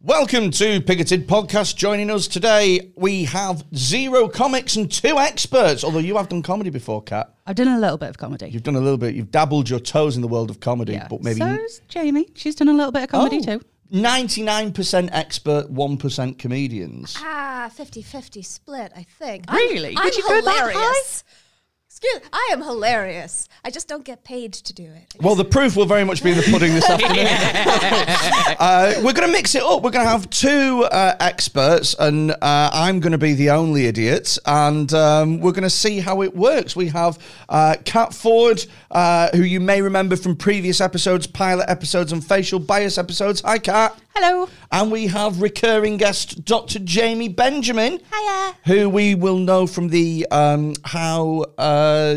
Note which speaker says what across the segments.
Speaker 1: Welcome to Pigoted Podcast. Joining us today, we have zero comics and two experts. Although you have done comedy before, Kat.
Speaker 2: I've done a little bit of comedy.
Speaker 1: You've done a little bit. You've dabbled your toes in the world of comedy,
Speaker 2: yeah.
Speaker 1: but maybe Oh.
Speaker 2: So's Jamie. She's done a little bit of comedy too.
Speaker 1: Ninety-nine percent expert, one percent comedians.
Speaker 3: Ah, 50-50 split, I think.
Speaker 2: Really?
Speaker 3: I'm,
Speaker 2: Did
Speaker 3: I'm
Speaker 2: you go that high?
Speaker 3: hilarious. Excuse I am hilarious. I just don't get paid to do it.
Speaker 1: Well, the proof will very much be in the pudding this afternoon. uh, we're going to mix it up. We're going to have two uh, experts, and uh, I'm going to be the only idiot. And um, we're going to see how it works. We have uh, Kat Ford, uh, who you may remember from previous episodes, pilot episodes, and facial bias episodes. Hi, Kat.
Speaker 2: Hello.
Speaker 1: And we have recurring guest Dr. Jamie Benjamin.
Speaker 3: Hiya.
Speaker 1: Who we will know from the um, how uh,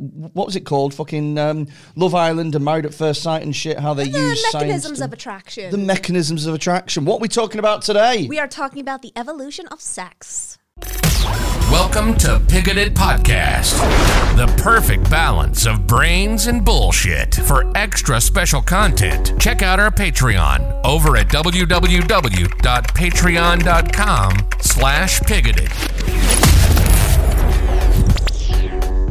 Speaker 1: what was it called? Fucking um, Love Island and Married at First Sight and shit. How they
Speaker 3: The
Speaker 1: use
Speaker 3: mechanisms
Speaker 1: science
Speaker 3: of
Speaker 1: to-
Speaker 3: attraction.
Speaker 1: the mechanisms of attraction. What are we talking about today?
Speaker 3: we are talking about the evolution of sex.
Speaker 4: Welcome to Pigoted Podcast, the perfect balance of brains and bullshit. For extra special content, check out our Patreon over at www.patreon.com slash pigoted.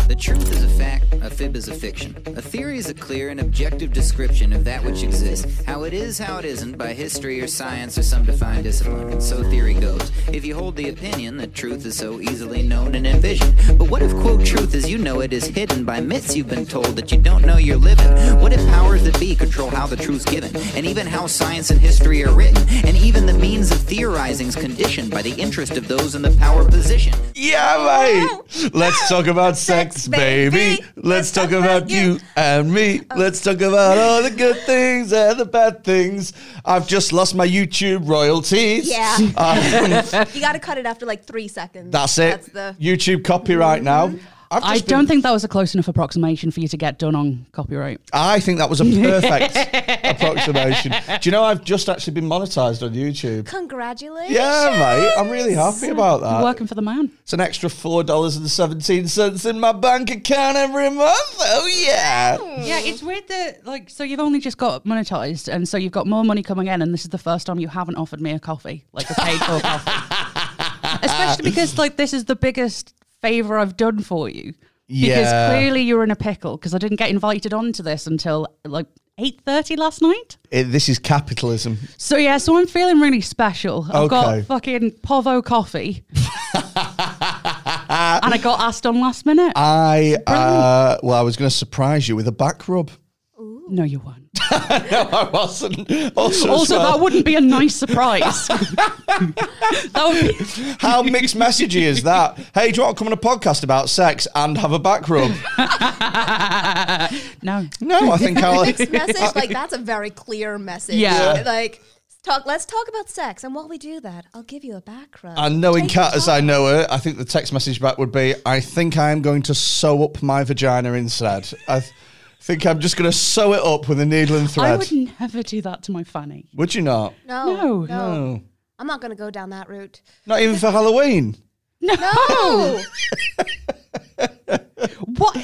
Speaker 5: The truth is a fact, a fib is a fiction. A theory is a clear and objective description of that which exists, how it is, how it isn't, by history or science or some defined discipline, and so theory goes. If you hold the opinion that truth is so easily known and envisioned, but what if, quote, truth as you know it is hidden by myths you've been told that you don't know you're living? What if powers that be control how the truth's given, and even how science and history are written, and even the means of theorizing's conditioned by the interest of those in the power position?
Speaker 1: Yeah, mate. Let's talk about sex, baby.
Speaker 3: baby.
Speaker 1: Let's, talk about you and me.
Speaker 3: Oh.
Speaker 1: Let's talk about all the good things and the bad things. I've just lost my YouTube royalties.
Speaker 3: Yeah.
Speaker 1: Um,
Speaker 3: You got to cut it after like three seconds.
Speaker 1: That's it.
Speaker 3: That's the.
Speaker 1: YouTube copyright now. I've
Speaker 2: I
Speaker 1: just been-
Speaker 2: don't think that was a close enough approximation for you to get done on copyright.
Speaker 1: I think that was a perfect approximation. Do you know I've just actually been monetized on YouTube?
Speaker 3: Congratulations.
Speaker 1: Yeah, mate. I'm really happy about that.
Speaker 2: You're working for the man.
Speaker 1: It's an extra four dollars and seventeen cents in my bank account every month. Oh yeah.
Speaker 2: Yeah, it's weird that like so you've only just got monetized, and so you've got more money coming in, and this is the first time you haven't offered me a coffee, like a paid for coffee. Especially because like this is the biggest favor I've done for you.
Speaker 1: Yeah.
Speaker 2: Because clearly you're in a pickle because I didn't get invited onto this until like eight thirty last night.
Speaker 1: It- this is capitalism.
Speaker 2: So yeah, so I'm feeling really special. I've
Speaker 1: Okay.
Speaker 2: got fucking Povo coffee. and I got asked on last minute.
Speaker 1: I uh, well, I was going to surprise you with a back rub.
Speaker 2: no, you weren't.
Speaker 1: No, I wasn't. Also, as
Speaker 2: Also,
Speaker 1: well,
Speaker 2: that wouldn't be a nice surprise. that would be
Speaker 1: how mixed messagey is that? Hey, do you want to come on a podcast about sex and have a back rub?
Speaker 2: no.
Speaker 1: No, I think I'll.
Speaker 3: Mixed message, like that's a very clear message.
Speaker 2: Yeah. Yeah.
Speaker 3: Like, talk. Let's talk about sex, and while we do that, I'll give you a back rub.
Speaker 1: And knowing
Speaker 3: Take
Speaker 1: Kat as
Speaker 3: your
Speaker 1: I
Speaker 3: time.
Speaker 1: know her, I think the text message back would be, "I think I am going to sew up my vagina instead. I th- think I'm just going to sew it up with a needle and
Speaker 2: I
Speaker 1: thread."
Speaker 2: would never do that to my fanny.
Speaker 1: Would you not?
Speaker 3: No,
Speaker 2: No.
Speaker 3: no, I'm not going to go down that route.
Speaker 1: Not even for Halloween.
Speaker 2: No.
Speaker 3: No.
Speaker 2: What?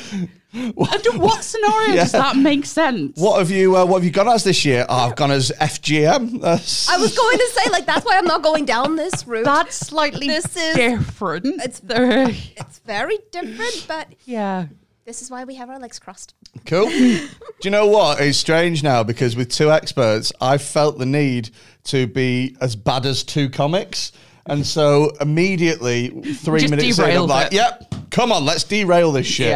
Speaker 2: Under what scenario does
Speaker 1: Yeah.
Speaker 2: that make sense?
Speaker 1: What have you? Uh, what have you gone as this year? Oh, I've gone as FGM. That's-
Speaker 3: I was going to say like that's why I'm not going down this route.
Speaker 2: That's slightly
Speaker 3: This is-
Speaker 2: different.
Speaker 3: it's-
Speaker 2: there.
Speaker 3: it's very different, but
Speaker 2: Yeah.
Speaker 3: this is why we have our legs crossed.
Speaker 1: Cool. Do you know what? It's strange now because with two experts, I felt the need to be as bad as two comics. And so immediately, three
Speaker 2: Just
Speaker 1: minutes in, I'm
Speaker 2: derailed
Speaker 1: like,
Speaker 2: it.
Speaker 1: yep, come on, let's derail this shit.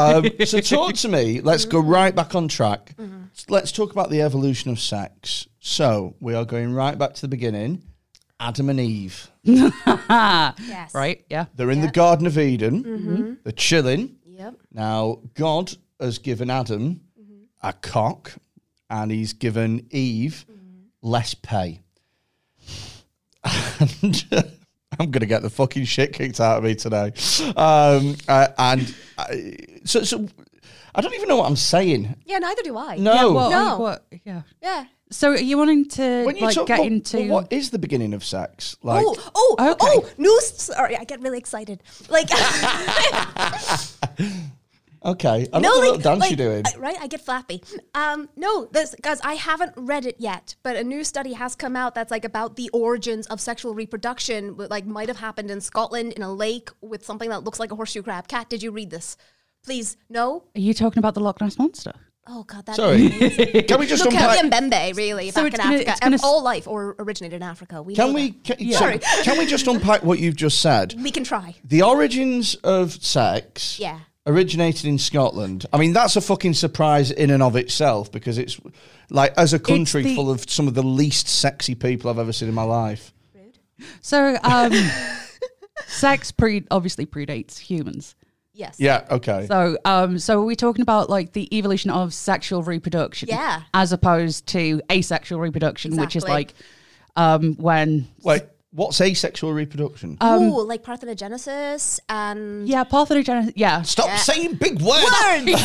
Speaker 1: um, so talk to me. Let's go right back on track.
Speaker 2: Mm-hmm.
Speaker 1: Let's talk about the evolution of sex. So we are going right back to the beginning. Adam and Eve.
Speaker 3: Yes.
Speaker 2: Right? Yeah. Mm-hmm.
Speaker 1: They're in the Garden of Eden. They're chilling.
Speaker 3: Yep.
Speaker 1: Now, God has given Adam a cock and he's given Eve less pay. And I'm going to get the fucking shit kicked out of me today. Um, uh, and I, so, so I don't even know what I'm saying.
Speaker 3: Yeah, neither do I.
Speaker 1: No.
Speaker 2: What,
Speaker 3: No.
Speaker 2: what- yeah.
Speaker 3: Yeah.
Speaker 2: So are you wanting to like
Speaker 1: talk-
Speaker 2: get
Speaker 1: well,
Speaker 2: into
Speaker 1: well, what is the beginning of sex? Like,
Speaker 3: Oh, oh,
Speaker 2: Okay.
Speaker 3: oh, news. Sorry, I get really excited. Like,
Speaker 1: Okay. I love the little dance
Speaker 3: like,
Speaker 1: you're doing.
Speaker 3: uh, right? I get flappy. Um, no, this guys, I haven't read it yet, but a new study has come out that's like about the origins of sexual reproduction, what like might have happened in Scotland in a lake with something that looks like a horseshoe crab. Kat, did you read this? Please, no.
Speaker 2: Are you talking about the Loch Ness monster?
Speaker 3: Oh God, that
Speaker 1: Sorry. can we just
Speaker 3: Look,
Speaker 1: unpack?
Speaker 3: Kelly and Bembe, really,
Speaker 2: So it's
Speaker 3: back in
Speaker 2: gonna-
Speaker 3: Africa.
Speaker 2: it's gonna
Speaker 3: and all life or originated in Africa. We
Speaker 1: Can
Speaker 3: know
Speaker 1: we?
Speaker 3: that.
Speaker 1: Can,
Speaker 3: Sorry.
Speaker 1: sorry, can we just unpack what you've just said?
Speaker 3: We can try.
Speaker 1: The origins of sex
Speaker 3: Yeah.
Speaker 1: originated in Scotland. I mean, that's a fucking surprise in and of itself because it's like as a country
Speaker 2: the-
Speaker 1: full of some of the least sexy people I've ever seen in my life.
Speaker 2: So, um, sex pre obviously predates humans.
Speaker 3: Yes.
Speaker 1: Yeah, okay.
Speaker 2: So, um, so are we talking about like the evolution of sexual reproduction?
Speaker 3: Yeah.
Speaker 2: As opposed to asexual reproduction, which is like
Speaker 3: Exactly.
Speaker 2: um, when.
Speaker 1: Wait, what's asexual reproduction?
Speaker 2: Oh, Um,
Speaker 3: Ooh, like parthenogenesis and
Speaker 2: Yeah, parthenogenesis. Yeah.
Speaker 1: Stop saying big words.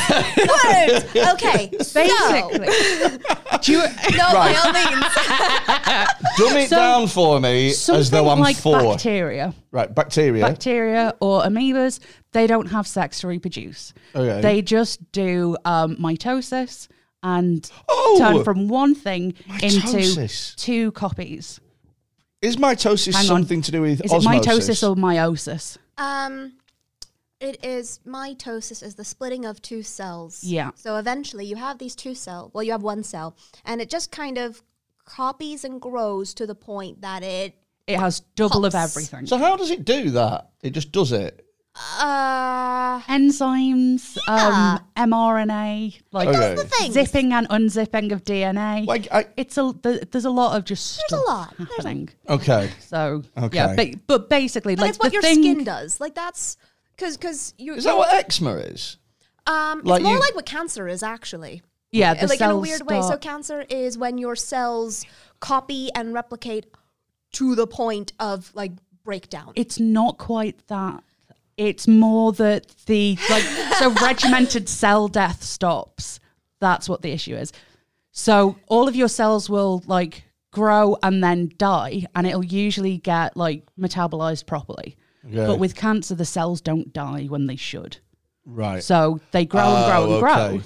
Speaker 3: words. Okay. So,
Speaker 2: Basically. Do you,
Speaker 3: no, by all means.
Speaker 1: Dumb it
Speaker 2: So-
Speaker 1: down for me as
Speaker 2: something
Speaker 1: though I'm
Speaker 2: like
Speaker 1: four.
Speaker 2: bacteria.
Speaker 1: Right, bacteria.
Speaker 2: bacteria or amoebas, they don't have sex to reproduce.
Speaker 1: Okay.
Speaker 2: They just do um, mitosis and
Speaker 1: Oh!
Speaker 2: turn from one thing
Speaker 1: Mitosis.
Speaker 2: into two copies.
Speaker 1: Is mitosis
Speaker 2: Hang on.
Speaker 1: something to do with
Speaker 2: Is
Speaker 1: osmosis?
Speaker 2: it mitosis or meiosis?
Speaker 3: Um, it is mitosis is the splitting of two cells.
Speaker 2: Yeah.
Speaker 3: So eventually you have these two cell. Well, you have one cell, and it just kind of copies and grows to the point that it.
Speaker 2: It has double of
Speaker 3: Pops.
Speaker 2: everything.
Speaker 1: so how does it do that? It just does it.
Speaker 3: Uh,
Speaker 2: Enzymes, um, mRNA, like
Speaker 1: Okay.
Speaker 3: the thing.
Speaker 2: zipping and unzipping of DNA.
Speaker 1: Like I
Speaker 2: it's a th- there's a lot of just
Speaker 3: There's a
Speaker 2: stuff
Speaker 3: lot. There's a-
Speaker 2: happening.
Speaker 1: okay.
Speaker 2: So
Speaker 1: Okay.
Speaker 2: yeah, ba- but basically,
Speaker 3: But
Speaker 2: like
Speaker 3: it's what
Speaker 2: the
Speaker 3: your
Speaker 2: thing,
Speaker 3: skin does. Like that's because because you.
Speaker 1: Is that what eczema is?
Speaker 3: Um,
Speaker 1: like
Speaker 3: it's more
Speaker 1: you-
Speaker 3: like what cancer is actually.
Speaker 2: Yeah, the
Speaker 3: like in a
Speaker 2: cells
Speaker 3: weird way. So
Speaker 2: start-
Speaker 3: cancer is when your cells copy and replicate to the point of like breakdown.
Speaker 2: it's not quite that. It's more that the like so regimented cell death stops. That's what the issue is. So all of your cells will like grow and then die, and it'll usually get like metabolized properly.
Speaker 1: Okay.
Speaker 2: But with cancer, the cells don't die when they should.
Speaker 1: Right.
Speaker 2: So they grow and grow and
Speaker 1: Oh,
Speaker 2: grow,
Speaker 1: okay.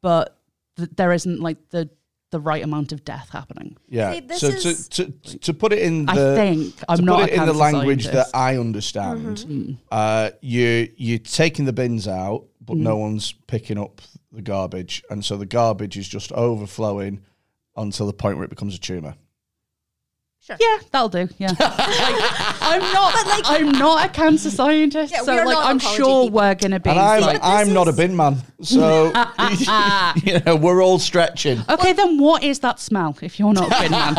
Speaker 2: but th- there isn't like the the right amount of death happening.
Speaker 1: yeah.
Speaker 3: See, this
Speaker 1: so
Speaker 3: is-
Speaker 1: to, to to put it in the
Speaker 2: I think I'm
Speaker 1: to
Speaker 2: not
Speaker 1: put it
Speaker 2: a
Speaker 1: in the
Speaker 2: cancer
Speaker 1: language
Speaker 2: scientist. Mm.
Speaker 1: that I understand.
Speaker 3: Mm-hmm.
Speaker 1: Uh, you you're taking the bins out, but
Speaker 2: Mm.
Speaker 1: no one's picking up the garbage, and so the garbage is just overflowing until the point where it becomes a tumor.
Speaker 2: Yeah, that'll do. Yeah, Like, I'm not. I'm not a cancer scientist,
Speaker 3: Yeah, we
Speaker 2: so
Speaker 3: are
Speaker 2: like
Speaker 3: not
Speaker 2: I'm
Speaker 3: oncology
Speaker 2: sure
Speaker 3: people.
Speaker 2: we're gonna be.
Speaker 1: And I'm
Speaker 2: like,
Speaker 1: I'm
Speaker 3: this
Speaker 1: not a
Speaker 3: is-
Speaker 1: bin man, so you know we're all stretching.
Speaker 2: okay, then what is that smell? If you're not a bin man,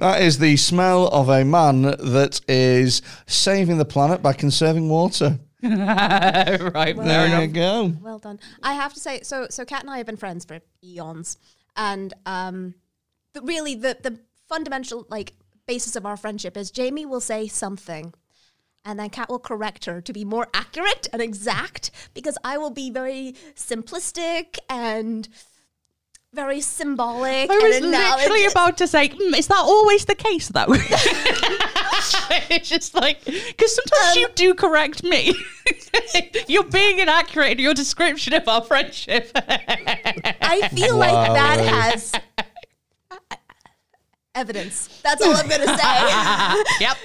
Speaker 1: That is the smell of a man that is saving the planet by conserving water.
Speaker 2: right?
Speaker 1: There you go.
Speaker 3: Well done. I have to say, so so Kat and I have been friends for eons, and um, the, really the the fundamental like basis of our friendship is Jamie will say something, and then Kat will correct her to be more accurate and exact because I will be very simplistic and very
Speaker 2: I
Speaker 3: symbolic. and
Speaker 2: was
Speaker 3: analogous.
Speaker 2: literally about to say, "Mm, is that always the case though? it's just like because sometimes
Speaker 3: Um,
Speaker 2: you do correct me. you're being inaccurate in your description of our friendship.
Speaker 3: I feel like that has. Evidence. That's all I'm gonna say.
Speaker 2: yep.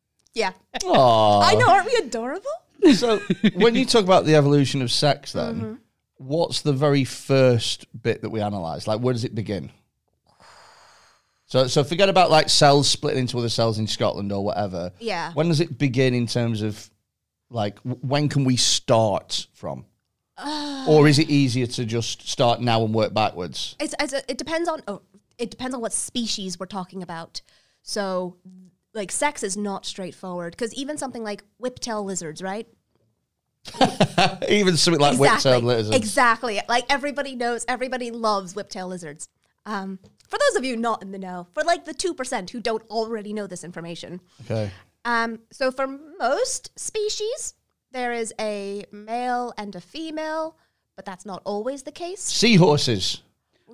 Speaker 3: yeah. Yeah.
Speaker 1: Aw.
Speaker 3: I know. Aren't we adorable?
Speaker 1: So when you talk about the evolution of sex, then
Speaker 3: Mm-hmm.
Speaker 1: what's the very first bit that we analyze? Like, where does it begin? So, so forget about like cells splitting into other cells in Scotland or whatever.
Speaker 3: Yeah.
Speaker 1: When does it begin in terms of like w- when can we start from?
Speaker 3: Ah.
Speaker 1: or is it easier to just start now and work backwards?
Speaker 3: It's, it's it depends on oh, it depends on what species we're talking about. So, like, sex is not straightforward because even something like whiptail lizards, right?
Speaker 1: Even something like whip-tailed Uh, lizards.
Speaker 3: Exactly. Like everybody knows, everybody loves whiptail lizards. Um, for those of you not in the know, for like the two percent who don't already know this information,
Speaker 1: Okay.
Speaker 3: Um, so for most species, there is a male and a female, but that's not always the case.
Speaker 1: Seahorses.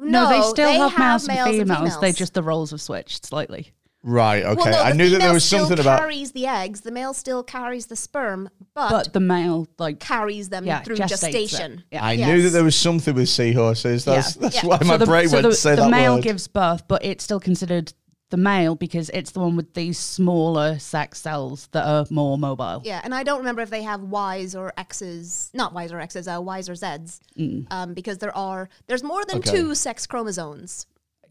Speaker 2: No, they still have, males and females. They just the roles have switched slightly.
Speaker 1: Right. Okay.
Speaker 3: Well, no,
Speaker 1: I
Speaker 3: the
Speaker 1: knew that there
Speaker 3: female
Speaker 1: was
Speaker 3: still
Speaker 1: something about.
Speaker 3: carries the eggs. The male still carries the sperm, but,
Speaker 2: but the male like
Speaker 3: carries them
Speaker 2: yeah,
Speaker 3: through
Speaker 2: gestates it.
Speaker 3: gestation.
Speaker 2: Yeah.
Speaker 1: I knew that
Speaker 3: Yes.
Speaker 1: there was something with seahorses. That's
Speaker 2: Yeah.
Speaker 1: that's
Speaker 3: Yeah.
Speaker 1: why my
Speaker 2: the,
Speaker 1: brain
Speaker 2: so
Speaker 1: went
Speaker 2: the,
Speaker 1: to say
Speaker 2: the
Speaker 1: that
Speaker 2: male
Speaker 1: word.
Speaker 2: gives birth, but it's still considered the male because it's the one with these smaller sac cells that are more mobile.
Speaker 3: Yeah, and I don't remember if they have Ys or Xs, not Ys or Xs, uh, Ys or Zs,
Speaker 2: Mm.
Speaker 3: um, because there are there's more than
Speaker 1: Okay.
Speaker 3: two sex chromosomes.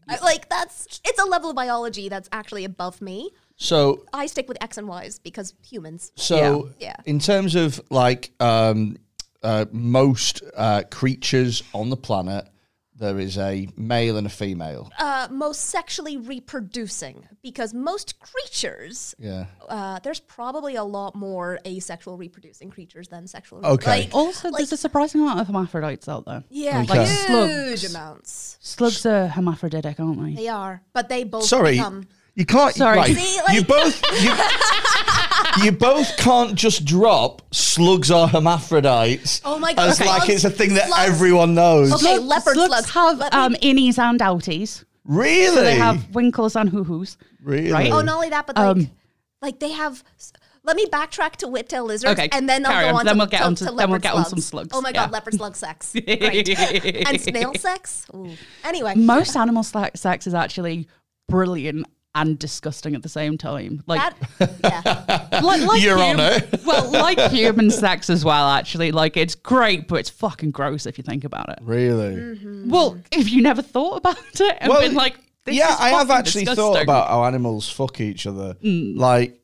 Speaker 3: I- like that's it's a level of biology that's actually above me.
Speaker 1: so
Speaker 3: I stick with X and Ys because humans.
Speaker 1: so
Speaker 3: Yeah. Yeah.
Speaker 1: in terms of like um, uh, most uh, creatures on the planet, there is a male and a female.
Speaker 3: Uh, most sexually reproducing because most creatures.
Speaker 1: yeah.
Speaker 3: Uh, there's probably a lot more asexual reproducing creatures than sexual.
Speaker 1: Okay.
Speaker 2: Also,
Speaker 3: like-
Speaker 2: there's a surprising amount of hermaphrodites out there.
Speaker 3: yeah,
Speaker 1: Okay.
Speaker 3: huge
Speaker 2: Slugs.
Speaker 3: amounts.
Speaker 2: Slugs are hermaphroditic, aren't they?
Speaker 3: They are, but they both
Speaker 1: Sorry,
Speaker 3: become.
Speaker 1: you can't.
Speaker 2: Sorry.
Speaker 1: right.
Speaker 3: See, like-
Speaker 1: you both. You, you both can't just drop slugs are hermaphrodites.
Speaker 3: Oh my God.
Speaker 1: As
Speaker 3: Okay.
Speaker 1: like it's a thing that
Speaker 3: Slugs-
Speaker 1: everyone knows.
Speaker 3: Okay. leopard
Speaker 2: slugs
Speaker 3: slugs.
Speaker 2: have
Speaker 3: Let me-
Speaker 2: um, innies and outies.
Speaker 1: Really?
Speaker 2: They have winkles and hoo-hoos.
Speaker 1: really?
Speaker 2: Right.
Speaker 3: Oh, not only that, but like,
Speaker 2: Um,
Speaker 3: like they have. Let me backtrack to whip-tailed lizards,
Speaker 2: Okay,
Speaker 3: and then I'll
Speaker 2: carry
Speaker 3: go
Speaker 2: on.
Speaker 3: on.
Speaker 2: Then
Speaker 3: to,
Speaker 2: we'll get
Speaker 3: to,
Speaker 2: onto-
Speaker 3: to
Speaker 2: then we'll
Speaker 3: leopard
Speaker 2: get on some slugs,
Speaker 3: Oh my
Speaker 2: yeah.
Speaker 3: god, leopard slug sex, Great. and snail sex. Ooh. Anyway,
Speaker 2: Most animal sla- sex is actually brilliant and disgusting at the same time. Like
Speaker 3: that, yeah,
Speaker 2: like, like
Speaker 1: Your
Speaker 2: hum-
Speaker 1: Honour.
Speaker 2: well, like human sex as well. Actually, like it's great, but it's fucking gross if you think about it.
Speaker 1: Really?
Speaker 3: Mm.
Speaker 2: Well, if you never thought about it and been like, this
Speaker 1: yeah,
Speaker 2: is
Speaker 1: I have
Speaker 2: fucking
Speaker 1: actually thought
Speaker 2: disgusting. Mm.
Speaker 1: about how animals fuck each other. Like,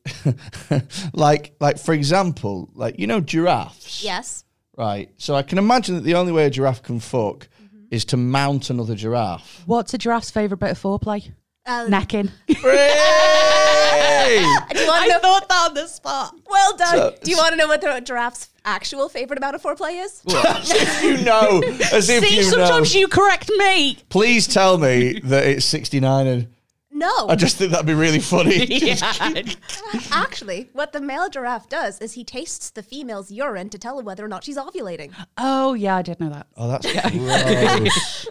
Speaker 1: like, like for example, like you know giraffes,
Speaker 3: yes,
Speaker 1: right? So I can imagine that the only way a giraffe can fuck
Speaker 2: Mm-hmm.
Speaker 1: is to mount another giraffe.
Speaker 2: what's a giraffe's favorite bit of foreplay.
Speaker 3: Uh,
Speaker 2: Necking.
Speaker 1: Really?
Speaker 3: Do you want to
Speaker 2: I
Speaker 3: know?
Speaker 2: thought that on the spot.
Speaker 3: well done.
Speaker 1: So-
Speaker 3: Do you want to know what the giraffe's actual favorite amount of foreplay is?
Speaker 1: you know, as if
Speaker 2: See,
Speaker 1: you know.
Speaker 2: sometimes you correct me.
Speaker 1: Please tell me that it's 69 and
Speaker 3: No,
Speaker 1: I just think that'd be really funny.
Speaker 3: actually, what the male giraffe does is he tastes the female's urine to tell whether or not she's ovulating.
Speaker 2: Oh yeah, I did know that.
Speaker 1: Oh, that's gross.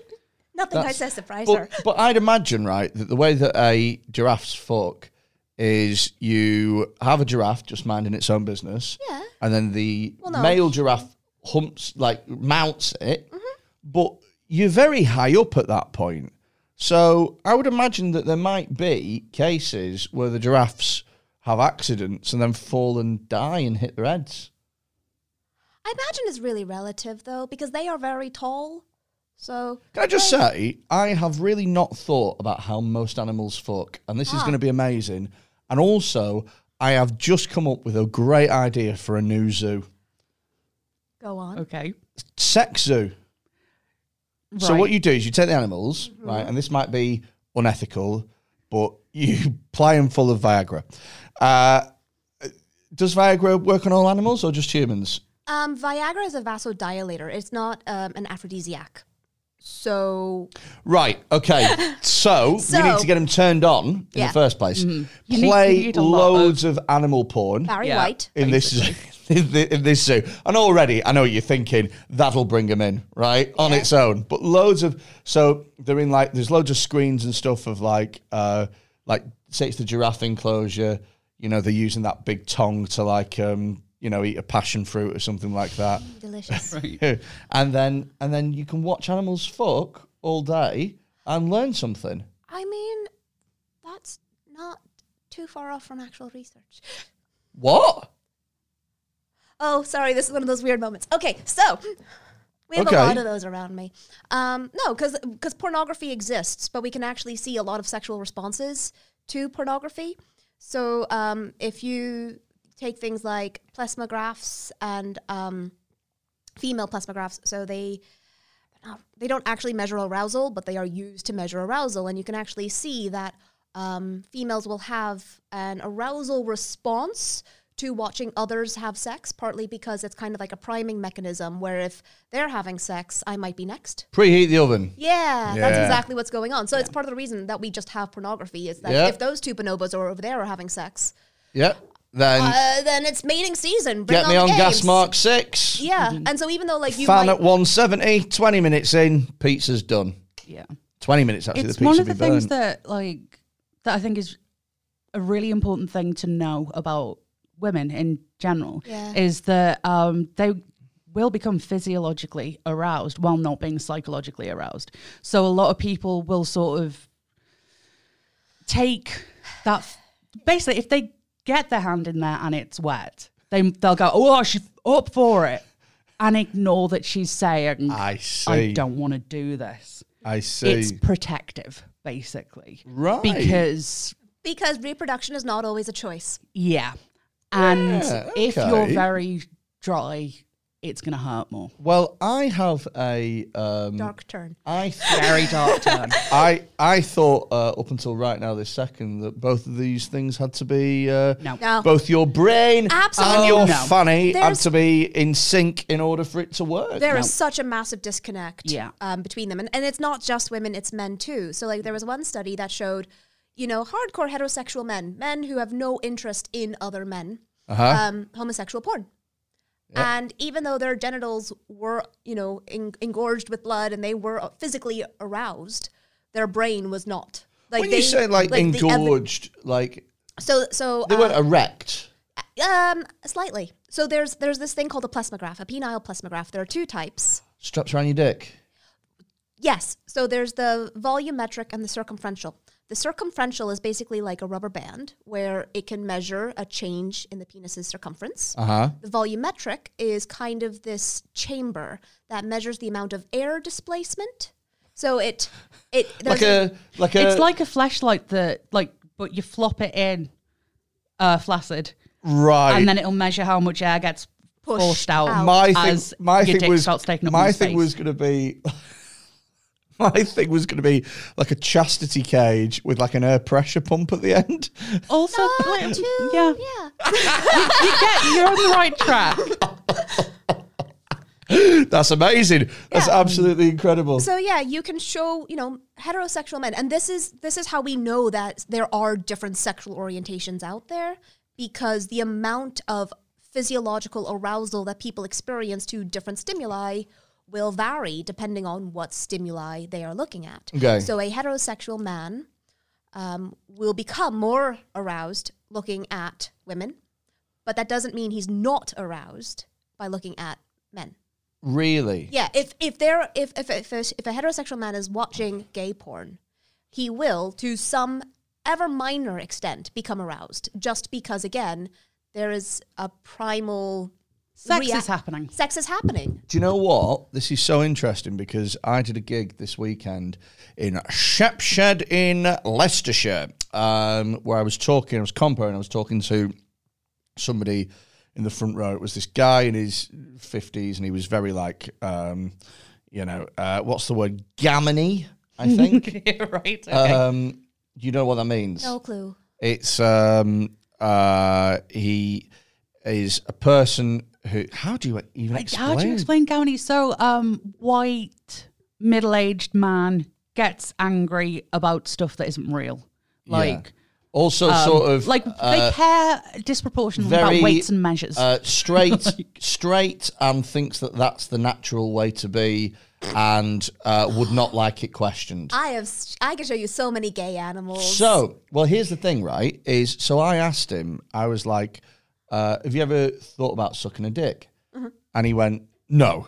Speaker 3: Nothing I said surprised her.
Speaker 1: but, but I'd imagine, right, that the way that a giraffe's fuck is you have a giraffe just minding its own business.
Speaker 3: Yeah.
Speaker 1: And then the
Speaker 3: no.
Speaker 1: male giraffe humps, like, mounts it.
Speaker 3: Mm-hmm.
Speaker 1: But you're very high up at that point. So I would imagine that there might be cases where the giraffes have accidents and then fall and die and hit their heads.
Speaker 3: I imagine it's really relative though, because they are very tall. So
Speaker 1: Can I just say, I have really not thought about how most animals fuck, and this
Speaker 2: Ah.
Speaker 1: is going to be amazing. And also, I have just come up with a great idea for a new zoo
Speaker 3: go on.
Speaker 2: Okay.
Speaker 1: sex zoo. So,
Speaker 2: Right. Mm-hmm.
Speaker 1: what you do is you take the animals, right, and this might be unethical, but you ply them full of Viagra. Uh, does Viagra work on all animals or just humans?
Speaker 3: Um, Viagra is a vasodilator. It's not um, an aphrodisiac. So
Speaker 1: Right. Okay. So, we need
Speaker 3: So-
Speaker 1: to get them turned on in
Speaker 3: Yeah.
Speaker 1: the first place.
Speaker 2: Mm-hmm. You need-
Speaker 1: Play
Speaker 2: you need a lot of-
Speaker 1: loads of animal porn
Speaker 3: Barry
Speaker 2: Yeah.
Speaker 3: White.
Speaker 1: in this in thi- in this zoo. And already, I know what you're thinking. That'll bring them in, right, on its own. But loads of so they're in like there's loads of screens and stuff of like uh like say it's the giraffe enclosure. You know, they're using that big tongue to like um you know eat a passion fruit or something like that.
Speaker 3: Delicious.
Speaker 1: and then and then you can watch animals fuck all day and learn something.
Speaker 3: I mean, that's not too far off from actual research.
Speaker 1: What?
Speaker 3: Oh, sorry, this is one of those weird moments. Okay, so we have
Speaker 1: Okay.
Speaker 3: a lot of those around me. Um, no, because pornography exists, but we can actually see a lot of sexual responses to pornography. So um, if you take things like plethysmographs and um, female plethysmographs, so they uh, they don't actually measure arousal, but they are used to measure arousal, and you can actually see that um, females will have an arousal response to watching others have sex, partly because it's kind of like a priming mechanism where if they're having sex, I might be next.
Speaker 1: Preheat the oven.
Speaker 3: Yeah, that's
Speaker 1: Yeah.
Speaker 3: exactly what's going on. So it's part of the reason that we just have pornography is that
Speaker 1: Yeah.
Speaker 3: if those two bonobos are over there are having sex,
Speaker 1: Yep. Then
Speaker 3: uh, then it's mating season. Bring
Speaker 1: Mm. get me
Speaker 3: the
Speaker 1: on gas
Speaker 3: games.
Speaker 1: mark six.
Speaker 3: Yeah, and so even though like you
Speaker 1: Fan
Speaker 3: might,
Speaker 1: at 170, 20 minutes in, pizza's done.
Speaker 2: yeah.
Speaker 1: 20 minutes actually,
Speaker 2: it's
Speaker 1: the pizza
Speaker 2: one of
Speaker 1: be
Speaker 2: the things
Speaker 1: burnt.
Speaker 2: that like that I think is a really important thing to know about women in general
Speaker 3: Yeah.
Speaker 2: is that um, they will become physiologically aroused while not being psychologically aroused. So a lot of people will sort of take that. Basically, if they get their hand in there and it's wet, they they'll go, "Oh, she's up for it," and ignore that she's saying,
Speaker 1: I
Speaker 2: I
Speaker 1: see.
Speaker 2: don't want to do this."
Speaker 1: I see.
Speaker 2: It's protective, basically,
Speaker 1: Right.
Speaker 2: Because
Speaker 3: because reproduction is not always a choice.
Speaker 2: yeah, and
Speaker 1: Yeah,
Speaker 2: if you're
Speaker 1: okay.
Speaker 2: very dry, it's gonna hurt more.
Speaker 1: well, I have a. Um,
Speaker 3: Dark turn.
Speaker 1: I th-
Speaker 2: Very dark turn.
Speaker 1: I I thought uh, up until right now this second that both of these things had to be uh,
Speaker 2: No.
Speaker 3: No.
Speaker 1: both your brain
Speaker 3: Absolutely.
Speaker 1: and your
Speaker 2: No.
Speaker 1: fanny had
Speaker 3: There's-
Speaker 1: to be in sync in order for it to work.
Speaker 3: There is such a massive disconnect
Speaker 2: Yeah.
Speaker 3: um, between them. And, and it's not just women, it's men too. So, like, there was one study that showed, you know, hardcore heterosexual men, men who have no interest in other men,
Speaker 1: Uh-huh.
Speaker 3: um, homosexual porn. And even though their genitals were, you know, en- engorged with blood and they were physically aroused, their brain was not. Like
Speaker 1: when
Speaker 3: they-
Speaker 1: you say like,
Speaker 3: the evi-
Speaker 1: engorged, like
Speaker 3: so so
Speaker 1: they
Speaker 3: uh,
Speaker 1: weren't erect.
Speaker 3: Um, slightly. So there's there's this thing called a plethysmograph, a penile plethysmograph. There are two types.
Speaker 1: Straps around your dick.
Speaker 3: Yes. So there's the volumetric and the circumferential. The circumferential is basically like a rubber band where it can measure a change in the penis's circumference.
Speaker 1: Uh huh.
Speaker 3: The volumetric is kind of this chamber that measures the amount of air displacement. So it it
Speaker 1: Like
Speaker 3: there's
Speaker 1: a like a.
Speaker 2: it's like a flashlight that, like, but you flop it in, uh, flaccid,
Speaker 1: right.
Speaker 2: and then it'll measure how much air gets
Speaker 3: Pushed
Speaker 2: forced out.
Speaker 3: out.
Speaker 1: my thing,
Speaker 2: as
Speaker 1: my
Speaker 2: your
Speaker 1: thing
Speaker 2: dick
Speaker 1: was
Speaker 2: starts taking up
Speaker 1: my
Speaker 2: more
Speaker 1: thing
Speaker 2: space.
Speaker 1: was going to be my thing was going to be like a chastity cage with like an air pressure pump at the end.
Speaker 2: also
Speaker 3: Not too-
Speaker 2: yeah.
Speaker 3: yeah.
Speaker 2: You get, you're on the right track.
Speaker 1: That's amazing. That's absolutely incredible.
Speaker 3: So yeah, you can show you know heterosexual men, and this is this is how we know that there are different sexual orientations out there because the amount of physiological arousal that people experience to different stimuli will vary depending on what stimuli they are looking at.
Speaker 1: Okay.
Speaker 3: So a heterosexual man um, will become more aroused looking at women, but that doesn't mean he's not aroused by looking at men.
Speaker 1: really?
Speaker 3: Yeah, if if there if if if a, if a heterosexual man is watching gay porn, he will to some ever minor extent become aroused just because again there is a primal
Speaker 2: Sex
Speaker 3: rea-
Speaker 2: is happening.
Speaker 3: Sex is happening.
Speaker 1: Do you know what? This is so interesting because I did a gig this weekend in Shepshed in Leicestershire, um, where I was talking, I was comparing, I was talking to somebody in the front row. It was this guy in his 50s and he was very like, um, you know, uh, what's the word? Gammony, I think.
Speaker 2: right. Okay.
Speaker 1: um, you know what that means?
Speaker 3: No clue.
Speaker 1: It's um uh he is a person who how do you even explain?
Speaker 2: How do you explain Gowney? So, um, white middle-aged man gets angry about stuff that isn't real,
Speaker 1: Yeah.
Speaker 2: like
Speaker 1: Also sort of
Speaker 2: like
Speaker 1: uh,
Speaker 2: they care disproportionately
Speaker 1: very,
Speaker 2: about weights and measures.
Speaker 1: uh, straight straight and thinks that that's the natural way to be and uh, would not like it questioned.
Speaker 3: I have s- I can show you so many gay animals.
Speaker 1: So, well, here's the thing, right? Is so I asked him, I was like, uh, "Have you ever thought about sucking a dick?"
Speaker 3: Mm-hmm.
Speaker 1: And he went, "No,"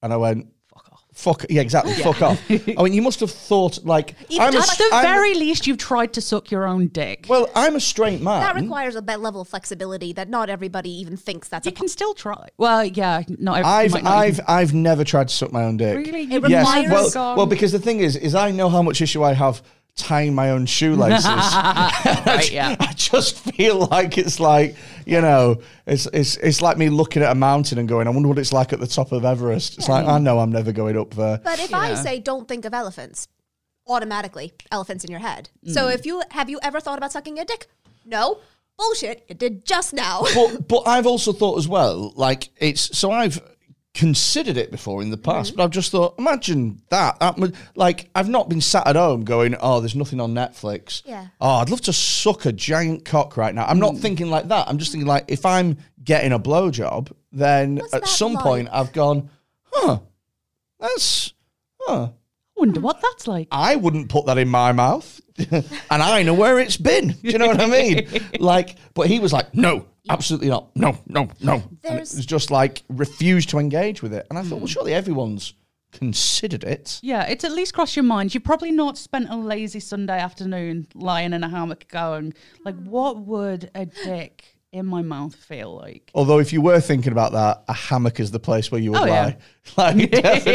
Speaker 1: and I went. "Fuck off!" Fuck yeah, exactly. Fuck off. I mean, you must have thought like
Speaker 3: Even
Speaker 1: I'm a,
Speaker 3: at
Speaker 1: s-
Speaker 3: the
Speaker 2: the
Speaker 1: I'm-
Speaker 2: very least, you've tried to suck your own dick.
Speaker 1: well. I'm a straight man.
Speaker 3: that requires a bit level of flexibility that not everybody even thinks that's
Speaker 2: you
Speaker 3: a po-
Speaker 2: can still try. Well, yeah, no, I
Speaker 1: I've
Speaker 2: might not
Speaker 1: I've I've never tried to suck my own dick.
Speaker 2: Really?
Speaker 3: It
Speaker 1: Yes.
Speaker 3: requires
Speaker 1: Well,
Speaker 2: gone.
Speaker 1: well, because the thing is, is I know how much issue I have tying my own shoelaces.
Speaker 2: even- right, yeah.
Speaker 1: I just feel like it's like you know, it's it's it's like me looking at a mountain and going, I wonder what it's like at the top of Everest. It's like I know I'm never going up there.
Speaker 3: But if I say don't think of elephants, automatically elephants in your head. So
Speaker 1: Mm.
Speaker 3: if you have you ever thought about sucking a dick? No. Bullshit. It did just now.
Speaker 1: But but I've also thought as well, like it's so I've considered it before in the past,
Speaker 3: Mm-hmm.
Speaker 1: but I've just thought, imagine that. that mu- like I've not been sat at home going, oh, there's nothing on Netflix.
Speaker 3: Yeah. Mm.
Speaker 1: Oh, I'd love to suck a giant cock right now. I'm not thinking like that. I'm just thinking like if I'm getting a blowjob, then
Speaker 3: What's
Speaker 1: at
Speaker 3: that
Speaker 1: some
Speaker 3: like?
Speaker 1: point I've gone, huh, that's huh.
Speaker 2: Wonder what that's like.
Speaker 1: I wouldn't put that in my mouth. and I know where it's been. Do you know what I mean? Like, but he was like, no, absolutely not. No, no, no. And it
Speaker 3: There's-
Speaker 1: was just like refused to engage with it. And I thought, well, surely everyone's considered it.
Speaker 2: Yeah, it's at least crossed your mind. You've probably not spent a lazy Sunday afternoon lying in a hammock going, like, what would a dick in my mouth feel like?
Speaker 1: Although, if you were thinking about that, a hammock is the place where you would
Speaker 2: Oh, yeah.
Speaker 1: lie. Like,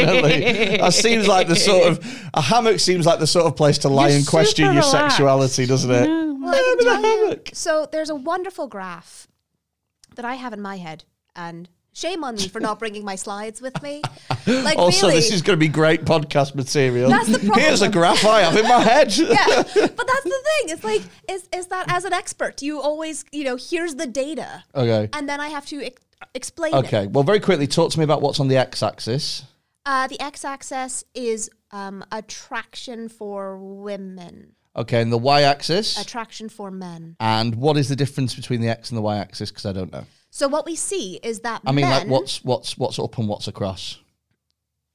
Speaker 1: definitely. that seems like the sort of a hammock seems like the sort of place to lie
Speaker 2: You're
Speaker 1: and question
Speaker 2: super
Speaker 1: your
Speaker 2: relaxed.
Speaker 1: sexuality, doesn't it?
Speaker 3: Well, I can
Speaker 1: I'm in a
Speaker 3: tell you-
Speaker 1: hammock.
Speaker 3: so there's a wonderful graph that I have in my head, and shame on me for not bringing my slides with me. Like
Speaker 1: Also,
Speaker 3: really,
Speaker 1: this is going to be great podcast material.
Speaker 3: That's the problem.
Speaker 1: Here's a graph I have in my head.
Speaker 3: yeah. But that's the thing. It's like is is that as an expert, you always you know here's the data,
Speaker 1: Okay.
Speaker 3: and then I have to ex- explain it.
Speaker 1: Okay. Well, very quickly, talk to me about what's on the x-axis.
Speaker 3: Uh, the x-axis is um, attraction for women,
Speaker 1: Okay, and the y-axis.
Speaker 3: attraction for men.
Speaker 1: and what is the difference between the x and the y-axis? Because I don't know.
Speaker 3: So what we see is that
Speaker 1: I mean,
Speaker 3: men,
Speaker 1: like, what's what's what's up and what's across?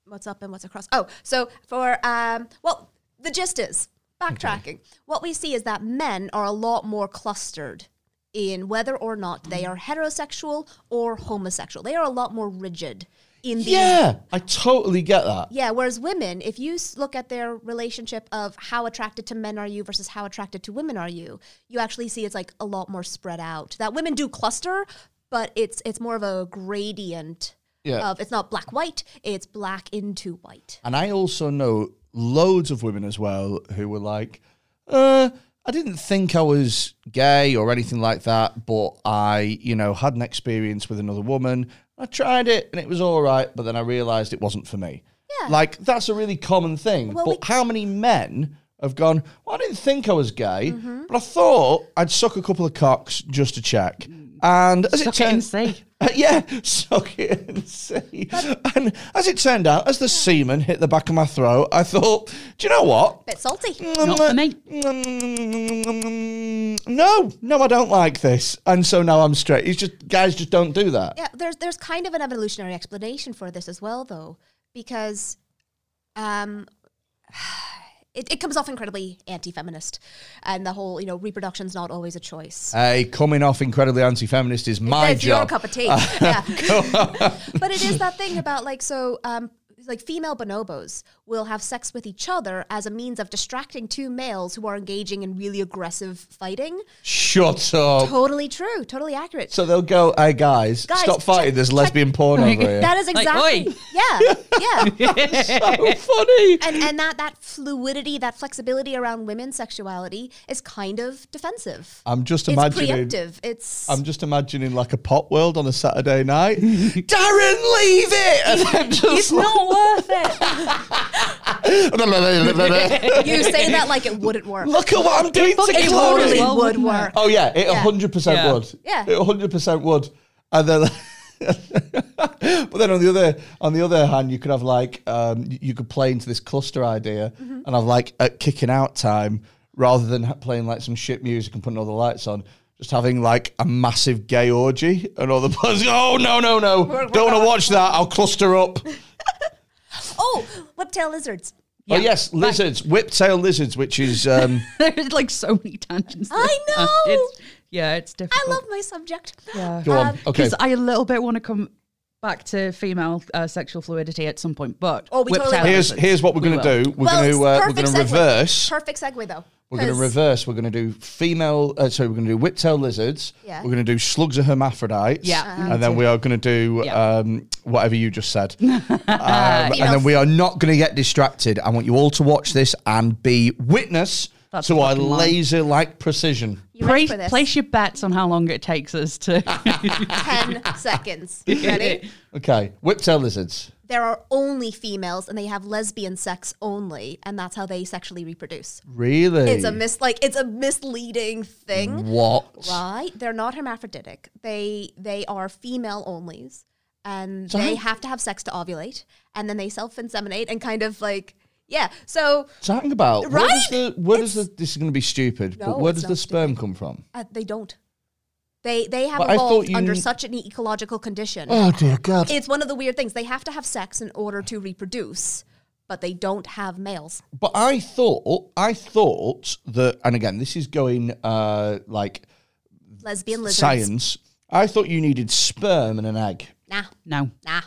Speaker 3: what's up and what's across. Oh, so for um, well, the gist is backtracking. What we see is that men are a lot more clustered in whether or not they are heterosexual or homosexual. They are a lot more rigid in the
Speaker 1: Yeah, I totally get that.
Speaker 3: Yeah, whereas women, if you s- look at their relationship of how attracted to men are you versus how attracted to women are you, you actually see it's like a lot more spread out. That women do cluster, but it's it's more of a gradient
Speaker 1: Yeah.
Speaker 3: of it's not black white, it's black into white.
Speaker 1: And I also know loads of women as well who were like, uh, I didn't think I was gay or anything like that, but I, you know, had an experience with another woman. I tried it and it was all right, but then I realized it wasn't for me.
Speaker 3: Yeah.
Speaker 1: Like, that's a really common thing.
Speaker 3: Well,
Speaker 1: but
Speaker 3: we-
Speaker 1: how many men have gone, well, I didn't think I was gay, but I thought I'd suck a couple of cocks just to check. And as
Speaker 2: Suck
Speaker 1: it
Speaker 2: it and
Speaker 1: turns
Speaker 2: see.
Speaker 1: uh, yeah, suck it and see. And as it turned out, as the semen hit the back of my throat, I thought, do you know what?
Speaker 3: Bit salty.
Speaker 1: Mm.
Speaker 2: Not for me.
Speaker 1: No, no, I don't like this. And so now I'm straight. It's just, guys just don't do that.
Speaker 3: Yeah, there's there's kind of an evolutionary explanation for this as well, though, because um, it, it comes off incredibly anti-feminist, and the whole you know reproduction's not always a choice.
Speaker 1: Hey, coming off incredibly anti feminist is my
Speaker 3: That's
Speaker 1: job. Uh,
Speaker 3: your cup of tea. yeah. but it is that thing about like so um, like female bonobos will have sex with each other as a means of distracting two males who are engaging in really aggressive fighting.
Speaker 1: Shut up.
Speaker 3: Totally true. Totally accurate.
Speaker 1: So they'll go, hey, guys,
Speaker 3: Guys,
Speaker 1: stop fighting.
Speaker 3: check-
Speaker 1: There's
Speaker 3: check-
Speaker 1: lesbian porn over here.
Speaker 3: that is
Speaker 2: Like,
Speaker 3: exactly.
Speaker 2: oi.
Speaker 3: yeah. Yeah.
Speaker 1: so funny.
Speaker 3: and and that that fluidity, that flexibility around women's sexuality is kind of defensive.
Speaker 1: I'm just
Speaker 3: it's
Speaker 1: imagining.
Speaker 3: preemptive. It's
Speaker 1: I'm just imagining like a pot world on a Saturday night. Darren, leave it! And then just
Speaker 2: It's not worth it.
Speaker 1: Look
Speaker 3: you say that like it wouldn't
Speaker 1: at
Speaker 3: work.
Speaker 1: what I'm doing to
Speaker 3: it
Speaker 1: Chloe.
Speaker 3: totally
Speaker 2: Well,
Speaker 3: would
Speaker 2: wouldn't
Speaker 3: work.
Speaker 2: it?
Speaker 1: Oh yeah, it
Speaker 3: Yeah.
Speaker 1: 100%
Speaker 2: Yeah.
Speaker 1: would.
Speaker 3: Yeah.
Speaker 1: It 100% would. And then But then on the other on the other hand, you could have like um, y- you could play into this cluster idea
Speaker 3: Mm-hmm.
Speaker 1: and have like at kicking out time rather than ha- playing like some shit music and putting all the lights on. Just having like a massive gay orgy and all the buzz. Oh no no no! Don't want to watch that. I'll cluster up.
Speaker 3: Oh, whiptail lizards.
Speaker 1: Oh yes, lizards, whiptail lizards, which is um,
Speaker 2: There's like so many tangents.
Speaker 3: I
Speaker 2: there. Um,
Speaker 3: know.
Speaker 2: It's, yeah, it's
Speaker 3: I
Speaker 2: difficult.
Speaker 3: love my subject. Um,
Speaker 2: Yeah.
Speaker 1: go on. Uh, Okay,
Speaker 2: Because I a little bit want to come back to female uh, sexual fluidity at some point, but
Speaker 3: Oh, we
Speaker 2: whipped
Speaker 3: totally
Speaker 2: out
Speaker 3: will.
Speaker 1: here's
Speaker 2: lizards.
Speaker 1: here's what we're
Speaker 2: We
Speaker 1: gonna
Speaker 2: will.
Speaker 1: do. We're
Speaker 3: Well,
Speaker 1: gonna
Speaker 3: it's
Speaker 1: uh, we're
Speaker 3: perfect
Speaker 1: gonna
Speaker 3: segue.
Speaker 1: reverse.
Speaker 3: Perfect segue though.
Speaker 1: We're going to
Speaker 3: 'cause-
Speaker 1: reverse. We're going to do female. Uh, sorry, we're going to do whiptail lizards.
Speaker 3: Yeah.
Speaker 1: We're going to do slugs of hermaphrodites.
Speaker 2: Yeah, Uh-huh.
Speaker 1: And then we are going to do
Speaker 2: Yeah.
Speaker 1: um, whatever you just said. um,
Speaker 3: uh,
Speaker 1: and then
Speaker 3: Females.
Speaker 1: we are not going to get distracted. I want you all to watch this and be witness
Speaker 2: That's
Speaker 1: to our
Speaker 2: fucking mine.
Speaker 1: laser like precision.
Speaker 3: You ready
Speaker 2: Place,
Speaker 3: for this?
Speaker 2: place your bets on how long it takes us to.
Speaker 3: Ten seconds. You Ready?
Speaker 1: Okay, whiptail lizards.
Speaker 3: There are only females, and they have lesbian sex only, and that's how they sexually reproduce.
Speaker 1: Really?
Speaker 3: It's a mis like it's a misleading thing.
Speaker 1: Mm. What?
Speaker 3: Right? They're not hermaphroditic. They they are female onlys, and
Speaker 1: So
Speaker 3: they
Speaker 1: how-
Speaker 3: have to have sex to ovulate, and then they self inseminate and kind of like yeah. So
Speaker 1: So hang about. Where does
Speaker 3: Right?
Speaker 1: the where does the this is going to be stupid?
Speaker 3: No,
Speaker 1: but where
Speaker 3: it's
Speaker 1: does the
Speaker 3: not
Speaker 1: sperm come from?
Speaker 3: uh, they don't. They they have
Speaker 1: But I thought
Speaker 3: evolved
Speaker 1: you
Speaker 3: under
Speaker 1: kn-
Speaker 3: such an ecological condition.
Speaker 1: Oh dear God.
Speaker 3: It's one of the weird things. They have to have sex in order to reproduce, but they don't have males.
Speaker 1: But I thought, I thought that, and again, this is going uh, like
Speaker 3: Lesbian lizards.
Speaker 1: science. I thought you needed sperm and an egg.
Speaker 3: Nah,
Speaker 2: No.
Speaker 3: nah.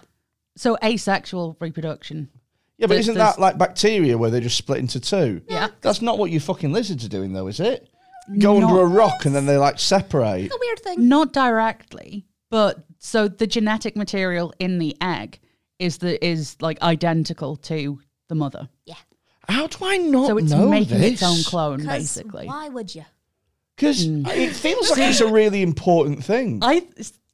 Speaker 2: So asexual reproduction.
Speaker 1: Yeah, but
Speaker 2: There's-
Speaker 1: isn't
Speaker 2: there's-
Speaker 1: that like bacteria where they just split into two?
Speaker 2: Yeah.
Speaker 1: That's not what you fucking lizards are doing, though, is it? Go under
Speaker 2: Not-
Speaker 1: a rock and then they like separate.
Speaker 3: The weird thing.
Speaker 2: Not directly, but so the genetic material in the egg is the is like identical to the mother.
Speaker 1: How do I not
Speaker 2: So it's
Speaker 1: know
Speaker 2: making
Speaker 1: this?
Speaker 2: its own clone
Speaker 3: 'Cause
Speaker 2: basically.
Speaker 3: Why would you?
Speaker 1: Because it feels like it's a really important thing.
Speaker 2: I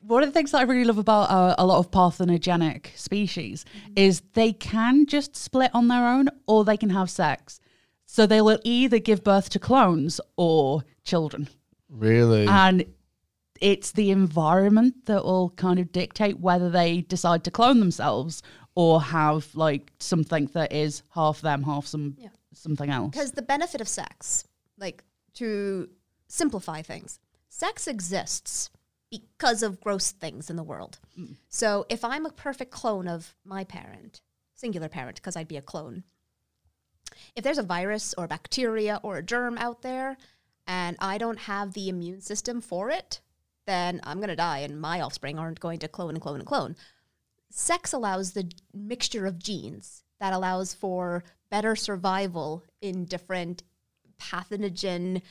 Speaker 2: one of the things that I really love about uh, a lot of parthenogenic species
Speaker 3: Mm-hmm.
Speaker 2: is they can just split on their own or they can have sex. So they will either give birth to clones or children.
Speaker 1: really?
Speaker 3: Mm.
Speaker 2: And it's the environment that will kind of dictate whether they decide to clone themselves or have like something that is half them, half some something else.
Speaker 3: Because the benefit of sex, like to simplify things, sex exists because of gross things in the world. So if I'm a perfect clone of my parent, singular parent, because I'd be a clone, if there's a virus or bacteria or a germ out there and I don't have the immune system for it, then I'm going to die and my offspring aren't going to clone and clone and clone. Sex allows the mixture of genes that allows for better survival in different pathogen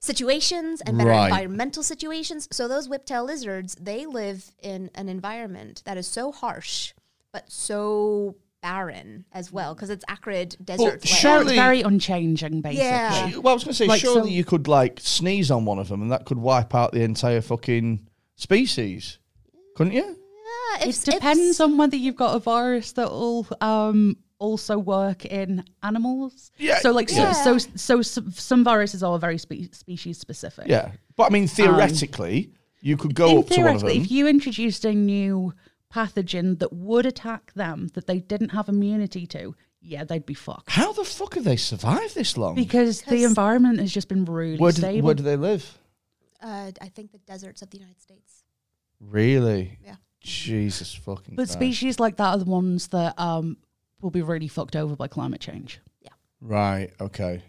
Speaker 3: situations and better
Speaker 1: Right.
Speaker 3: environmental situations. So those whiptail lizards, they live in an environment that is so harsh but so barren as well because it's acrid desert. land.
Speaker 2: Well,
Speaker 1: surely-
Speaker 2: it's very unchanging, basically.
Speaker 3: Yeah.
Speaker 1: well, I was going to say,
Speaker 2: Like,
Speaker 1: surely
Speaker 2: so-
Speaker 1: you could like sneeze on one of them and that could wipe out the entire fucking species, couldn't you?
Speaker 3: Yeah,
Speaker 2: It
Speaker 3: if-
Speaker 2: depends
Speaker 3: if-
Speaker 2: on whether you've got a virus that will um, also work in animals.
Speaker 1: Yeah,
Speaker 2: So like
Speaker 1: yeah.
Speaker 2: so so, so s- some viruses are very spe- species specific.
Speaker 1: Yeah. But I
Speaker 3: Um,
Speaker 1: mean, theoretically, you could go
Speaker 2: In
Speaker 1: up to one of
Speaker 2: theoretically,
Speaker 1: them.
Speaker 2: if you introduced a new pathogen that would attack them that they didn't have immunity to, yeah, they'd be fucked
Speaker 1: How the fuck have they survived this long?
Speaker 2: because the
Speaker 3: 'Cause-
Speaker 2: environment has just been really
Speaker 1: where, do,
Speaker 2: stable.
Speaker 1: where do Um, they live?
Speaker 3: Uh, I think the deserts of the United States.
Speaker 1: Really?
Speaker 3: Yeah.
Speaker 1: Jesus fucking.
Speaker 2: but
Speaker 1: Christ.
Speaker 2: species like that are the ones that um, will be really fucked over by climate change.
Speaker 1: Right. Okay.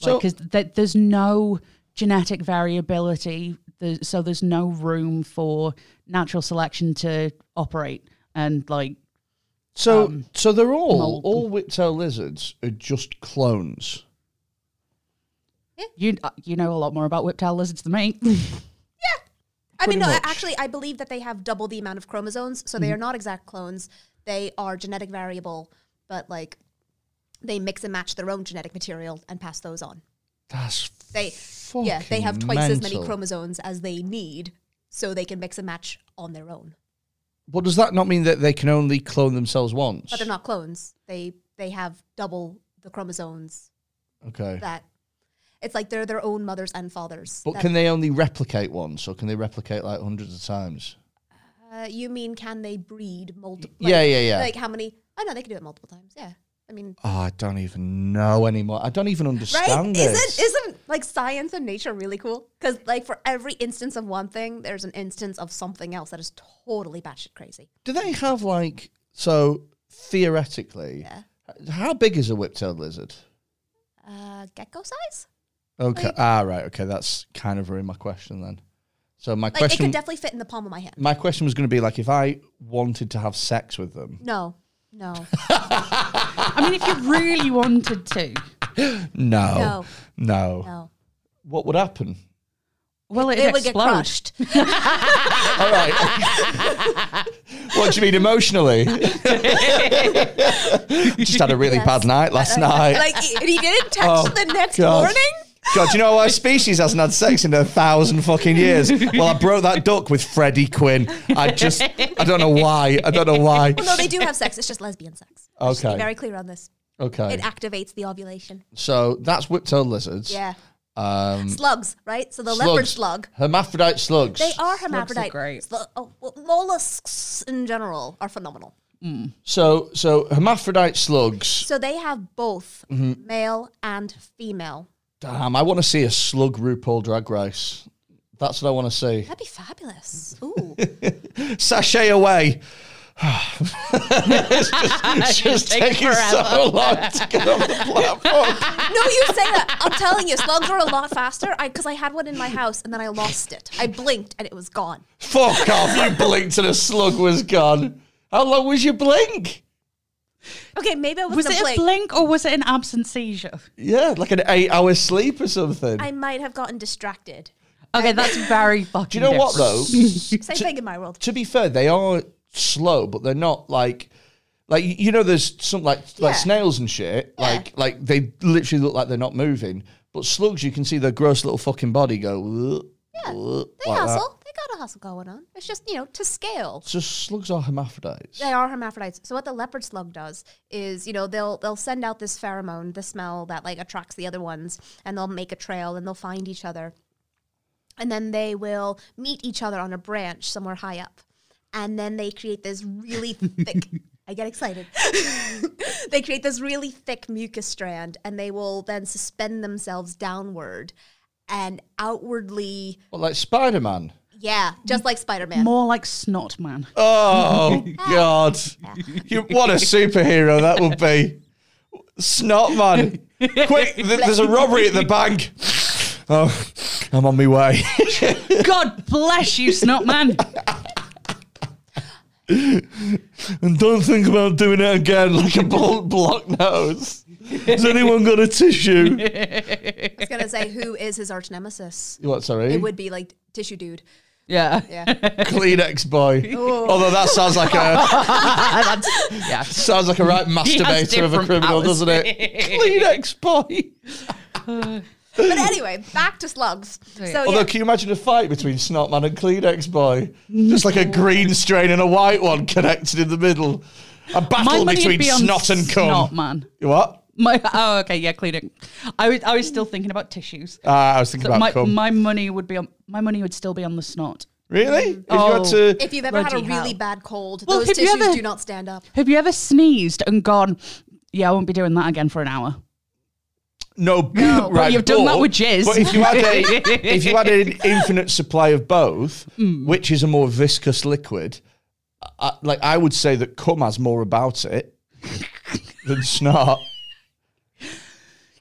Speaker 1: So
Speaker 2: because th- there's no genetic variability, there, so there's no room for natural selection to operate. And like,
Speaker 1: so
Speaker 3: um,
Speaker 1: so they're all
Speaker 2: mold.
Speaker 1: all whiptail lizards are just clones.
Speaker 2: you uh, you know a lot more about whiptail lizards than me.
Speaker 3: I mean,
Speaker 1: Pretty
Speaker 3: no, I-
Speaker 1: much.
Speaker 3: actually, I believe that they have double the amount of chromosomes, so
Speaker 1: Mm-hmm.
Speaker 3: they are not exact clones. They are genetic variable, but like they mix and match their own genetic material and pass those on.
Speaker 1: That's
Speaker 3: They,
Speaker 1: fucking
Speaker 3: yeah, they have twice as many
Speaker 1: mental.
Speaker 3: chromosomes as they need, so they can mix and match on their own.
Speaker 1: Well, does that not mean that they can only clone themselves once?
Speaker 3: But they're not clones. They they have double the chromosomes
Speaker 1: Okay.
Speaker 3: that. It's like they're their own mothers and fathers.
Speaker 1: But
Speaker 3: That-
Speaker 1: can they only replicate once, or can they replicate like hundreds of times?
Speaker 3: Uh, you mean can they breed multiple?
Speaker 1: Yeah, yeah, yeah.
Speaker 3: Like how many? Oh no, they can do it multiple times. Yeah, I mean,
Speaker 1: Oh, I don't even know anymore. I don't even
Speaker 3: right?
Speaker 1: understand this.
Speaker 3: Isn't isn't like science and nature really cool? Because like for every instance of one thing, there's an instance of something else that is totally batshit crazy.
Speaker 1: Do they have like so theoretically?
Speaker 3: Yeah.
Speaker 1: h- How big is a whip-tailed lizard?
Speaker 3: Uh, gecko size?
Speaker 1: Okay. ah, right. Okay, that's kind of ruined my question then. So my
Speaker 3: Like it
Speaker 1: question,
Speaker 3: could definitely fit in the palm of my hand.
Speaker 1: my question was going to be like, if I wanted to have sex with them,
Speaker 3: No, no,
Speaker 2: I mean, if you really wanted to,
Speaker 1: no,
Speaker 3: No.
Speaker 1: no,
Speaker 3: no.
Speaker 1: what would happen?
Speaker 2: well, it'd
Speaker 3: They would get
Speaker 2: explode.
Speaker 3: crushed.
Speaker 1: All right. what do you mean emotionally? Just had a really bad night last night.
Speaker 3: like and you didn't touch
Speaker 1: Oh,
Speaker 3: the next
Speaker 1: God.
Speaker 3: morning.
Speaker 1: God, do you know why species hasn't had sex in a thousand fucking years? Well, I broke that duck with Freddie Quinn. I just, I don't know why. I don't know why.
Speaker 3: Well, no, they do have sex. It's just lesbian sex. Let's just be
Speaker 1: Okay.
Speaker 3: very clear on this.
Speaker 1: Okay.
Speaker 3: It activates the ovulation.
Speaker 1: So that's whip-tailed lizards.
Speaker 3: Yeah.
Speaker 1: Um,
Speaker 3: slugs, right? So the
Speaker 1: slugs.
Speaker 3: leopard slug.
Speaker 1: Hermaphrodite slugs.
Speaker 3: They are
Speaker 2: are
Speaker 3: hermaphrodite.
Speaker 2: great.
Speaker 3: Slu- oh, well, mollusks in general are phenomenal.
Speaker 1: So, so hermaphrodite slugs.
Speaker 3: So they have both male and female.
Speaker 1: Damn, I want to see a slug RuPaul drag race. That's what I want to see.
Speaker 3: That'd be fabulous. Ooh,
Speaker 1: Sashay away. it's just, it's just taking so long to get on the platform.
Speaker 3: No, you say that. I'm telling you, slugs are a lot faster. I because I had one in my house and then I lost it. I blinked and it was gone.
Speaker 1: Fuck off! You blinked and a slug was gone. How long was your blink?
Speaker 3: Okay, maybe I was,
Speaker 2: Was
Speaker 3: not
Speaker 2: it
Speaker 3: a blink.
Speaker 2: a blink or was it an absent seizure?
Speaker 1: Yeah, like an eight-hour sleep or something.
Speaker 3: I might have gotten distracted.
Speaker 2: Okay, that's very
Speaker 1: Do
Speaker 2: fucking.
Speaker 1: you know what
Speaker 2: different.
Speaker 1: though?
Speaker 3: Same thing in my world.
Speaker 1: to be fair, they are slow, but they're not like like you know. There's some like like
Speaker 3: Yeah.
Speaker 1: snails and shit. Like like they literally look like they're not moving. But slugs, you can see their gross little fucking body go. Yeah,
Speaker 3: They hustle. They got a hustle going on. It's just you know to scale.
Speaker 1: So slugs are hermaphrodites.
Speaker 3: They are hermaphrodites. So what the leopard slug does is, you know, they'll they'll send out this pheromone, the smell that like attracts the other ones, and they'll make a trail and they'll find each other. And then they will meet each other on a branch somewhere high up. And then they create this really thick I get excited. they create this really thick mucus strand and they will then suspend themselves downward and outwardly
Speaker 1: Well, like Spider Man.
Speaker 3: yeah, just like Spider-Man.
Speaker 2: More like snot man.
Speaker 1: Oh God! You, what a superhero that would be! Snot man! Quick! Th- there's a robbery at the bank. Oh, I'm on my way.
Speaker 2: God bless you, snot man.
Speaker 1: And don't think about doing it again like a bald block nose. Has anyone got a tissue?
Speaker 3: I was gonna say who is his arch nemesis?
Speaker 1: What, sorry?
Speaker 3: It would be like tissue dude.
Speaker 2: Yeah.
Speaker 3: Yeah.
Speaker 1: Kleenex boy. Although that sounds like a
Speaker 2: That's- yeah.
Speaker 1: sounds like a right masturbator of a
Speaker 2: different
Speaker 1: criminal,
Speaker 2: powers.
Speaker 1: doesn't it? Kleenex boy.
Speaker 3: But anyway, back to slugs. So yeah,
Speaker 1: Although can you imagine a fight between Snotman and Kleenex boy? Just like a green strain and a white one connected in the middle. A
Speaker 2: My
Speaker 1: battle
Speaker 2: money
Speaker 1: between
Speaker 2: would be on
Speaker 1: snot and cum.
Speaker 2: Snot man.
Speaker 1: What?
Speaker 2: My, oh, okay, yeah, cleaning. I was, I was still thinking about tissues.
Speaker 1: Ah, I was thinking
Speaker 2: But
Speaker 1: about
Speaker 2: my,
Speaker 1: cum.
Speaker 2: my money would be on. My money would still be on the snot.
Speaker 1: really? If you had
Speaker 2: Oh.
Speaker 1: to
Speaker 3: if you've ever had a
Speaker 2: Bloody
Speaker 3: really
Speaker 2: hell.
Speaker 3: bad cold,
Speaker 2: Well,
Speaker 3: those
Speaker 2: have you
Speaker 3: tissues
Speaker 2: ever-
Speaker 3: do not stand up.
Speaker 2: Have you ever sneezed and gone? Yeah, I won't be doing that again for an hour.
Speaker 1: No,
Speaker 2: No, but you've done that with jizz.
Speaker 1: But if you had a, if you had an infinite supply of both,
Speaker 2: Hmm.
Speaker 1: which is a more viscous liquid, I, like I would say that cum has more about it than snot.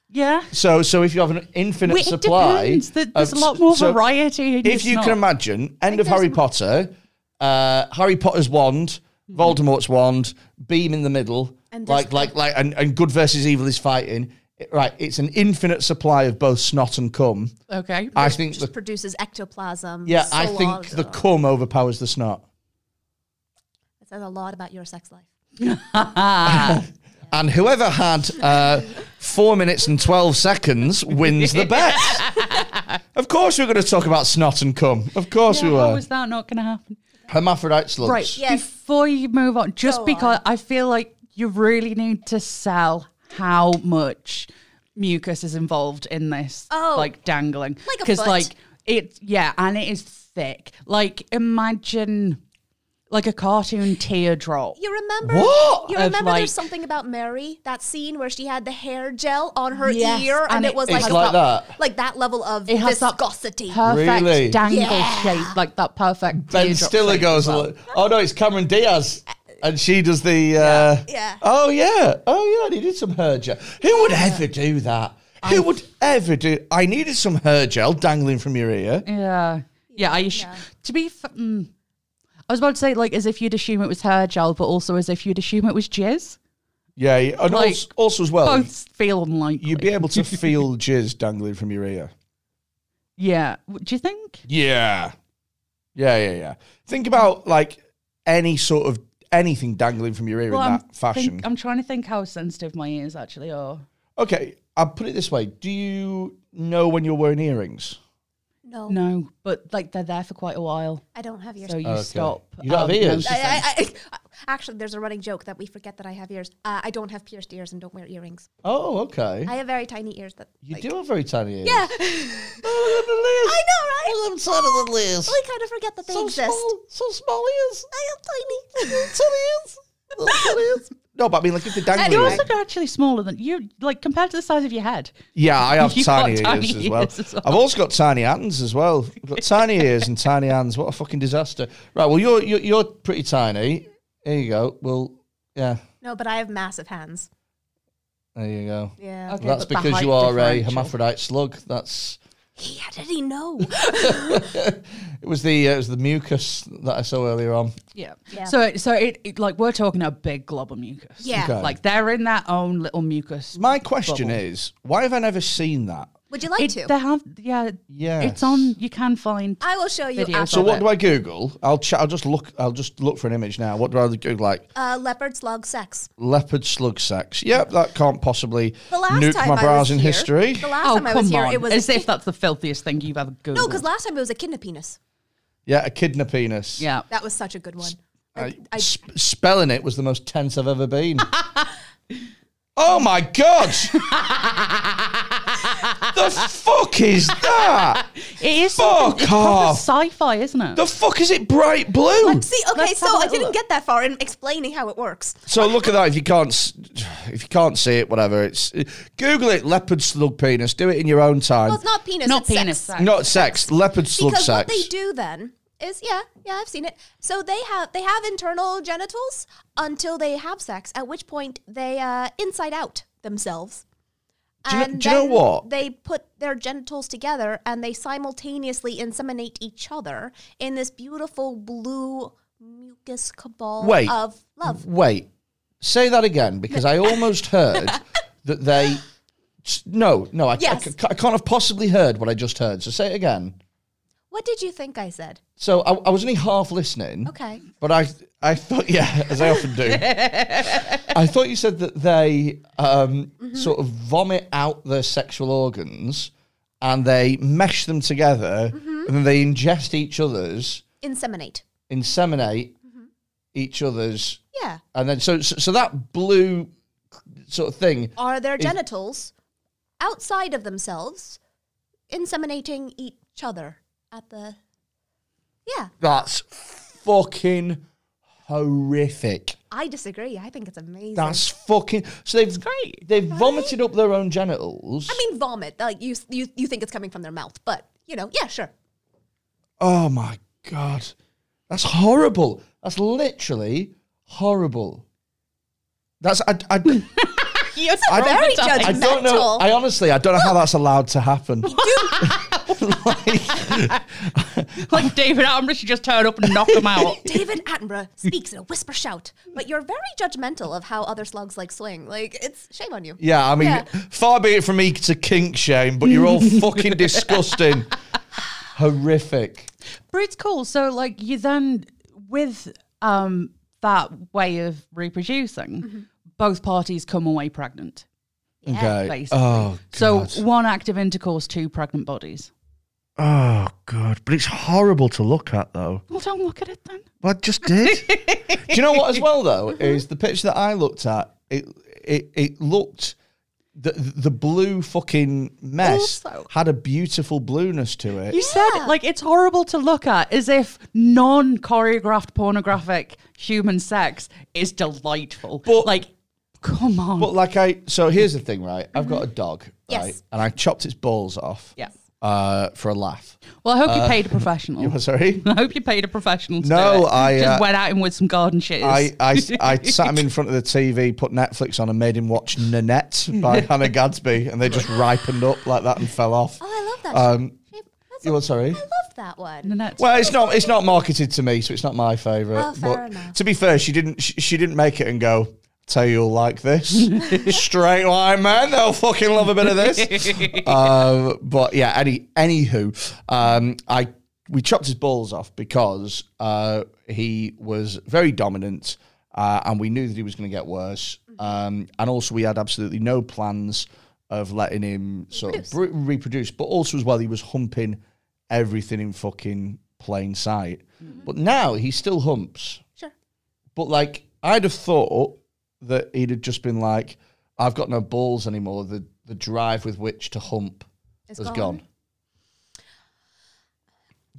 Speaker 2: Yeah.
Speaker 1: So, so if you have an infinite
Speaker 2: Wait, it
Speaker 1: supply,
Speaker 2: depends. There- There's
Speaker 1: of-
Speaker 2: a lot more
Speaker 1: so
Speaker 2: variety. In
Speaker 1: If you
Speaker 2: snot.
Speaker 1: can imagine, end of Harry Potter, uh, Harry Potter's wand, Voldemort's wand, beam in the middle,
Speaker 3: And
Speaker 1: like,
Speaker 3: just-
Speaker 1: like, like, and, and good versus evil is fighting. Right, it's an infinite supply of both snot and cum.
Speaker 2: okay.
Speaker 1: I think
Speaker 3: Just
Speaker 1: the
Speaker 3: produces ectoplasm.
Speaker 1: yeah, I
Speaker 3: so
Speaker 1: think
Speaker 3: on.
Speaker 1: the cum overpowers the snot
Speaker 3: It says a lot about your sex life.
Speaker 1: and whoever had uh, four minutes and 12 seconds wins the bet. of course, we we're going to talk about snot and cum. Of course,
Speaker 2: Yeah,
Speaker 1: we
Speaker 2: how
Speaker 1: were.
Speaker 2: was that not going to happen?
Speaker 1: Hermaphrodite slugs.
Speaker 2: Right.
Speaker 3: Yes.
Speaker 2: Before you move on, just
Speaker 3: Go
Speaker 2: because
Speaker 3: on.
Speaker 2: I feel like you really need to sell how much mucus is involved in this,
Speaker 3: Oh.
Speaker 2: like dangling,
Speaker 3: Like a foot.
Speaker 2: like it, yeah, and it is thick. Like imagine, like a cartoon teardrop.
Speaker 3: You remember?
Speaker 1: What?
Speaker 3: You
Speaker 2: Of
Speaker 3: remember?
Speaker 2: like-
Speaker 3: there's something about Mary. That scene where she had the hair gel on her
Speaker 2: Yes,
Speaker 3: ear, and,
Speaker 2: and
Speaker 3: it,
Speaker 2: it-
Speaker 3: was
Speaker 1: It's
Speaker 3: like
Speaker 1: like that.
Speaker 3: like that level of
Speaker 2: It has that
Speaker 3: viscosity.
Speaker 2: Perfect
Speaker 1: Really?
Speaker 2: dangle
Speaker 3: Yeah.
Speaker 2: shape, like that perfect.
Speaker 1: Ben
Speaker 2: teardrop
Speaker 1: Stiller
Speaker 2: shape
Speaker 1: goes,
Speaker 2: as well.
Speaker 1: al- oh no, it's Cameron Diaz. And she does the. Uh,
Speaker 3: Yeah.
Speaker 1: Oh yeah. Oh yeah. And he did some hair gel. Who would ever do that? Who would ever do? I needed some hair gel dangling from your ear.
Speaker 2: Yeah. Yeah. I ass- to be. F- mm, I was about to say like as if you'd assume it was hair gel, but also as if you'd assume it was jizz.
Speaker 1: Yeah. And
Speaker 2: Like,
Speaker 1: also, also as well,
Speaker 2: Both feel unlikely.
Speaker 1: Oh. you'd be able to feel jizz dangling from your ear.
Speaker 2: yeah. W- Do you think?
Speaker 1: Yeah. Yeah, yeah, yeah. Think about like any sort of anything dangling from your ear in
Speaker 2: I'm,
Speaker 1: that fashion.
Speaker 2: think- I'm trying to think how sensitive my ears actually are.
Speaker 1: okay, I'll put it this way. Do you know when you're wearing earrings?
Speaker 3: no,
Speaker 2: No, but like they're there for quite a while,
Speaker 3: I don't have ears.
Speaker 2: so you
Speaker 1: Okay.
Speaker 2: stop. Oh, um,
Speaker 1: You don't have ears?
Speaker 3: I,
Speaker 2: noticing.
Speaker 3: I, I, actually, there's a running joke that we forget that I have ears. Uh, I don't have pierced ears and don't wear earrings.
Speaker 1: Oh, okay.
Speaker 3: I have very tiny ears. That
Speaker 1: you
Speaker 3: like-
Speaker 1: do have very tiny ears.
Speaker 3: Yeah,
Speaker 1: Oh,
Speaker 3: I know, right?
Speaker 1: look at the ears. Look at them tiny little ears.
Speaker 3: We kind of forget that they
Speaker 1: so
Speaker 3: exist.
Speaker 1: small, so small ears.
Speaker 3: I am tiny.
Speaker 1: Little tiny ears. No, but I mean, like if they're dangling.
Speaker 2: You're
Speaker 1: earrings-
Speaker 2: also actually smaller than you, like compared to the size of your head.
Speaker 1: Yeah, I have
Speaker 2: You've
Speaker 1: tiny,
Speaker 2: got
Speaker 1: ears,
Speaker 2: tiny
Speaker 1: as well.
Speaker 2: ears as well.
Speaker 1: I've also got tiny hands as well. I've got tiny ears and tiny hands. What a fucking disaster! Right, well, you're you're, you're pretty tiny. Here you go. Well, yeah.
Speaker 3: No, but I have massive hands.
Speaker 1: There you go.
Speaker 3: Yeah.
Speaker 2: Okay.
Speaker 1: That's
Speaker 2: but the
Speaker 1: because you
Speaker 2: height
Speaker 1: are a
Speaker 2: differential.
Speaker 1: hermaphrodite slug. That's
Speaker 3: He, how did he know?
Speaker 1: it was the uh, it was the mucus that I saw earlier on.
Speaker 2: Yeah.
Speaker 3: Yeah.
Speaker 2: So so it, it like we're talking a big glob of mucus.
Speaker 3: yeah.
Speaker 1: Okay.
Speaker 2: Like they're in their own little mucus.
Speaker 1: My question
Speaker 2: Bubble.
Speaker 1: is, why have I never seen that?
Speaker 3: Would you like
Speaker 2: It-
Speaker 3: to?
Speaker 2: they have yeah.
Speaker 1: Yes.
Speaker 2: It's on. You can find.
Speaker 3: I will show you
Speaker 2: Videos
Speaker 3: after.
Speaker 1: So
Speaker 2: Love
Speaker 1: what
Speaker 2: it.
Speaker 1: do I Google? I'll ch- I'll just look. I'll just look for an image now. What do I Google? Like
Speaker 3: uh, leopard slug sex.
Speaker 1: leopard slug sex. Yep, that can't possibly
Speaker 3: The last
Speaker 1: nuke
Speaker 3: time
Speaker 1: my
Speaker 3: I was
Speaker 1: brows in
Speaker 3: here-
Speaker 1: history.
Speaker 3: The last
Speaker 2: Oh
Speaker 3: time I was
Speaker 2: come
Speaker 3: here,
Speaker 2: on!
Speaker 3: it was
Speaker 2: As
Speaker 3: a
Speaker 2: if
Speaker 3: kid-
Speaker 2: that's the filthiest thing you've ever googled.
Speaker 3: no, because last time it was a kidney penis.
Speaker 1: Yeah, echidna penis.
Speaker 2: yeah.
Speaker 3: That was such a good one.
Speaker 1: I,
Speaker 3: Like, I,
Speaker 1: sp- spelling it was the most tense I've ever been. oh my god! the fuck is that?
Speaker 2: It is
Speaker 1: Fuck
Speaker 2: something- it's proper
Speaker 1: off.
Speaker 2: sci-fi, isn't it?
Speaker 1: The fuck is it bright blue?
Speaker 3: see, okay,
Speaker 2: Let's have a
Speaker 3: so I
Speaker 2: little
Speaker 3: didn't
Speaker 2: look.
Speaker 3: get that far in explaining how it works.
Speaker 1: So look at that. If you can't, s- if you can't see it, whatever. It's Google it. Leopard slug penis. Do it in your own time.
Speaker 3: Well, it's not penis.
Speaker 2: Not
Speaker 3: it's
Speaker 2: penis
Speaker 3: Sex.
Speaker 2: sex.
Speaker 1: not sex. Leopard slug
Speaker 3: because
Speaker 1: sex.
Speaker 3: what they do then is yeah yeah i've seen it so they have they have internal genitals until they have sex at which point they uh inside out themselves
Speaker 1: Do you know- do you know
Speaker 3: then
Speaker 1: what?
Speaker 3: they put their genitals together and they simultaneously inseminate each other in this beautiful blue mucus cabal
Speaker 1: Wait.
Speaker 3: of love
Speaker 1: Wait, say that again because I almost heard that they. No, no, I, I
Speaker 3: Yes.
Speaker 1: ca- I, can't have possibly heard what I just heard. So say it again.
Speaker 3: what did you think i said
Speaker 1: So I, I was only half listening.
Speaker 3: okay
Speaker 1: But I, I thought, yeah, as I often do. I thought you said that they um, sort of vomit out their sexual organs and they mesh them together and then they ingest each other's,
Speaker 3: inseminate
Speaker 1: inseminate each other's,
Speaker 3: yeah
Speaker 1: and then so so, so that blue sort of thing.
Speaker 3: are their genitals outside of themselves inseminating each other at the yeah
Speaker 1: That's fucking horrific.
Speaker 3: i disagree i think it's amazing
Speaker 1: That's fucking. So they've
Speaker 2: great,
Speaker 1: they've vomited up their own genitals.
Speaker 3: i mean vomit like you, you you think it's coming from their mouth but you know yeah sure
Speaker 1: Oh my god, that's horrible. That's literally horrible. That's I, I,
Speaker 2: You're
Speaker 1: I don't-
Speaker 3: very
Speaker 1: I
Speaker 3: judgmental
Speaker 1: don't know. I honestly, I don't know how that's allowed to happen. Like-
Speaker 2: Like David Attenborough should just turn up and knock them out.
Speaker 3: david attenborough speaks in a whisper shout but you're very judgmental of how other slugs like swing like it's shame on you
Speaker 1: Yeah, I mean,
Speaker 3: Yeah.
Speaker 1: far be it from me to kink shame, but you're all fucking disgusting. Horrific.
Speaker 2: But it's cool. So like you then with um that way of reproducing,
Speaker 3: Mm-hmm.
Speaker 2: both parties come away pregnant.
Speaker 1: okay.
Speaker 2: Basically.
Speaker 1: Oh,
Speaker 2: so
Speaker 1: God.
Speaker 2: one act of intercourse, two pregnant bodies.
Speaker 1: oh, God. But it's horrible to look at, though.
Speaker 2: Well, don't look at it then.
Speaker 1: Well, I just did. Do you know what? As well, though, is the picture that I looked at. It it it looked the the blue fucking mess
Speaker 2: Also-
Speaker 1: had a beautiful blueness to it.
Speaker 2: You said like it's horrible to look at, as if non-choreographed pornographic human sex is delightful.
Speaker 1: But-
Speaker 2: like, come on.
Speaker 1: But like I, so here's the thing, right? I've got a dog,
Speaker 3: Mm-hmm. Yes.
Speaker 1: right? And I chopped its balls off.
Speaker 2: yeah.
Speaker 1: Uh, for a laugh.
Speaker 2: Well, I hope you paid a professional.
Speaker 1: Sorry.
Speaker 2: I hope you paid a professional. To
Speaker 1: No,
Speaker 2: do it.
Speaker 1: I,
Speaker 2: just
Speaker 1: uh,
Speaker 2: went at him with some garden shitters.
Speaker 1: I, uh, I, I sat him in front of the TV, put Netflix on, and made him watch Nanette by Hannah Gadsby, and they just ripened up like that and fell off.
Speaker 3: oh i love that
Speaker 1: Um,
Speaker 3: Shame- that's
Speaker 1: you were sorry?
Speaker 3: i love that one
Speaker 2: Nanette.
Speaker 1: Well, it's not it's not marketed to me, so it's not my favourite.
Speaker 3: Oh, fair
Speaker 1: but
Speaker 3: enough.
Speaker 1: to be fair, she didn't she, she didn't make it and go. Tell you you'll like this straight line, man. They'll fucking love a bit of this. um, but yeah, any anywho, um, I we chopped his balls off because uh, he was very dominant, uh, and we knew that he was going to get worse. Um, and also, we had absolutely no plans of letting him sort of br- reproduce. But also, as well, he was humping everything in fucking plain sight. But now he still humps.
Speaker 3: sure
Speaker 1: But like, I'd have thought that he'd have just been like, "I've got no balls anymore. The the drive with which to hump
Speaker 3: Is
Speaker 1: has gone.
Speaker 3: gone.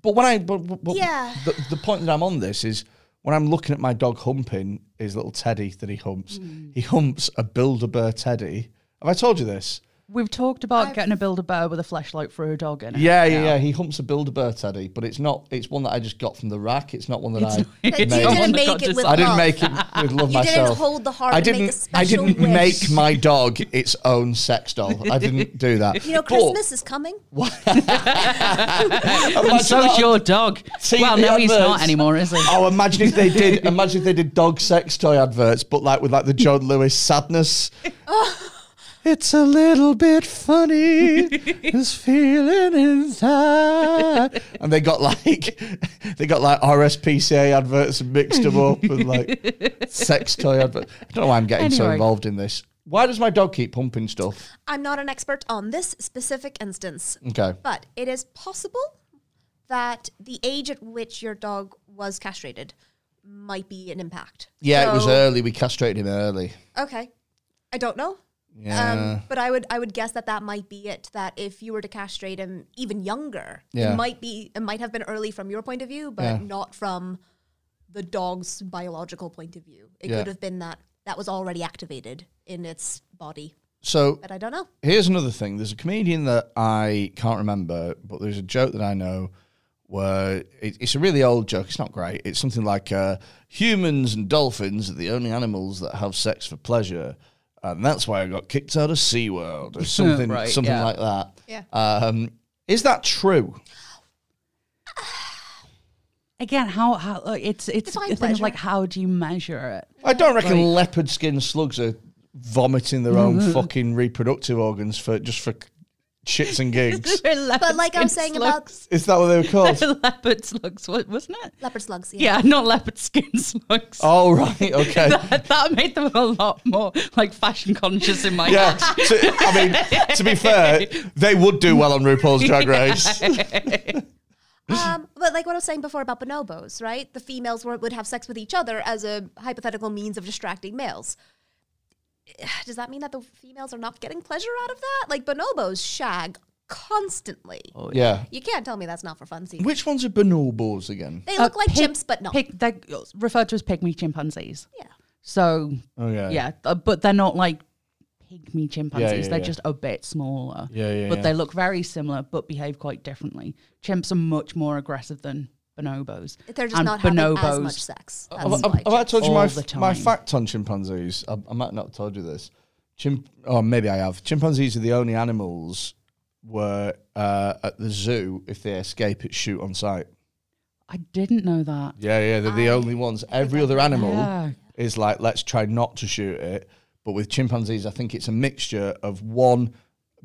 Speaker 1: But when I, but, but, but
Speaker 3: Yeah.
Speaker 1: the, the point that I'm on this is when I'm looking at my dog humping Hmm. his little teddy that he humps. He humps a Build-A-Bear teddy. Have I told you this?
Speaker 2: We've talked about
Speaker 3: I've-
Speaker 2: getting a builder bear with a flashlight for a dog in it.
Speaker 1: Yeah, yeah, yeah. He humps a Bilderberg teddy, but it's not. It's one that I just got from the rack. It's not one that I.
Speaker 3: But you
Speaker 1: made.
Speaker 3: didn't
Speaker 2: that
Speaker 3: make
Speaker 2: got
Speaker 3: it with
Speaker 2: designed.
Speaker 1: I didn't
Speaker 3: love.
Speaker 1: make it with love
Speaker 3: You didn't
Speaker 1: myself.
Speaker 3: hold the heart
Speaker 1: I
Speaker 3: and make
Speaker 1: didn't.
Speaker 3: the
Speaker 1: I
Speaker 3: special
Speaker 1: didn't
Speaker 3: wish.
Speaker 1: make my dog its own sex doll. I didn't do that.
Speaker 3: You know,
Speaker 1: But-
Speaker 3: Christmas is coming.
Speaker 1: Imagine
Speaker 2: And so's
Speaker 1: that.
Speaker 2: your dog.
Speaker 1: See
Speaker 2: well,
Speaker 1: the
Speaker 2: no, he's
Speaker 1: adverts.
Speaker 2: not anymore, is he?
Speaker 1: Oh, imagine if they did. Imagine if they did dog sex toy adverts, but like with like the John Lewis sadness. it's a little bit funny. this feeling inside, and they got like they got like RSPCA adverts mixed them up and like sex toy adverts. I don't know why I'm getting so
Speaker 2: Anyway.
Speaker 1: involved in this. Why does my dog keep pumping stuff?
Speaker 3: I'm not an expert on this specific instance,
Speaker 1: Okay.
Speaker 3: but it is possible that the age at which your dog was castrated might be an impact.
Speaker 1: Yeah, it was
Speaker 3: So-
Speaker 1: early. We castrated him early.
Speaker 3: Okay, I don't know.
Speaker 1: Yeah.
Speaker 3: Um, but I would I would guess that that might be it. That if you were to castrate him even younger,
Speaker 1: Yeah.
Speaker 3: it might be it might have been early from your point of view, but
Speaker 1: Yeah.
Speaker 3: not from the dog's biological point of view. It
Speaker 1: Yeah.
Speaker 3: could have been that that was already activated in its body,
Speaker 1: so
Speaker 3: but I don't know.
Speaker 1: Here's another thing. There's a comedian that I can't remember, but there's a joke that I know where it, it's a really old joke. It's not great. It's something like uh, humans and dolphins are the only animals that have sex for pleasure. And that's why I got kicked out of SeaWorld or something,
Speaker 2: Right,
Speaker 1: something
Speaker 2: yeah.
Speaker 1: like that.
Speaker 3: Yeah.
Speaker 1: Um, is that true?
Speaker 2: Again, how how like, it's it's
Speaker 3: Define
Speaker 2: a thing of
Speaker 3: pleasure.
Speaker 2: like how do you measure it?
Speaker 1: I don't reckon leopard skin slugs are vomiting their own fucking reproductive organs for just for shits and gigs.
Speaker 3: But like I was saying
Speaker 1: is that what they were called?
Speaker 2: about leopard slugs, wa- wasn't it?
Speaker 3: Leopard slugs. Yeah.
Speaker 2: Yeah, not leopard skin slugs.
Speaker 1: oh right, okay.
Speaker 2: That, that made them a lot more like fashion conscious in my
Speaker 1: Yeah,
Speaker 2: head.
Speaker 1: to, I mean, to be fair, they would do well on RuPaul's Drag Race.
Speaker 3: Um, but like what I was saying before about bonobos, right? The females were, would have sex with each other as a hypothetical means of distracting males. Does that mean that the females are not getting pleasure out of that? Like bonobos shag constantly.
Speaker 2: Oh,
Speaker 1: Yeah.
Speaker 3: You can't tell me that's not for fun. See,
Speaker 1: Which ones are bonobos again?
Speaker 3: they look
Speaker 2: Uh,
Speaker 3: like
Speaker 2: pig-
Speaker 3: chimps, but not.
Speaker 2: Pig, they're referred to as pygmy chimpanzees.
Speaker 3: Yeah.
Speaker 2: So
Speaker 1: Oh yeah.
Speaker 2: yeah, uh, but they're not like pygmy chimpanzees.
Speaker 1: yeah,
Speaker 2: they're
Speaker 1: yeah.
Speaker 2: just a bit smaller.
Speaker 1: Yeah, yeah,
Speaker 2: But
Speaker 1: yeah.
Speaker 2: they look very similar, but behave quite differently. Chimps are much more aggressive than bonobos.
Speaker 3: They're just
Speaker 2: And Uh,
Speaker 3: not having as much sex. That's
Speaker 1: Have,
Speaker 3: why
Speaker 1: have- have I told you my,
Speaker 2: All the
Speaker 1: f- my
Speaker 2: time.
Speaker 1: fact on chimpanzees? I, I might not have told you this. Chimp, or maybe I have. Chimpanzees are the only animals where uh, at the zoo, if they escape, it's shoot on sight.
Speaker 2: I didn't know that.
Speaker 1: Yeah, yeah, they're the only ones. Every other animal
Speaker 2: Yeah.
Speaker 1: is like, let's try not to shoot it. But with chimpanzees, I think it's a mixture of one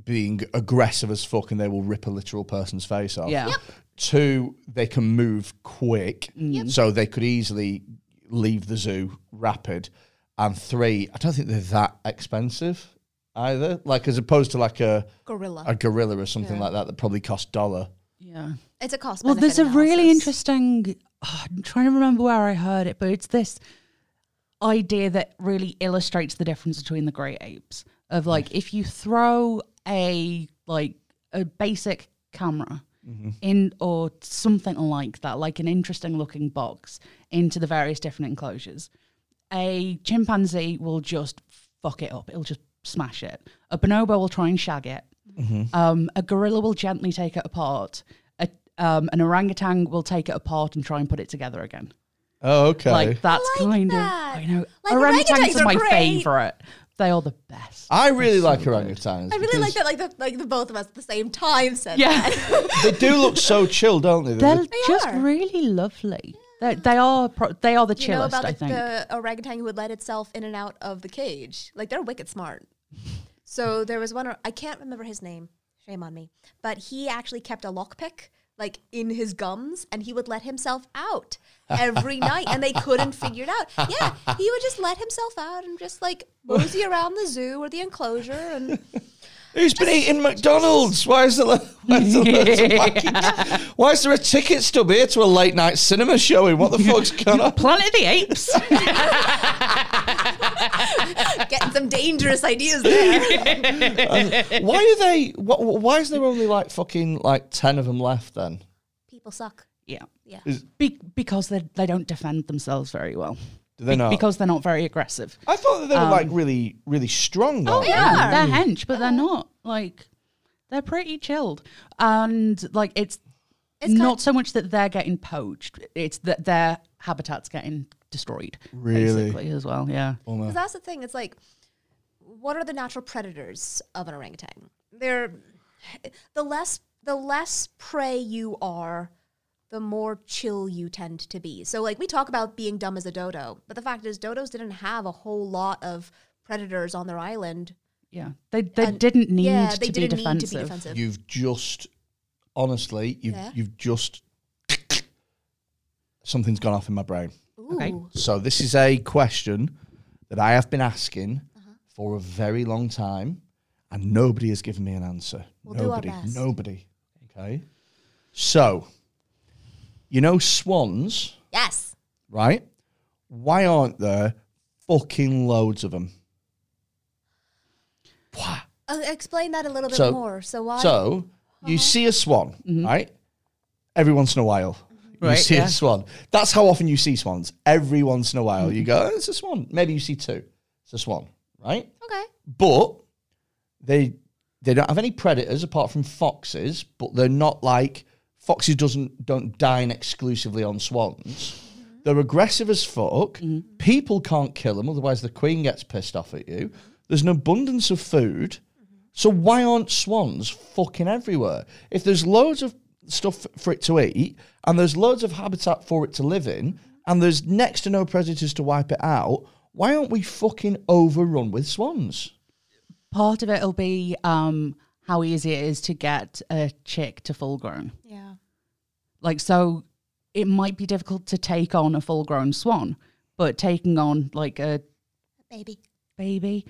Speaker 1: being aggressive as fuck and they will rip a literal person's face off.
Speaker 2: Yeah. Yep.
Speaker 1: Two, they can move quick,
Speaker 2: Mm.
Speaker 1: so they could easily leave the zoo rapid. And three, I don't think they're that expensive either. Like as opposed to like a
Speaker 3: gorilla.
Speaker 2: uh,
Speaker 1: a gorilla or something like that that probably cost dollar.
Speaker 2: Yeah.
Speaker 3: it's a cost.
Speaker 2: Well,
Speaker 3: benefit
Speaker 2: there's a really
Speaker 3: analysis.
Speaker 2: interesting. oh, I'm trying to remember where I heard it, but it's this idea that really illustrates the difference between the great apes. Of like, if you throw a like a basic camera in or something like that, like an interesting looking box into the various different enclosures, a chimpanzee will just fuck it up. It'll just smash it. A bonobo will try and shag it. Um, a gorilla will gently take it apart. A, um, an orangutan will take it apart and try and put it together again.
Speaker 1: Oh, okay.
Speaker 2: Like that's
Speaker 3: I like
Speaker 2: kind
Speaker 3: that.
Speaker 2: of I know
Speaker 3: Like,
Speaker 2: orangutans
Speaker 3: orangutans
Speaker 2: are
Speaker 3: are
Speaker 2: my
Speaker 3: great.
Speaker 2: favorite. They are the best.
Speaker 1: I really like orangutans.
Speaker 3: I really like that. Like the like the both of us at the same time said.
Speaker 2: Yeah,
Speaker 1: They do look so chill, don't they?
Speaker 2: they're just
Speaker 3: are.
Speaker 2: really lovely. They, they are pro- they are the
Speaker 3: You know
Speaker 2: chillest.
Speaker 3: about
Speaker 2: I
Speaker 3: like
Speaker 2: think.
Speaker 3: the orangutan who would let itself in and out of the cage. Like they're wicked smart. So there was one. or- I can't remember his name. Shame on me. But he actually kept a lockpick like in his gums, and he would let himself out every night, and they couldn't figure it out. Yeah, he would just let himself out and just like mosey around the zoo or the enclosure, and
Speaker 1: Who's been eating McDonald's? Why is there, lo- why is there loads of packets? Why is there a ticket stub here to a late night cinema showing? What the fuck's going on?
Speaker 2: Planet of the Apes.
Speaker 3: getting some dangerous ideas there.
Speaker 1: Why are they? Wh- wh- why is there only like fucking like ten of them left? Then
Speaker 3: People suck.
Speaker 2: yeah,
Speaker 3: Yeah.
Speaker 1: Is-
Speaker 2: Be- because they they don't defend themselves very well.
Speaker 1: Do they not?
Speaker 2: because they're not very aggressive.
Speaker 1: I thought that they were like really, really strong.
Speaker 2: Oh
Speaker 1: though.
Speaker 2: yeah, they're hench, but they're not like they're pretty chilled, and like it's,
Speaker 3: It's kind-
Speaker 2: not so much that they're getting poached; it's that their habitat's getting destroyed,
Speaker 1: Really?
Speaker 2: basically as well. Yeah,
Speaker 3: Because that's the thing. It's like, what are the natural predators of an orangutan? They're the less the less prey you are, the more chill you tend to be. So like we talk about being dumb as a dodo, but the fact is dodos didn't have a whole lot of predators on their island.
Speaker 2: yeah, they they didn't need
Speaker 3: yeah,
Speaker 2: to
Speaker 3: they
Speaker 2: be
Speaker 3: didn't need
Speaker 2: defensive.
Speaker 3: to be defensive.
Speaker 1: You've just, honestly, you've
Speaker 3: Yeah.
Speaker 1: you've just something's gone off in my brain.
Speaker 3: Ooh.
Speaker 2: Okay.
Speaker 1: So this is a question that I have been asking
Speaker 3: Uh-huh.
Speaker 1: for a very long time, and nobody has given me an answer.
Speaker 3: We'll do our
Speaker 1: nobody,
Speaker 3: best.
Speaker 1: nobody. Okay. So, you know swans,
Speaker 3: Yes.
Speaker 1: right? Why aren't there fucking loads of them?
Speaker 3: Uh, explain that a little bit
Speaker 1: So-
Speaker 3: more. So why?
Speaker 1: So you see a swan, right? Every once in a while, you
Speaker 2: Mm-hmm.
Speaker 3: Mm-hmm.
Speaker 2: Right,
Speaker 1: see
Speaker 2: yeah.
Speaker 1: a swan. That's how often you see swans. Every once in a while,
Speaker 2: Mm-hmm.
Speaker 1: you go, oh, "It's a swan." Maybe you see two. It's a swan, right?
Speaker 3: okay.
Speaker 1: But they they don't have any predators apart from foxes. But they're not like foxes. Doesn't don't dine exclusively on swans. They're aggressive as fuck. People can't kill them, otherwise the queen gets pissed off at you. There's an abundance of food. So why aren't swans fucking everywhere? If there's loads of stuff for it to eat and there's loads of habitat for it to live in and there's next to no predators to wipe it out, why aren't we fucking overrun with swans?
Speaker 2: Part of it will be um, how easy it is to get a chick to full grown.
Speaker 3: Yeah.
Speaker 2: Like, so it might be difficult to take on a full grown swan, but taking on like a
Speaker 3: Baby.
Speaker 2: baby,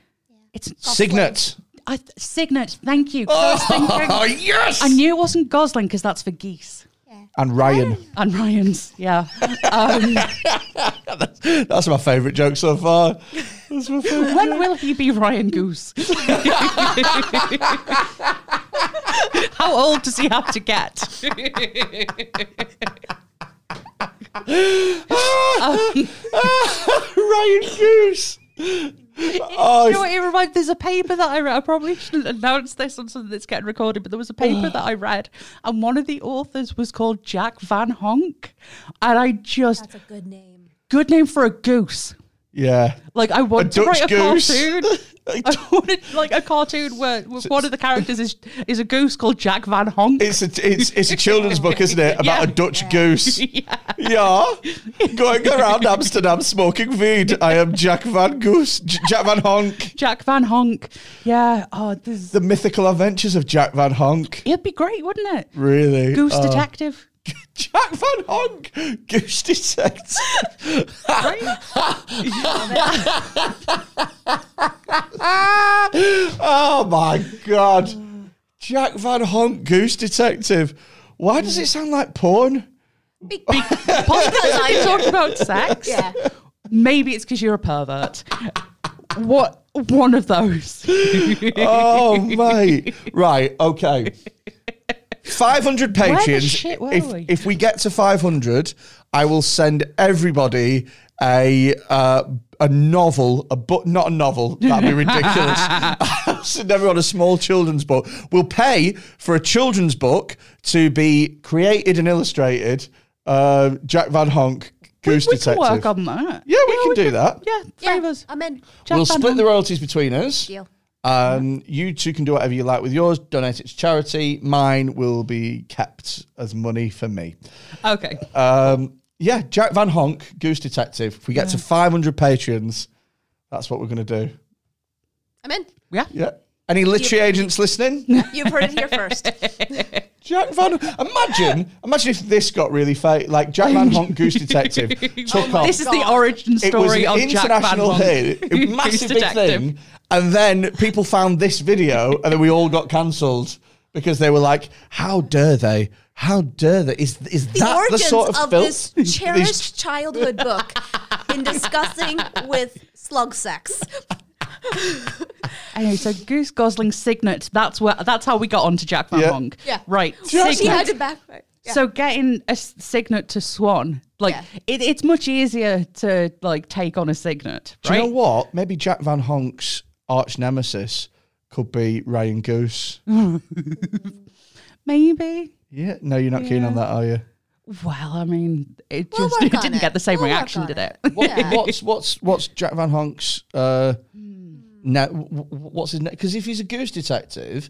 Speaker 2: it's
Speaker 1: Signet.
Speaker 2: I th- Signet, thank you. 'cause I was
Speaker 1: Oh
Speaker 2: thinking,
Speaker 1: yes.
Speaker 2: I knew it wasn't Gosling because that's for geese
Speaker 1: And Ryan.
Speaker 2: and Ryan's. Yeah. Um,
Speaker 1: That's my favourite joke so far. That's my favourite.
Speaker 2: when will he be Ryan Goose? How old does he have to get?
Speaker 1: Ah! Ryan Goose.
Speaker 2: you know
Speaker 1: Oh,
Speaker 2: what it reminds there's a paper that I read. I probably shouldn't announce this on something that's getting recorded, but there was a paper that I read, and one of the authors was called Jack Van Honk. And I just
Speaker 3: That's a good name.
Speaker 2: good name for a goose.
Speaker 1: yeah.
Speaker 2: Like I want to
Speaker 1: Dutch
Speaker 2: write a
Speaker 1: goose.
Speaker 2: cartoon. I wanted like a cartoon where where one of the characters is is a goose called Jack Van Honk.
Speaker 1: It's a it's, it's a children's book, isn't it? About
Speaker 2: Yeah.
Speaker 1: a Dutch goose.
Speaker 2: yeah.
Speaker 1: Yeah, going around Amsterdam smoking weed. I am Jack Van Goose, J- Jack Van Honk.
Speaker 2: Jack Van Honk. Yeah. Oh, this
Speaker 1: The mythical adventures of Jack Van Honk.
Speaker 2: it'd be great, wouldn't it?
Speaker 1: Really,
Speaker 2: Goose
Speaker 1: Oh.
Speaker 2: detective.
Speaker 1: Jack Van Honk, Goose Detective. oh my god, Jack Van Honk, Goose Detective. Why does it sound like porn?
Speaker 2: Possibly I talked about sex.
Speaker 3: Yeah.
Speaker 2: Maybe it's because you're a pervert. What one of those?
Speaker 1: Oh mate, right, okay. Five hundred
Speaker 2: the
Speaker 1: patrons.
Speaker 2: shit were
Speaker 1: if,
Speaker 2: we?
Speaker 1: if we get to five hundred, I will send everybody a uh, a novel, a book, not a novel. That'd be ridiculous. I'll send everyone a small children's book. We'll pay for a children's book to be created and illustrated. Uh, Jack Van Honk, Goose
Speaker 2: we
Speaker 1: Detective.
Speaker 2: can work on that.
Speaker 1: Yeah, we can do that.
Speaker 2: Yeah, three
Speaker 3: Yeah.
Speaker 2: of us.
Speaker 3: I'm in.
Speaker 2: Jack
Speaker 1: we'll
Speaker 2: Van
Speaker 1: split the
Speaker 2: Honk.
Speaker 1: royalties between us.
Speaker 3: Deal.
Speaker 1: Um, you two can do whatever you like with yours. Donate it to charity. Mine will be kept as money for me.
Speaker 2: Okay.
Speaker 1: Um, yeah, Jack Van Honk, Goose Detective. If we get to 500 patrons, that's what we're going to do.
Speaker 3: I'm in.
Speaker 2: yeah.
Speaker 1: Yeah. Any literary agents listening?
Speaker 3: You've heard it here first.
Speaker 1: Jack Van. Imagine, imagine if this got really fa- like Jack Van Honk, Goose Detective took off.
Speaker 2: This is the
Speaker 3: Oh God.
Speaker 2: origin
Speaker 1: it was
Speaker 2: story
Speaker 1: an
Speaker 2: of Jack Van
Speaker 1: international
Speaker 2: Honk.
Speaker 1: hit, a
Speaker 2: Who's
Speaker 1: massive big
Speaker 2: detective.
Speaker 1: thing. And then people found this video, and then we all got cancelled because they were like, "How dare they? How dare they? Is is
Speaker 3: the
Speaker 1: that the
Speaker 3: origins
Speaker 1: sort of,
Speaker 3: of,
Speaker 1: filth?"
Speaker 3: this
Speaker 1: These-
Speaker 3: cherished childhood book in discussing with slug sex.
Speaker 2: Anyway, so Goose Gosling's signet. That's where. That's how we got onto Jack Van
Speaker 1: Yeah.
Speaker 2: Honk.
Speaker 3: Yeah.
Speaker 2: Right.
Speaker 3: She
Speaker 2: signet.
Speaker 3: had to back. Yeah.
Speaker 2: So getting a s- signet to Swan Like
Speaker 3: Yeah.
Speaker 2: it, it's much easier to like take on a signet,
Speaker 1: Do
Speaker 2: right?
Speaker 1: you know what? Maybe Jack Van Honk's arch nemesis could be Ryan Goose.
Speaker 3: Mm.
Speaker 2: Maybe.
Speaker 1: Yeah. No, you're not keen on that, are you?
Speaker 2: Well, I mean, it
Speaker 3: We'll
Speaker 2: just
Speaker 3: work
Speaker 2: it
Speaker 3: on
Speaker 2: didn't
Speaker 3: it.
Speaker 2: get the same
Speaker 3: We'll work
Speaker 2: reaction,
Speaker 3: on
Speaker 2: did
Speaker 3: it.
Speaker 2: it?
Speaker 1: What,
Speaker 3: Yeah.
Speaker 1: What's what's what's Jack Van Honk's? Uh,
Speaker 2: Hmm.
Speaker 1: ne- w- w- what's his? Because if he's a goose detective,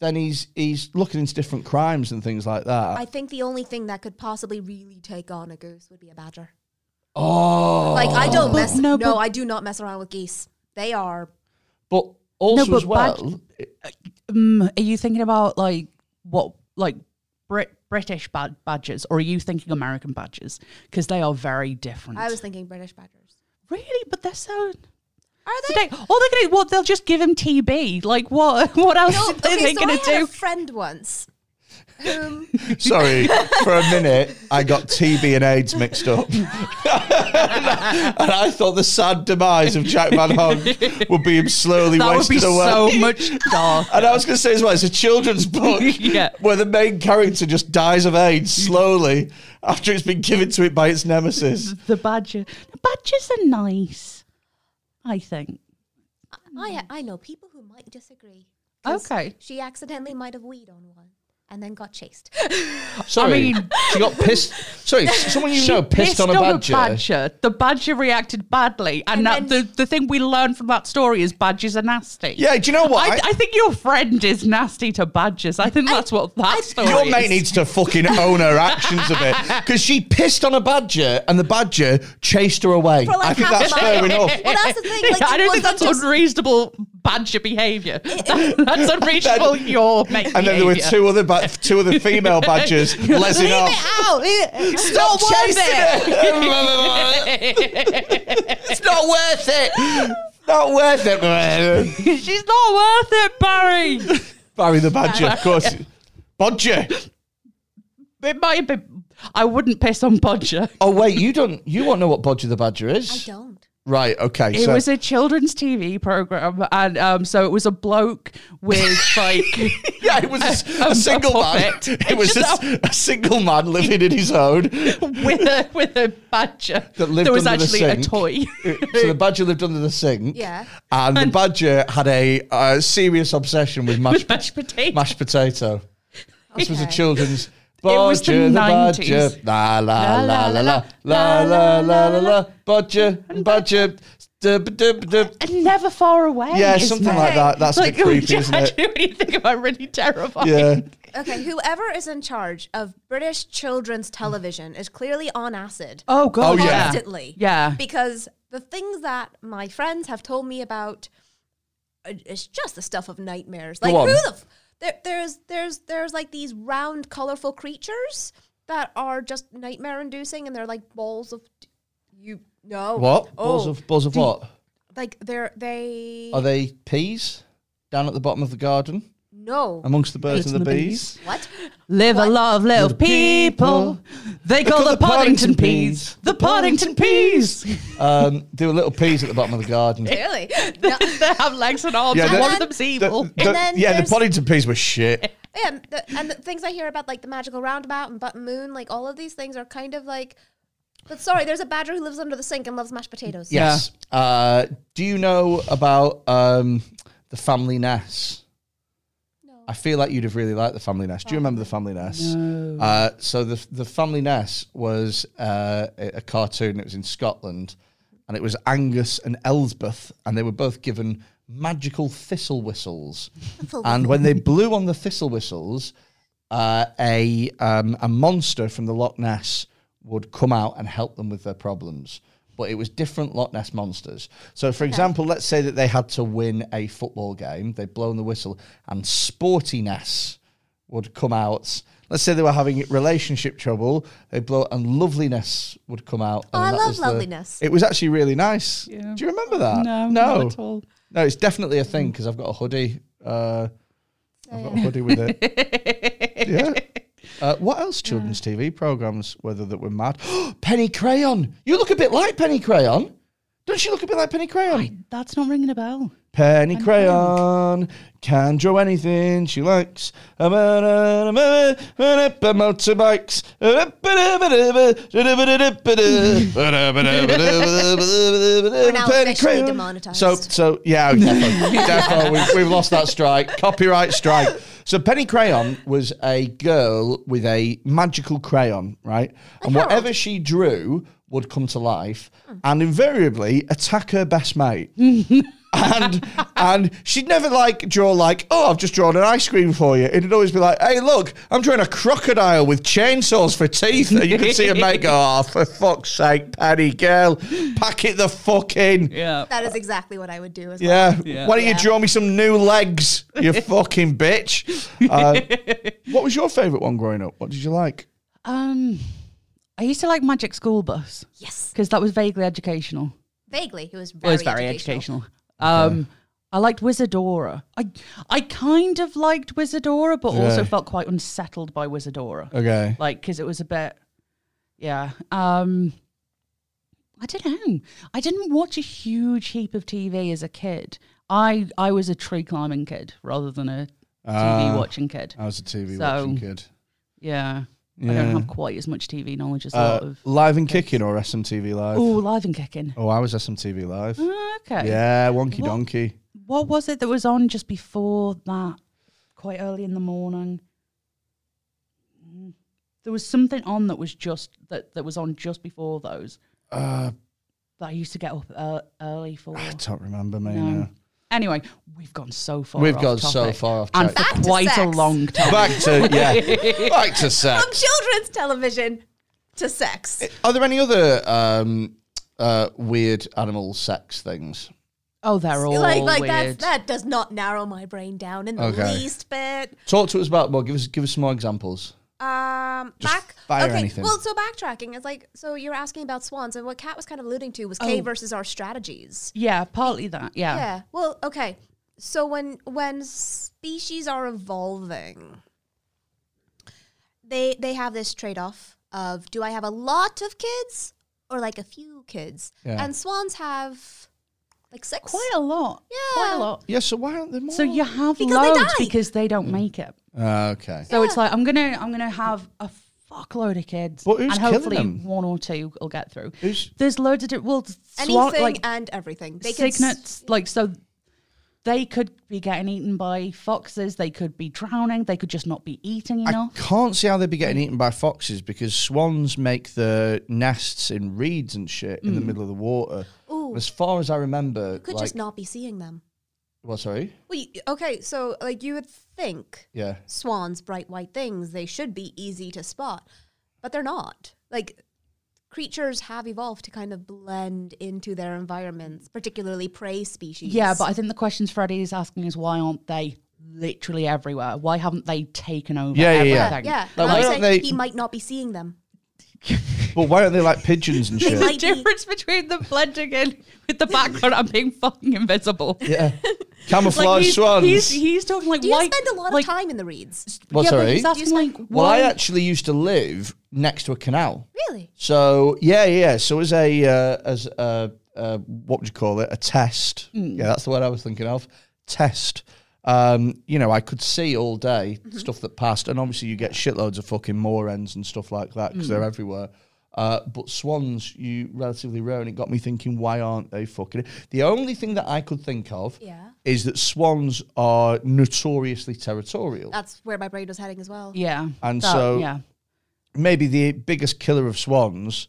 Speaker 1: then he's he's looking into different crimes and things like that.
Speaker 3: I think the only thing that could possibly really take on a goose would be a badger.
Speaker 1: oh,
Speaker 3: Like I don't
Speaker 2: But
Speaker 3: mess.
Speaker 2: no,
Speaker 3: No,
Speaker 2: but-
Speaker 3: I do not mess around with geese. They are.
Speaker 1: but also
Speaker 2: No, but
Speaker 1: as well,
Speaker 2: Mm, are you thinking about like what like Brit British bad badges, or are you thinking American badges? Because they are very different.
Speaker 3: I was thinking British badgers.
Speaker 2: really, but they're so.
Speaker 3: Are they?
Speaker 2: Today, all they're gonna what they'll just give him TB. Like what? What else
Speaker 3: No,
Speaker 2: are they
Speaker 3: okay, so I
Speaker 2: gonna
Speaker 3: had a
Speaker 2: do?
Speaker 3: friend once. Um,
Speaker 1: sorry for a minute, I got TB and AIDS mixed up, and I thought the sad demise of Jack Van Honk would be him slowly
Speaker 2: That would
Speaker 1: wasted
Speaker 2: be
Speaker 1: away.
Speaker 2: so much dark.
Speaker 1: And I was going to say as well, it's a children's book
Speaker 2: Yeah.
Speaker 1: where the main character just dies of AIDS slowly after it's been given to it by its nemesis.
Speaker 2: the badger. The badgers are nice, I think.
Speaker 3: I I know people who might disagree. 'cause
Speaker 2: Okay.
Speaker 3: She accidentally might have weed on one and then got chased.
Speaker 1: Sorry,
Speaker 2: mean-
Speaker 1: she got pissed. Sorry, someone you
Speaker 2: She
Speaker 1: know pissed, on a badger.
Speaker 2: badger. The badger reacted badly, and,
Speaker 3: And
Speaker 2: that, the,
Speaker 3: then-
Speaker 2: the thing we learned from that story is badgers are nasty.
Speaker 1: Yeah, do you know what?
Speaker 2: I, I think your friend is nasty to badgers. I think that's what that story
Speaker 1: your
Speaker 2: is.
Speaker 1: mate needs to fucking own her actions a bit because she pissed on a badger and the badger chased her away.
Speaker 3: For like
Speaker 1: I think
Speaker 3: half a
Speaker 1: that's
Speaker 3: mile.
Speaker 1: fair enough.
Speaker 3: Well, that's the thing, like,
Speaker 2: I don't
Speaker 3: it
Speaker 2: think
Speaker 3: wasn't
Speaker 2: that's
Speaker 3: just-
Speaker 2: unreasonable badger behaviour. That- that's unreasonable. your mate.
Speaker 1: And then there were
Speaker 2: behaviour.
Speaker 1: two other ba- two other female badgers lesing
Speaker 2: Leave
Speaker 1: off.
Speaker 2: it out. It- It's
Speaker 1: Stop
Speaker 2: not worth
Speaker 1: chasing
Speaker 2: it.
Speaker 1: it's not worth it. Not worth it.
Speaker 2: She's not worth it, Barry.
Speaker 1: Barry the Badger, of course. Bodger.
Speaker 2: It might be. I wouldn't piss on Bodger.
Speaker 1: Oh wait, you don't. You won't know what Bodger the Badger
Speaker 3: I
Speaker 1: is,
Speaker 3: don't.
Speaker 1: right? Okay.
Speaker 2: It
Speaker 1: so
Speaker 2: was a children's TV program, and um, so it was a bloke with like
Speaker 1: yeah, it was a, s-
Speaker 2: a
Speaker 1: a single man.
Speaker 2: puppet.
Speaker 1: It was a,
Speaker 2: Just
Speaker 1: s- a single man living in his own.
Speaker 2: with a with a badger.
Speaker 1: That lived
Speaker 2: there was
Speaker 1: under the
Speaker 2: actually
Speaker 1: sink.
Speaker 2: a toy.
Speaker 1: So the badger lived under the sink.
Speaker 3: Yeah.
Speaker 1: And the badger had a uh, serious obsession with mashed,
Speaker 2: With mashed potato.
Speaker 1: mashed potato. This was a
Speaker 3: Okay.
Speaker 1: children's.
Speaker 2: was the
Speaker 1: Bodger the, badger.
Speaker 2: 90s.
Speaker 1: La la la la la la la la la la. Bodger and badger. Dub, dub, dub.
Speaker 2: and never far away.
Speaker 1: Yeah,
Speaker 2: isn't
Speaker 1: something
Speaker 2: it?
Speaker 1: like that. That's a
Speaker 2: like
Speaker 1: bit creepy, isn't
Speaker 2: I
Speaker 1: it?
Speaker 2: do anything about really terrifying.
Speaker 1: Yeah.
Speaker 3: Okay, whoever is in charge of British children's television is clearly on acid.
Speaker 2: Oh god.
Speaker 1: Oh, yeah.
Speaker 3: Constantly.
Speaker 2: Yeah.
Speaker 3: Because the things that my friends have told me about i- is just the stuff of nightmares. Like
Speaker 1: on.
Speaker 3: who the f- there, there's there's there's like these round colorful creatures that are just nightmare inducing and they're like balls of d- you know
Speaker 1: What?
Speaker 3: Oh,
Speaker 1: Balls of Uh, balls of what?
Speaker 3: like they're they
Speaker 1: Are they peas down at the bottom of the garden
Speaker 3: no
Speaker 1: amongst the birds
Speaker 2: Birds
Speaker 1: and the bees?
Speaker 3: what
Speaker 2: Live a love, live people. They call the Paddington peas the Paddington peas.
Speaker 1: Um, there were little peas at the bottom of the garden.
Speaker 3: really no.
Speaker 2: they have legs and arms.
Speaker 1: Yeah,
Speaker 2: and
Speaker 1: the-
Speaker 2: one of them's evil.
Speaker 1: The- the-
Speaker 3: then
Speaker 1: yeah, the
Speaker 3: there's-
Speaker 1: Paddington peas were shit.
Speaker 3: Yeah, and the, and the things I hear about, like the magical roundabout and button moon, like all of these things are kind of like. But sorry, there's a badger who lives under the sink and loves mashed potatoes.
Speaker 1: Yes. Uh, do you know about um, the family Ness? I feel like you'd have really liked the family Ness. Do you remember the family Ness? No. Uh, so the the family Ness was uh, a a cartoon. It was in Scotland, and it was Angus and Elsbeth, and they were both given magical thistle whistles. and when they blew on the thistle whistles, uh, a um, a monster from the Loch Ness would come out and help them with their problems. But it was different Loch Ness monsters. So, for example, let's say that they had to win a football game. They'd blown the whistle, and Sporty Ness would come out. Let's say they were having relationship trouble. They would blow, and Loveliness would come out.
Speaker 3: Oh,
Speaker 1: and
Speaker 3: I
Speaker 1: that
Speaker 3: love
Speaker 1: was the-
Speaker 3: Loveliness.
Speaker 1: it was actually really nice. Do you remember that?
Speaker 2: No, not at all.
Speaker 1: No, it's definitely a thing because I've got a hoodie. Uh, I've got a hoodie with it. yeah. Uh, what else children's TV programs? Whether that were mad, Penny Crayon. You look a bit like Penny Crayon. Don't you look a bit like Penny Crayon?
Speaker 2: That's not ringing a bell.
Speaker 1: Penny Crayon can draw anything she likes. A man on a man, man up on motorbikes.
Speaker 3: now
Speaker 1: Penny
Speaker 3: officially
Speaker 1: Crayon.
Speaker 3: demonetised.
Speaker 1: So, so yeah, definitely, definitely. We've, we've lost that strike, copyright strike. So Penny Crayon was a girl with a magical crayon, right? and
Speaker 3: Harold.
Speaker 1: whatever she drew would come to life, and invariably attack her best mate. and and she'd never like draw like, oh, I've just drawn an ice cream for you. It'd always be like, hey, look, I'm drawing a crocodile with chainsaws for teeth. And you can see her mate go, oh, for fuck's sake, Penny girl, pack it the fuck in.
Speaker 2: Yeah.
Speaker 3: That is exactly what I would do as well.
Speaker 1: Yeah.
Speaker 2: Yeah.
Speaker 1: Why don't
Speaker 3: Yeah.
Speaker 1: you draw me some new legs, you fucking bitch? Uh, what was your favourite one growing up? What did you like?
Speaker 2: Um, I used to like Magic School Bus
Speaker 3: Yes.
Speaker 2: because that was vaguely educational.
Speaker 3: Vaguely. It was very,
Speaker 2: Well, it's very educational. Um, I liked Wizardora. I I kind of liked Wizardora, but also
Speaker 1: Yeah.
Speaker 2: felt quite unsettled by Wizardora.
Speaker 1: Okay.
Speaker 2: Like, because it was a bit, yeah. Um, I don't know. I didn't watch a huge heap of TV as a kid. I I was a tree climbing kid rather than a TV
Speaker 1: Ah.
Speaker 2: watching kid.
Speaker 1: I was a TV
Speaker 2: So-
Speaker 1: watching kid.
Speaker 2: Yeah. I
Speaker 1: Yeah.
Speaker 2: don't have quite as much TV knowledge as a lot
Speaker 1: Uh,
Speaker 2: of.
Speaker 1: live and kicking or SMTV live?
Speaker 2: Oh, live and kicking.
Speaker 1: Oh, I was SMTV live.
Speaker 2: Okay.
Speaker 1: Yeah, wonky
Speaker 2: What?
Speaker 1: donkey.
Speaker 2: What was it that was on just before that? Quite early in the morning. Mm. There was something on that was just that that was on just before those
Speaker 1: Uh,
Speaker 2: that I used to get up uh, early for.
Speaker 1: I don't remember me
Speaker 2: No.
Speaker 1: now.
Speaker 2: Anyway, we've gone so far.
Speaker 1: We've
Speaker 2: off
Speaker 1: gone so
Speaker 2: topic.
Speaker 1: far off
Speaker 2: and
Speaker 1: track.
Speaker 2: for
Speaker 3: Back to
Speaker 2: quite a
Speaker 3: sex.
Speaker 2: long time.
Speaker 1: Back to yeah, back to
Speaker 3: From
Speaker 1: sex.
Speaker 3: children's television to sex.
Speaker 1: Are there any other um, uh, weird animal sex things?
Speaker 2: oh, they're all
Speaker 3: like like
Speaker 2: weird.
Speaker 3: that that does not narrow my brain down in the
Speaker 1: Okay.
Speaker 3: least bit.
Speaker 1: Talk to us about more. Give us give us some more examples.
Speaker 3: Um,
Speaker 1: Just
Speaker 3: back.
Speaker 1: fire
Speaker 3: okay.
Speaker 1: anything.
Speaker 3: Well, so backtracking is like so you were asking about swans, and what Kat was kind of alluding to was
Speaker 1: Oh.
Speaker 3: K versus our strategies.
Speaker 2: Yeah, partly that. Yeah.
Speaker 3: Yeah. Well, okay. So when when species are evolving, they they have this trade off of do I have a lot of kids or like a few kids?
Speaker 1: Yeah.
Speaker 3: And swans have like six.
Speaker 2: Quite a lot. Yeah. Quite a lot.
Speaker 1: Yeah, so why aren't there more?
Speaker 2: So you have
Speaker 3: Because they
Speaker 2: loads
Speaker 3: die.
Speaker 2: because they don't make it.
Speaker 1: Ah, okay.
Speaker 2: So it's like I'm gonna I'm gonna have a fuckload of kids,
Speaker 1: But who's
Speaker 2: and
Speaker 1: killing
Speaker 2: hopefully
Speaker 1: them?
Speaker 2: one or two will get through.
Speaker 1: Who's-
Speaker 2: There's loads of di- well,
Speaker 3: Anything
Speaker 2: swan, like
Speaker 3: and everything. They can s-
Speaker 2: cygnets, like so. They could be getting eaten by foxes. They could be drowning. They could just not be eating
Speaker 1: I
Speaker 2: enough.
Speaker 1: can't see how they'd be getting eaten by foxes because swans make their nests in reeds and shit in the middle of the water.
Speaker 3: Ooh.
Speaker 1: As far as I remember,
Speaker 3: you could
Speaker 1: like,
Speaker 3: just not be seeing them.
Speaker 1: Well, sorry.
Speaker 3: Well, you, okay. So like you would think
Speaker 1: Yeah.
Speaker 3: swans, bright white things, they should be easy to spot, but they're not. Like creatures have evolved to kind of blend into their environments, particularly prey species.
Speaker 2: yeah, but I think the questions Freddie is asking is why aren't they literally everywhere? Why haven't they taken over?
Speaker 1: Yeah, yeah, yeah.
Speaker 2: everything?
Speaker 3: yeah,
Speaker 1: Like,
Speaker 3: and
Speaker 1: why
Speaker 3: I'm
Speaker 1: don't
Speaker 3: saying
Speaker 1: they-
Speaker 3: he might not be seeing them.
Speaker 1: Well, why aren't they like pigeons and
Speaker 3: They
Speaker 1: shit?
Speaker 2: The
Speaker 3: might be.
Speaker 2: difference between the blending in with the background and being fucking invisible.
Speaker 1: yeah.
Speaker 2: Like,
Speaker 1: Camouflage
Speaker 2: he's,
Speaker 1: swans.
Speaker 2: He's, he's talking like
Speaker 3: Do you
Speaker 2: why
Speaker 3: spend a lot
Speaker 2: like,
Speaker 3: of time in the reeds?
Speaker 1: well,
Speaker 2: yeah, But
Speaker 1: sorry.
Speaker 2: he's asking
Speaker 3: spend-
Speaker 2: like
Speaker 1: well, I
Speaker 2: why-
Speaker 1: actually used to live next to a canal.
Speaker 3: Really?
Speaker 1: So yeah, yeah. So as a uh, as a uh, what would you call it? A test. Yeah, that's the word I was thinking of. Test. Um, you know, I could see all day stuff that passed, and obviously you get shitloads of fucking moorends and stuff like that because they're everywhere. Uh, but swans, you relatively rare, and it got me thinking, why aren't they fucking? The only thing that I could think of
Speaker 3: Yeah.
Speaker 1: is that swans are notoriously territorial.
Speaker 3: That's where my brain was heading as well.
Speaker 2: Yeah.
Speaker 1: And so-
Speaker 2: yeah.
Speaker 1: maybe the biggest killer of swans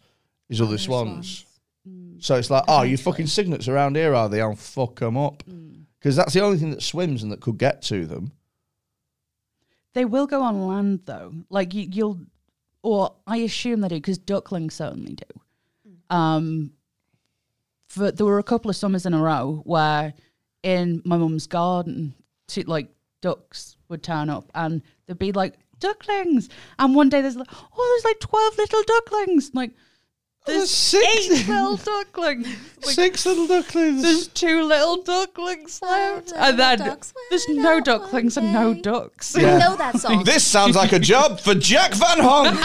Speaker 1: is other swans.
Speaker 2: Mm.
Speaker 1: So it's like, oh, you fucking cygnets around here, are they? I'll fuck them up.
Speaker 2: Mm.
Speaker 1: Because that's the only thing that swims and that could get to them.
Speaker 2: They will go on land though. Like you, you'll, or I assume they do because ducklings certainly do. Um, but there were a couple of summers in a row where in my mum's garden, two, like ducks would turn up and they'd be like ducklings. And one day there's like, oh, there's like twelve little ducklings. I'm like
Speaker 1: There's
Speaker 2: there's
Speaker 1: six,
Speaker 2: eight little ducklings. Like,
Speaker 1: six little
Speaker 2: There's
Speaker 1: ducklings.
Speaker 2: two little ducklings left,
Speaker 3: little
Speaker 2: and then
Speaker 3: ducks
Speaker 2: there's
Speaker 3: went
Speaker 2: no
Speaker 3: out one
Speaker 2: ducklings and no
Speaker 3: day.
Speaker 2: ducks.
Speaker 3: I know that song.
Speaker 1: This sounds like a job for Jack Van Honk.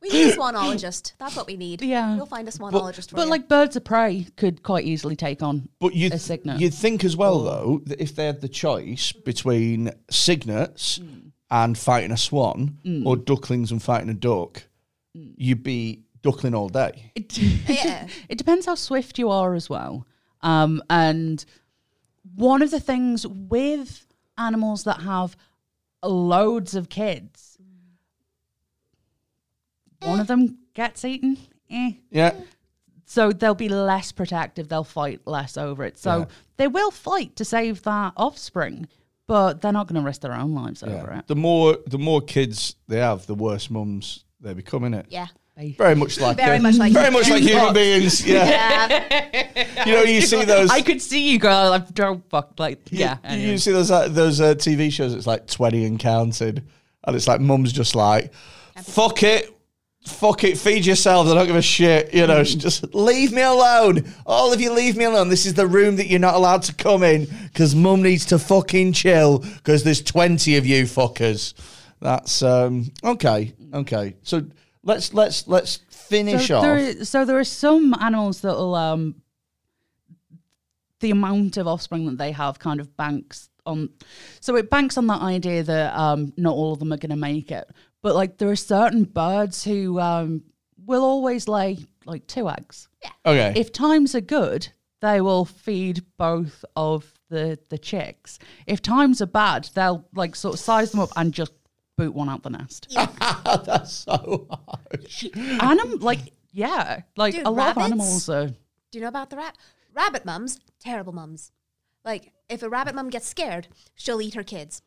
Speaker 3: we need a swanologist. That's what we need.
Speaker 2: Yeah.
Speaker 3: We'll find a swanologist for
Speaker 2: But
Speaker 3: you.
Speaker 2: like birds of prey could quite easily take on.
Speaker 1: But you
Speaker 2: A signet.
Speaker 1: you'd think as well though that if they had the choice between signets
Speaker 2: Mm.
Speaker 1: and fighting a swan or ducklings and fighting a duck,
Speaker 2: Mm.
Speaker 1: you'd be duckling all day.
Speaker 2: It, it,
Speaker 3: Yeah.
Speaker 2: it depends how swift you are as well. Um, and one of the things with animals that have loads of kids, one of them gets eaten. Eh.
Speaker 1: Yeah.
Speaker 2: So they'll be less protective. They'll fight less over it. So they will fight to save their offspring, but they're not going to risk their own lives over it.
Speaker 1: The more the more kids they have, the worse mums they become, innit?
Speaker 3: yeah.
Speaker 1: Very much like
Speaker 3: Very
Speaker 1: uh,
Speaker 3: much like
Speaker 1: very much like human beings. Yeah.
Speaker 3: Yeah.
Speaker 1: you know, you see those
Speaker 2: I could see you, girl. I'm drunk, fucked. Like, yeah.
Speaker 1: You-
Speaker 2: anyway.
Speaker 1: You see those uh, those uh, TV shows. It's like twenty and counted, and it's like mum's just like, fuck it, fuck it, feed yourselves. I don't give a shit. You
Speaker 2: Mm.
Speaker 1: know, she just leave me alone. All of you, leave me alone. This is the room that you're not allowed to come in because mum needs to fucking chill because there's twenty of you fuckers. That's um okay, okay. So let's let's let's finish
Speaker 2: so
Speaker 1: off.
Speaker 2: There is, so there are some animals that will um, the amount of offspring that they have kind of banks on. So it banks on that idea that um, not all of them are going to make it. But like there are certain birds who um, will always lay like two eggs.
Speaker 1: okay,
Speaker 2: If times are good, they will feed both of the the chicks. If times are bad, they'll like sort of size them up and just boot one out the nest.
Speaker 1: that's so harsh.
Speaker 2: Anim like yeah, like
Speaker 3: Dude,
Speaker 2: a lot of
Speaker 3: rabbits?
Speaker 2: animals are.
Speaker 3: Do you know about the rat? Rabbit mums, terrible mums. Like, if a rabbit mum gets scared, she'll eat her kids.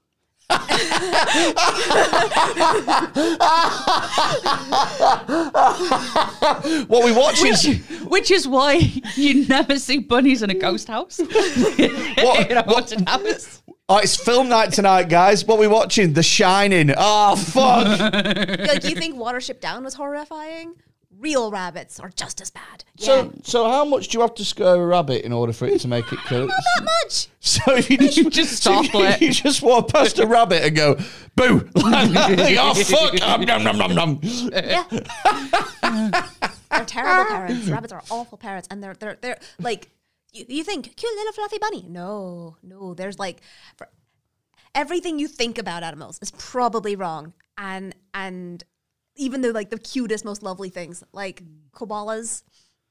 Speaker 1: What we watch is
Speaker 2: which, which is why you never see bunnies in a ghost house.
Speaker 1: What-
Speaker 2: in a
Speaker 1: what-
Speaker 2: haunted house.
Speaker 1: Oh, it's film night tonight, guys. What are we watching? The Shining. Oh, fuck.
Speaker 3: Like, you think Watership Down was horrifying? Real rabbits are just as bad. Yeah.
Speaker 1: so, so how much do you have to scare a rabbit in order for it to make it kill?
Speaker 3: Not much.
Speaker 1: So if you just,
Speaker 2: just
Speaker 1: so if
Speaker 2: topple it.
Speaker 1: You just walk past a rabbit and go, boo. Like, oh, fuck. Um, nom, nom, nom, nom.
Speaker 3: Yeah. they're terrible parents. Rabbits are awful parents, and they're they're they're like you, you think cute little fluffy bunny. No, no. There's like for everything you think about animals is probably wrong, and and even though like the cutest, most lovely things like koalas.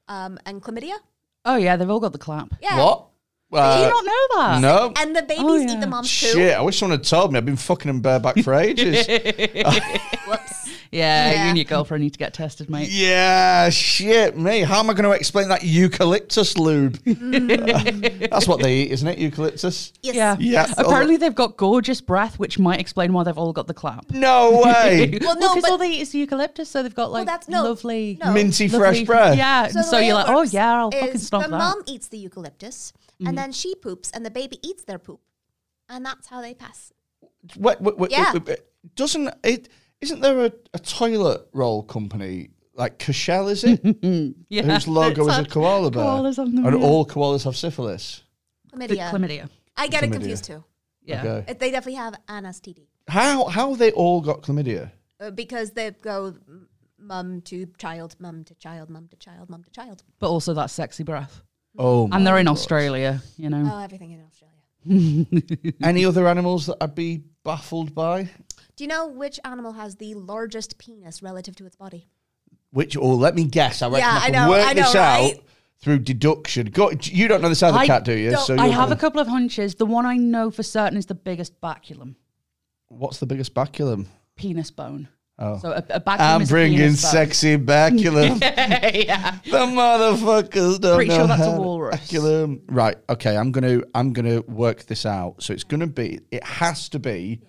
Speaker 3: Um, and chlamydia,
Speaker 2: Oh yeah, they've all got the clap.
Speaker 3: yeah.
Speaker 1: What?
Speaker 2: Do you
Speaker 1: Uh,
Speaker 2: not know that?
Speaker 1: no.
Speaker 3: And the babies
Speaker 2: Oh, yeah.
Speaker 3: eat the mom's poo.
Speaker 1: Shit, I wish someone had told me. I've been fucking them bareback for ages.
Speaker 3: Whoops.
Speaker 2: Yeah, you
Speaker 3: Yeah.
Speaker 2: and your girlfriend need to get tested, mate.
Speaker 1: yeah, shit, me. How am I going to explain that eucalyptus lube? That's what they eat, isn't it? Eucalyptus?
Speaker 3: Yes.
Speaker 2: Yeah.
Speaker 1: Yeah.
Speaker 2: Apparently they've got gorgeous breath, which might explain why they've all got the clap.
Speaker 1: No way.
Speaker 3: Well, no,
Speaker 2: because
Speaker 3: but-
Speaker 2: all they eat is eucalyptus, so they've got like
Speaker 3: that's- no,
Speaker 2: lovely,
Speaker 3: no.
Speaker 1: Minty
Speaker 2: lovely-
Speaker 1: fresh breath.
Speaker 2: Yeah, so,
Speaker 3: the way
Speaker 2: you're
Speaker 3: it
Speaker 2: like, oh
Speaker 3: works
Speaker 2: yeah, I'll
Speaker 3: is
Speaker 2: fucking stomp
Speaker 3: The
Speaker 2: that. Mm-hmm.
Speaker 3: mom eats the eucalyptus, and then she poops, and the baby eats their poop, and that's how they pass.
Speaker 1: Wait, wait, wait,
Speaker 3: Yeah.
Speaker 1: wait, wait. doesn't it? Isn't there a, a toilet roll company like Cashel? Is it
Speaker 2: yeah,
Speaker 1: whose logo
Speaker 2: it's
Speaker 1: is a
Speaker 2: on-
Speaker 1: koala bear?
Speaker 2: koalas on them,
Speaker 1: and
Speaker 2: yeah.
Speaker 1: all koalas have syphilis.
Speaker 2: The
Speaker 3: Chlamydia.
Speaker 2: chlamydia.
Speaker 3: I get it
Speaker 1: Chlamydia.
Speaker 3: confused too.
Speaker 2: Yeah.
Speaker 1: Okay.
Speaker 3: It- They definitely have an STD
Speaker 1: How how they all got chlamydia?
Speaker 3: uh, because they go m- mum to child, mum to child, mum to child, mum to child.
Speaker 2: But also that sexy breath.
Speaker 1: Oh,
Speaker 2: And they're in
Speaker 1: my God.
Speaker 2: Australia, you know.
Speaker 3: Oh, everything in Australia.
Speaker 1: Any other animals that I'd be baffled by?
Speaker 3: Do you know which animal has the largest penis relative to its body?
Speaker 1: Which or let me guess. I reckon
Speaker 3: Yeah,
Speaker 1: I
Speaker 3: I
Speaker 1: can
Speaker 3: know,
Speaker 1: work
Speaker 3: I know,
Speaker 1: this out
Speaker 3: right?
Speaker 1: through deduction. Go, you don't know this other
Speaker 2: I
Speaker 1: cat, do you?
Speaker 3: don't-
Speaker 2: I
Speaker 1: you're
Speaker 2: have a
Speaker 1: gonna-
Speaker 2: couple of hunches. The one I know for certain is the biggest baculum,
Speaker 1: What's the biggest baculum?
Speaker 2: penis bone. Oh. So a, a baculum
Speaker 1: I'm
Speaker 2: is a
Speaker 1: bringing
Speaker 2: penis bone.
Speaker 1: sexy baculum.
Speaker 2: yeah.
Speaker 1: The motherfuckers don't
Speaker 2: Pretty
Speaker 1: know
Speaker 2: sure that's a
Speaker 1: how to
Speaker 2: walrus.
Speaker 1: kill 'em. Right. Okay. I'm gonna I'm gonna work this out. So it's gonna be. It has to be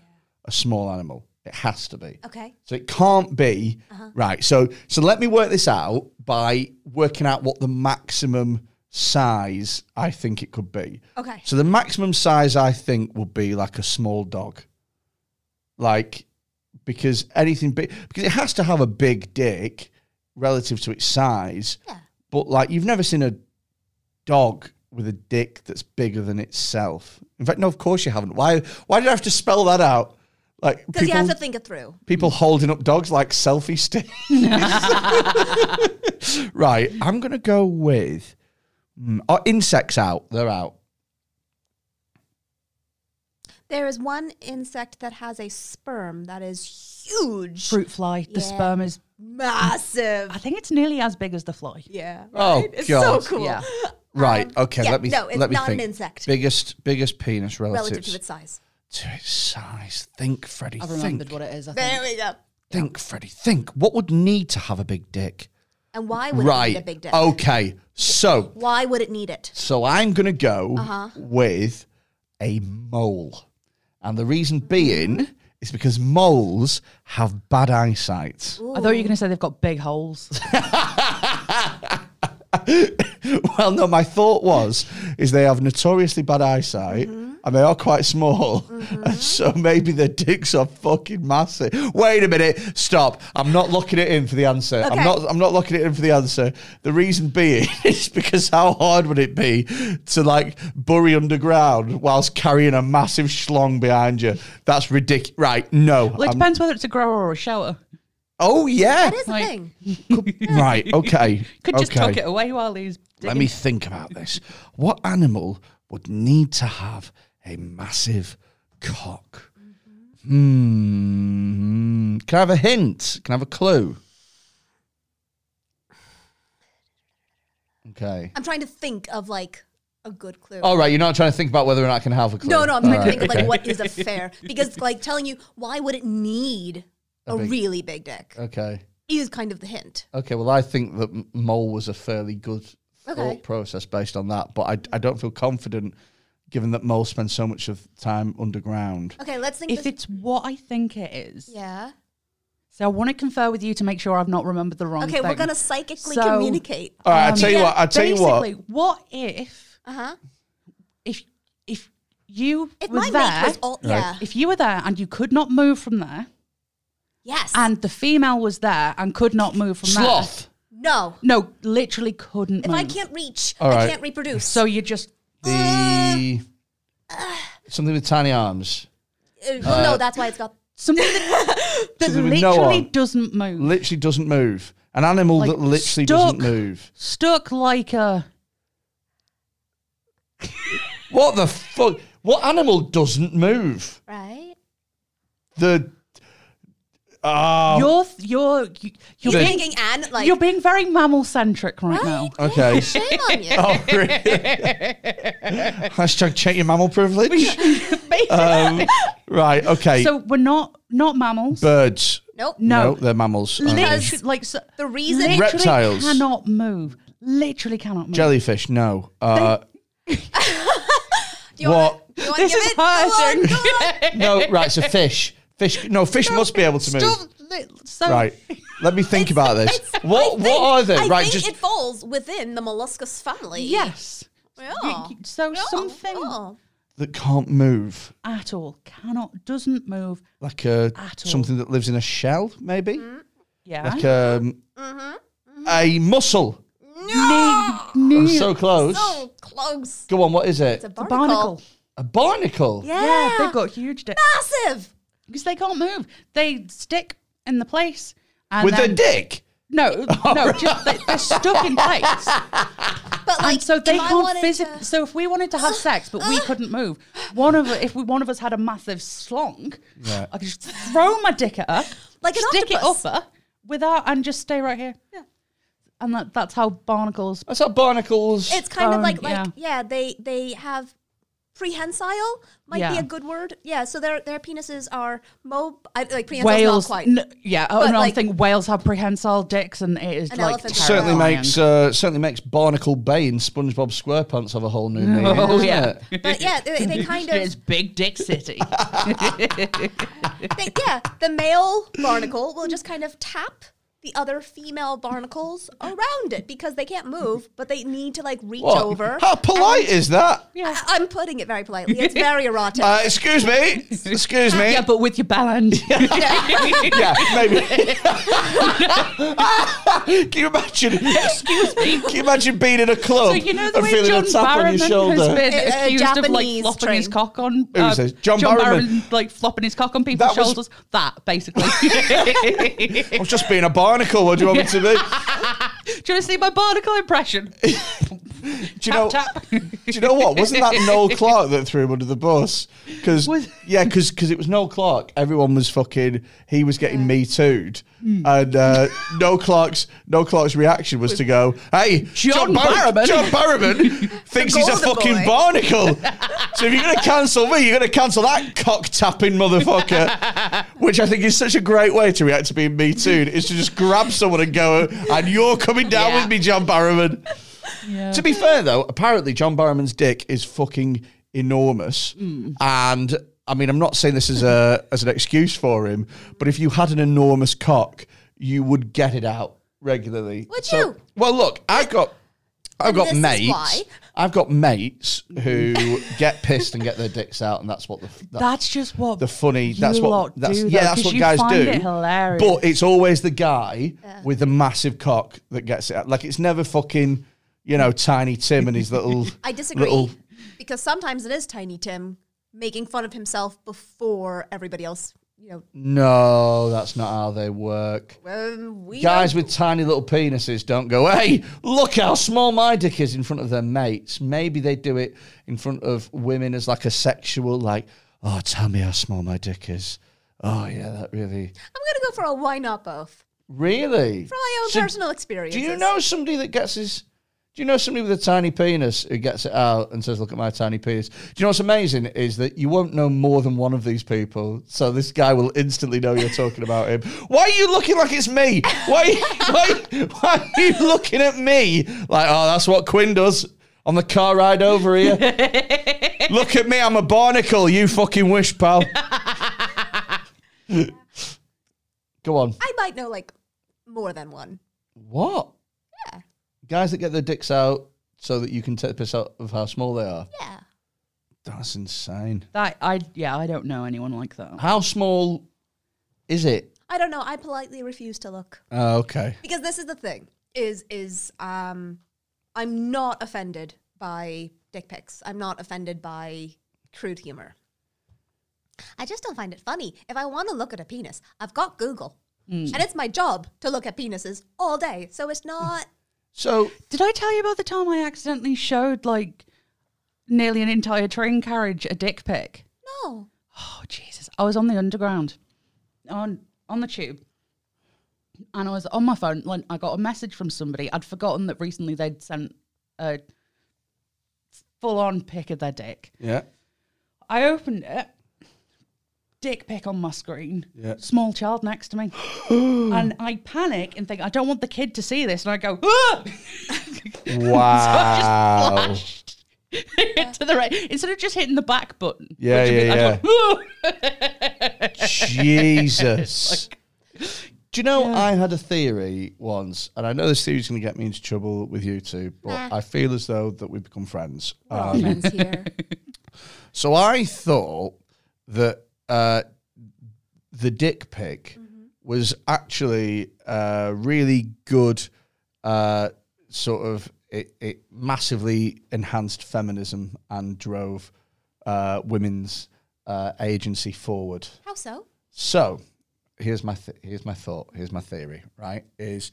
Speaker 1: a small animal. It has to be.
Speaker 3: Okay.
Speaker 1: So it can't be
Speaker 2: Uh-huh.
Speaker 1: right. So so let me work this out by working out what the maximum size I think it could be.
Speaker 3: Okay.
Speaker 1: So the maximum size I think would be like a small dog. Like because anything big because it has to have a big dick relative to its size.
Speaker 3: Yeah.
Speaker 1: But like you've never seen a dog with a dick that's bigger than itself. In fact, no, of course you haven't. Why why did I have to spell that out? Like
Speaker 3: Because you
Speaker 1: people,
Speaker 3: have to think it through.
Speaker 1: people holding up dogs like selfie sticks. right, I'm gonna go with. Mm, are insects out? They're out.
Speaker 3: There is one insect that has a sperm that is huge,
Speaker 2: Fruit fly. The
Speaker 3: Yeah.
Speaker 2: sperm is. I
Speaker 3: massive.
Speaker 2: think it's nearly as big as the fly.
Speaker 3: Yeah.
Speaker 1: Oh,
Speaker 3: right? It's
Speaker 1: God.
Speaker 3: so cool. Um,
Speaker 2: Yeah.
Speaker 1: Right. okay.
Speaker 3: yeah,
Speaker 1: let me.
Speaker 3: no, it's
Speaker 1: let me
Speaker 3: not an
Speaker 1: think.
Speaker 3: insect.
Speaker 1: Biggest, biggest penis relative,
Speaker 3: Relative to its size.
Speaker 1: to its size. Think, Freddie.
Speaker 2: I've
Speaker 1: Think.
Speaker 2: remembered what it is. I
Speaker 3: There
Speaker 2: think.
Speaker 3: we go.
Speaker 1: Think, Freddie. Think. What would need to have a big dick?
Speaker 3: And why would it
Speaker 1: right. Oh.
Speaker 3: need a big dick?
Speaker 1: Okay. So,
Speaker 3: Why would it need it?
Speaker 1: so I'm gonna go
Speaker 3: Uh-huh.
Speaker 1: with a mole, and the reason being is because moles have bad eyesight.
Speaker 2: I thought you were going to say they've got big holes.
Speaker 1: well, no, my thought was is they have notoriously bad eyesight
Speaker 2: Mm-hmm.
Speaker 1: and they are quite small, and so maybe their dicks are fucking massive. Wait a minute, stop! I'm not locking it in for the answer.
Speaker 3: Okay.
Speaker 1: I'm not. I'm not locking it in for the answer. The reason being is because how hard would it be to like bury underground whilst carrying a massive schlong behind you? That's ridiculous. Right? No.
Speaker 2: Well, it
Speaker 1: I'm-
Speaker 2: depends whether it's a grower or a shower.
Speaker 1: oh yeah.
Speaker 3: That is
Speaker 2: Like-
Speaker 3: a thing.
Speaker 1: Right. Okay.
Speaker 2: Could just
Speaker 1: okay.
Speaker 2: tuck it away while he's.
Speaker 1: Let
Speaker 2: digging.
Speaker 1: me think about this. What animal would need to have a massive cock? Hmm. Can I have a hint? Can I have a clue? Okay.
Speaker 3: I'm trying to think of like a good clue.
Speaker 1: All right. You're not trying to think about whether or not I can have a clue.
Speaker 3: No, no, I'm
Speaker 1: All
Speaker 3: trying to
Speaker 1: right,
Speaker 3: think of like
Speaker 1: Oh, okay.
Speaker 3: what is a fair because like telling you why would it need a,
Speaker 1: big-
Speaker 3: really big dick
Speaker 1: Okay.
Speaker 3: is kind of the hint.
Speaker 1: Okay. Well, I think that m- mole was a fairly good
Speaker 3: Okay.
Speaker 1: thought process based on that, but I, I don't feel confident given that mole spend so much of time underground.
Speaker 3: Okay, let's think.
Speaker 2: If
Speaker 3: This,
Speaker 2: it's what I think it is.
Speaker 3: yeah.
Speaker 2: So I want to confer with you to make sure I've not remembered the wrong
Speaker 3: Okay,
Speaker 2: thing.
Speaker 3: we're gonna psychically
Speaker 2: So-
Speaker 3: communicate.
Speaker 1: All right.
Speaker 2: Um,
Speaker 1: I'll tell you
Speaker 3: yeah,
Speaker 1: what. I'll tell you what.
Speaker 2: Basically, what if
Speaker 3: Uh huh.
Speaker 2: if if you
Speaker 3: If
Speaker 2: were
Speaker 3: my
Speaker 2: there,
Speaker 3: mate was all, yeah,
Speaker 2: if you were there and you could not move from there,
Speaker 3: yes,
Speaker 2: and the female was there and could not move from
Speaker 1: Sloth.
Speaker 2: there.
Speaker 3: no.
Speaker 2: No, literally couldn't
Speaker 3: If
Speaker 2: move.
Speaker 3: I can't reach,
Speaker 1: All
Speaker 3: I
Speaker 1: right.
Speaker 3: can't reproduce.
Speaker 2: so you just
Speaker 1: The something with tiny arms.
Speaker 3: Uh, well, no, that's why it's got.
Speaker 2: something that, that
Speaker 1: Something with
Speaker 2: literally
Speaker 1: no arm.
Speaker 2: doesn't move.
Speaker 1: Literally doesn't move. An animal
Speaker 2: Like
Speaker 1: that literally
Speaker 2: stuck.
Speaker 1: doesn't move.
Speaker 2: Stuck like a
Speaker 1: What the fuck? What animal doesn't move?
Speaker 3: Right.
Speaker 1: The ah.
Speaker 2: you're you're you- you're
Speaker 3: You're
Speaker 1: Then-
Speaker 2: being,
Speaker 3: thinking and like.
Speaker 2: you're being very mammal centric right, now.
Speaker 3: right? Oh,
Speaker 1: okay.
Speaker 3: Shame on you.
Speaker 1: oh, really? Hashtag check your mammal privilege. um, right. Okay.
Speaker 2: So we're not not mammals.
Speaker 1: uh, Birds.
Speaker 3: Nope.
Speaker 2: No.
Speaker 1: they're mammals. aren't they?
Speaker 2: Literally, like so,
Speaker 3: The reason-
Speaker 2: literally
Speaker 1: Reptiles.
Speaker 2: cannot move. Literally cannot move.
Speaker 1: Jellyfish. No. Uh,
Speaker 3: Do you wanna-
Speaker 1: What?
Speaker 3: do you wanna
Speaker 2: This
Speaker 3: give
Speaker 2: is
Speaker 3: it? Go on,
Speaker 2: hurting.
Speaker 3: go on.
Speaker 1: no. Right. So fish. Fish. No. Fish must be able to move.
Speaker 2: Stop, li- so
Speaker 1: Right. Let me think about this.
Speaker 3: Oh. It's- I
Speaker 1: What
Speaker 3: think-
Speaker 1: what are they?
Speaker 3: I
Speaker 1: right,
Speaker 3: think
Speaker 1: just
Speaker 3: it falls within the molluscus family.
Speaker 2: Yes.
Speaker 3: Yeah.
Speaker 2: You- you- so
Speaker 3: Yeah.
Speaker 2: something
Speaker 3: Oh.
Speaker 1: that can't move.
Speaker 2: at all cannot doesn't move.
Speaker 1: Like a
Speaker 2: At all.
Speaker 1: something that lives in a shell, maybe?
Speaker 3: Mm-hmm.
Speaker 2: Yeah.
Speaker 1: Like
Speaker 3: Uh-huh.
Speaker 1: um, a mussel. I'm so close.
Speaker 3: So close.
Speaker 1: Go on, what is it?
Speaker 3: Mm-hmm. It's a
Speaker 2: The
Speaker 3: barnacle.
Speaker 2: barnacle.
Speaker 1: A barnacle.
Speaker 3: Yeah.
Speaker 2: Yeah, they've got huge dicks
Speaker 3: massive.
Speaker 2: because they can't move. They stick in the place. And
Speaker 1: With Oh,
Speaker 2: then,
Speaker 1: a dick.
Speaker 2: No, no, just they, they're stuck in place.
Speaker 3: But like,
Speaker 2: and so they
Speaker 3: if I
Speaker 2: can't
Speaker 3: wanted
Speaker 2: physically.
Speaker 3: to-
Speaker 2: So if we wanted to have sex, but we couldn't move, one of if we one of us had a massive slong, I could just throw my dick at her,
Speaker 3: Like an
Speaker 2: stick
Speaker 3: octopus.
Speaker 2: it up her without, and just stay right here. Yeah, and that, that's how barnacles.
Speaker 1: That's how barnacles.
Speaker 3: it's kind
Speaker 2: um,
Speaker 3: of like like
Speaker 2: yeah.
Speaker 3: yeah. they they have prehensile might be
Speaker 2: Yeah.
Speaker 3: a good word. Yeah. So their their penises are mo I, like prehensile.
Speaker 2: Whales,
Speaker 3: Not quite.
Speaker 2: n- yeah. Oh
Speaker 3: But,
Speaker 2: no, I'm
Speaker 3: like-
Speaker 2: thinking whales have prehensile dicks, and it is
Speaker 3: An
Speaker 2: like
Speaker 3: elephant has
Speaker 1: certainly
Speaker 3: Terrifying.
Speaker 1: makes uh, certainly makes Barnacle Bay in SpongeBob SquarePants have a whole new meaning.
Speaker 2: Oh
Speaker 1: doesn't
Speaker 2: yeah,
Speaker 1: it?
Speaker 3: But yeah, they, they kind
Speaker 2: it's
Speaker 3: of
Speaker 2: big dick city.
Speaker 3: they, yeah. The male barnacle will just kind of tap the other female barnacles around it because they can't move, but they need to like reach
Speaker 1: What?
Speaker 3: over. Um,
Speaker 1: How polite is that?
Speaker 3: I- I'm putting it very politely. It's very erotic.
Speaker 1: Uh, excuse me. Excuse me.
Speaker 2: Yeah, but with your balance.
Speaker 1: yeah, maybe. can you imagine? Excuse me. Can you imagine being in a club
Speaker 2: So you know the
Speaker 1: and
Speaker 2: way
Speaker 1: feeling
Speaker 2: John
Speaker 1: a tap on your
Speaker 2: Barrowman
Speaker 1: shoulder?
Speaker 2: has been
Speaker 3: A- a
Speaker 2: accused of like
Speaker 3: Japanese
Speaker 2: flopping
Speaker 3: train.
Speaker 2: his cock on uh,
Speaker 1: Who was this? John Barrowman?
Speaker 2: Barrowman, like flopping his cock on people's
Speaker 1: That was-
Speaker 2: shoulders. That basically.
Speaker 1: I'm just being a barnacle. What do you want me to be?
Speaker 2: Do you want to see my barnacle impression?
Speaker 1: Do you know?
Speaker 2: tap.
Speaker 1: Do you know what? Wasn't that Noel Clark that threw him under the bus? Because
Speaker 2: Was-
Speaker 1: yeah, because it was Noel Clark. Everyone was fucking. He was getting me too'd,
Speaker 2: Hmm.
Speaker 1: and uh, Noel Clark's Noel Clark's reaction was to go, "Hey,
Speaker 2: John
Speaker 1: Barrowman,
Speaker 2: Barrowman."
Speaker 1: John Barrowman thinks he's a
Speaker 3: golden
Speaker 1: fucking
Speaker 3: boy."
Speaker 1: barnacle. so if you're gonna cancel me, you're gonna cancel that cock tapping motherfucker." Which I think is such a great way to react to being me too'd is to just grab someone and go, "And you're coming down
Speaker 2: Yeah.
Speaker 1: with me, John Barrowman."
Speaker 2: Yeah.
Speaker 1: To be fair, though, apparently John Barrowman's dick is fucking enormous,
Speaker 3: Hmm.
Speaker 1: and I mean, I'm not saying this as a as an excuse for him, but if you had an enormous cock, you would get it out regularly.
Speaker 3: Would
Speaker 1: So-
Speaker 3: you?
Speaker 1: Well, look, I've got. I've got
Speaker 3: This is
Speaker 1: mates.
Speaker 3: why.
Speaker 1: I've got mates who get pissed and get their dicks out, and that's what the f- that's
Speaker 2: That's just what
Speaker 1: the funny. That's
Speaker 2: you
Speaker 1: what.
Speaker 2: lot
Speaker 1: That's
Speaker 2: do,
Speaker 1: yeah.
Speaker 2: though,
Speaker 1: That's
Speaker 2: 'cause
Speaker 1: what
Speaker 2: you
Speaker 1: guys
Speaker 2: find
Speaker 1: do.
Speaker 2: It hilarious.
Speaker 1: But it's always the guy with the massive cock that gets it. out. Like it's never fucking, you know, Tiny Tim and his little.
Speaker 3: I disagree
Speaker 1: Little,
Speaker 3: because sometimes it is Tiny Tim making fun of himself before everybody else. You know,
Speaker 1: no, that's not how they work.
Speaker 3: um, we
Speaker 1: Guys
Speaker 3: don't-
Speaker 1: with tiny little penises don't go, hey, look how small my dick is in front of their mates. Maybe they do it in front of women as like a sexual, like, oh, tell me how small my dick is. Oh, yeah, that really.
Speaker 3: I'm gonna go for a why not both
Speaker 1: Really?
Speaker 3: for my own
Speaker 1: So
Speaker 3: personal experience.
Speaker 1: Do you know somebody that gets his? Do you know somebody with a tiny penis who gets it out and says, "Look at my tiny penis"? Do you know what's amazing is that you won't know more than one of these people, so this guy will instantly know you're talking about him. Why are you looking like it's me? Why? why? Why are you looking at me like, oh, that's what Quinn does on the car ride over here? Look at me, I'm a barnacle. You fucking wish, pal. Go on.
Speaker 3: I might know like more than one.
Speaker 1: What?
Speaker 3: Yeah.
Speaker 1: Guys that get their dicks out so that you can take the piss out of how small they are.
Speaker 3: Yeah.
Speaker 1: That's insane.
Speaker 2: that I yeah I don't know anyone like that.
Speaker 1: How small is it?
Speaker 3: I don't know. I politely refuse to look
Speaker 1: Oh, okay.
Speaker 3: because this is the thing: is is um, I'm not offended by dick pics. I'm not offended by crude humor. I just don't find it funny. If I want to look at a penis, I've got Google,
Speaker 1: Hmm.
Speaker 3: and it's my job to look at penises all day. So it's not.
Speaker 1: So
Speaker 2: Did I tell you about the time I accidentally showed like nearly an entire train carriage a dick pic?
Speaker 3: No.
Speaker 2: Oh Jesus! I was on the underground, on on the tube, and I was on my phone. When I got a message from somebody, I'd forgotten that recently they'd sent a full on pic of their dick.
Speaker 1: yeah,
Speaker 2: I opened it, dick pic on my screen.
Speaker 1: Yeah.
Speaker 2: Small child next to me, and I panic and think I don't want the kid to see this, and I go. Ah!
Speaker 1: wow.
Speaker 2: to the right instead of just hitting the back button.
Speaker 1: Yeah,
Speaker 2: which would be-
Speaker 1: yeah,
Speaker 2: I
Speaker 1: yeah.
Speaker 2: thought, "Ooh."
Speaker 1: Jesus. Do you know I had a theory once, and I know this theory's going to get me into trouble with you two, but I feel as though that we've become friends. Um,
Speaker 3: friends here.
Speaker 1: So I thought that uh, the dick pic was actually a really good uh, sort of it, it massively enhanced feminism and drove uh, women's uh, agency forward.
Speaker 3: How so?
Speaker 1: So here's my th- here's my thought. Here's my theory. Right is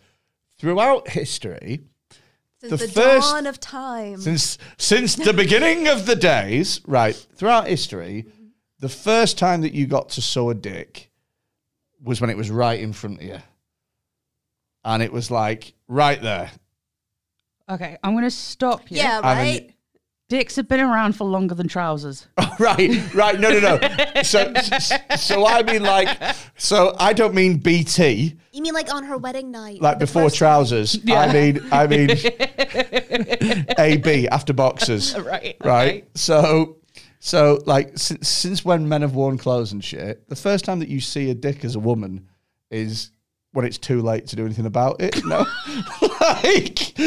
Speaker 1: throughout history
Speaker 3: Since
Speaker 1: The
Speaker 3: the,
Speaker 1: first-
Speaker 3: dawn of time.
Speaker 1: since since the beginning of the days, right throughout history, the first time that you got to saw a dick was when it was right in front of you, and it was like right there.
Speaker 2: okay, I'm going to stop you.
Speaker 3: yeah,
Speaker 1: I mean-
Speaker 3: right?
Speaker 2: Dicks have been around for longer than trousers.
Speaker 1: right, right. No, no, no. So, so I mean, like, so I don't mean BT,
Speaker 3: you mean like on her wedding night?
Speaker 1: like
Speaker 3: the
Speaker 1: before
Speaker 3: first-
Speaker 1: trousers. I mean, I mean, AB after boxers.
Speaker 2: Right,
Speaker 1: Right. So, so like since, since when men have worn clothes and shit, the first time that you see a dick as a woman is when it's too late to do anything about it. No, like,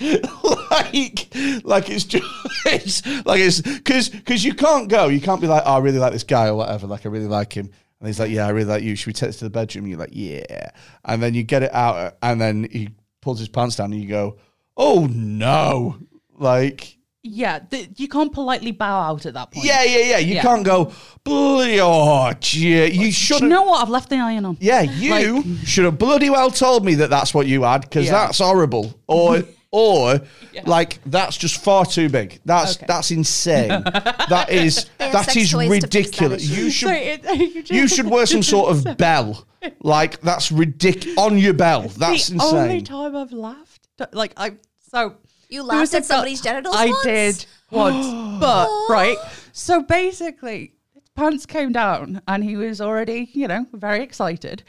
Speaker 1: like, like it's just it's, like it's because because you can't go. You can't be like, oh, I really like this guy or whatever. Like I really like him. And he's like, yeah, I really like you. Should we take this to the bedroom? And you're like, yeah. And then you get it out, and then he pulls his pants down, and you go, oh no, like.
Speaker 2: Yeah, th- you can't politely bow out at that point.
Speaker 1: Yeah, yeah, yeah. You
Speaker 2: Yeah.
Speaker 1: can't go, bloody, oh, gee, you
Speaker 2: Do
Speaker 1: shouldn't.
Speaker 2: you know what? I've left the iron on.
Speaker 1: Yeah, you should have bloody well told me that that's what you had because
Speaker 2: Yeah.
Speaker 1: that's horrible. Or or like that's just far too big. That's
Speaker 2: Okay.
Speaker 1: that's insane. that is
Speaker 3: are
Speaker 1: that
Speaker 3: sex
Speaker 1: is
Speaker 3: toys to fix that
Speaker 1: ridiculous.
Speaker 3: issue.
Speaker 1: You should
Speaker 2: Sorry, it- you
Speaker 1: you should wear some sort of bell. Like that's ridiculous on your bell. That's
Speaker 2: the
Speaker 1: insane.
Speaker 2: only time I've laughed. Like I so
Speaker 3: You
Speaker 2: there
Speaker 3: laughed
Speaker 2: was a
Speaker 3: at somebody's
Speaker 2: girl-
Speaker 3: genitals
Speaker 2: I
Speaker 3: once?
Speaker 2: did once, but right. So basically, his pants came down, and he was already, you know, very excited,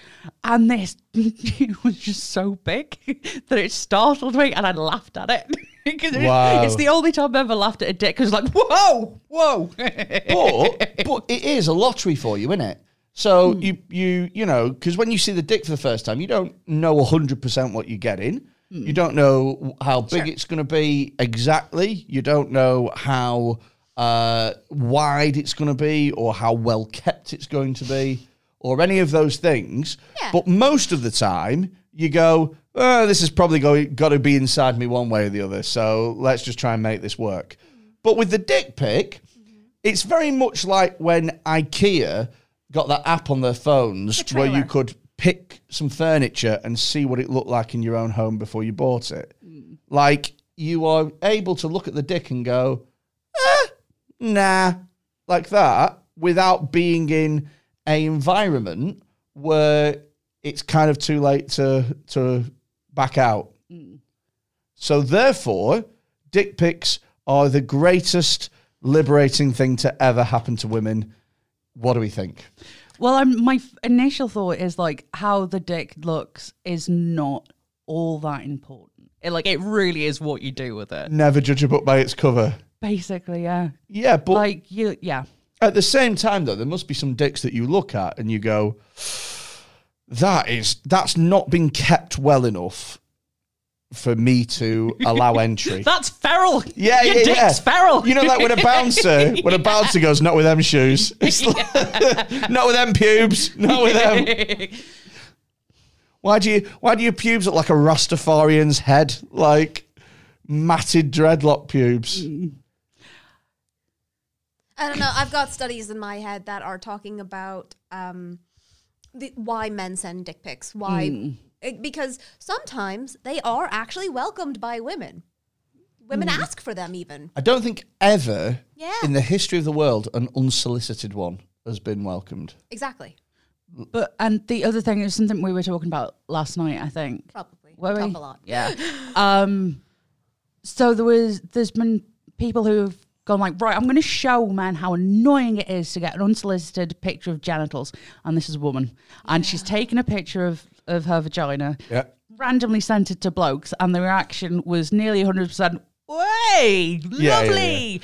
Speaker 2: and this it was just so big that it startled me, and I laughed at it. 'Cause it-
Speaker 1: Wow.
Speaker 2: It's the only time I've ever laughed at a dick. Cause like, whoa, whoa.
Speaker 1: but but it is a lottery for you, isn't it? So you you you know because when you see the dick for the first time, you don't know hundred percent what you're getting. You don't know w- how big it's going to be exactly. You don't know how uh, wide it's going to be, or how well kept it's going to be, or any of those things.
Speaker 3: Yeah.
Speaker 1: But most of the time, you go, oh, "This is probably going got to be inside me one way or the other." So let's just try and make this work. But with the dick pic,
Speaker 3: Mm-hmm.
Speaker 1: it's very much like when IKEA got that app on their phones
Speaker 3: The
Speaker 1: where you
Speaker 3: trailer.
Speaker 1: could pick some furniture and see what it looked like in your own home before you bought it.
Speaker 3: Mm.
Speaker 1: Like you are able to look at the dick and go, eh, nah, like that, without being in a environment where it's kind of too late to to back out. So therefore, dick pics are the greatest liberating thing to ever happen to women. What do we think?
Speaker 2: Well, I'm, my f- initial thought is like how the dick looks is not all that important. It, like it really is what you do with it.
Speaker 1: Never judge a book by its cover.
Speaker 2: Basically, yeah.
Speaker 1: Yeah, but
Speaker 2: like you, yeah.
Speaker 1: at the same time though, there must be some dicks that you look at and you go, that is that's not been kept well enough for me to allow entry.
Speaker 2: That's feral.
Speaker 1: Yeah,
Speaker 2: Your
Speaker 1: yeah,
Speaker 2: dick's
Speaker 1: yeah.
Speaker 2: feral.
Speaker 1: You know, like when a bouncer, when a bouncer goes, not with them shoes, It's like- not with them pubes, not with them. Why do you, why do your pubes look like a Rastafarian's head, like matted dreadlock pubes?
Speaker 3: I don't know. I've got studies in my head that are talking about um, the, why men send dick pics. Why?
Speaker 1: Hmm.
Speaker 3: It- because sometimes they are actually welcomed by women. Women
Speaker 1: Hmm.
Speaker 3: ask for them, even.
Speaker 1: I don't think ever
Speaker 3: Yeah.
Speaker 1: in the history of the world an unsolicited one has been welcomed.
Speaker 3: Exactly.
Speaker 2: but and the other thing is something we were talking about last night. I think
Speaker 3: Probably.
Speaker 2: Were we?
Speaker 3: Talk a lot.
Speaker 2: Yeah. um. So there was there's been people who've gone like right. I'm going to show man how annoying it is to get an unsolicited picture of genitals, and this is a woman, and she's taken a picture of of her vagina.
Speaker 1: Yeah.
Speaker 2: randomly sent it to blokes, and the reaction was nearly 100%, way, lovely.
Speaker 1: yeah,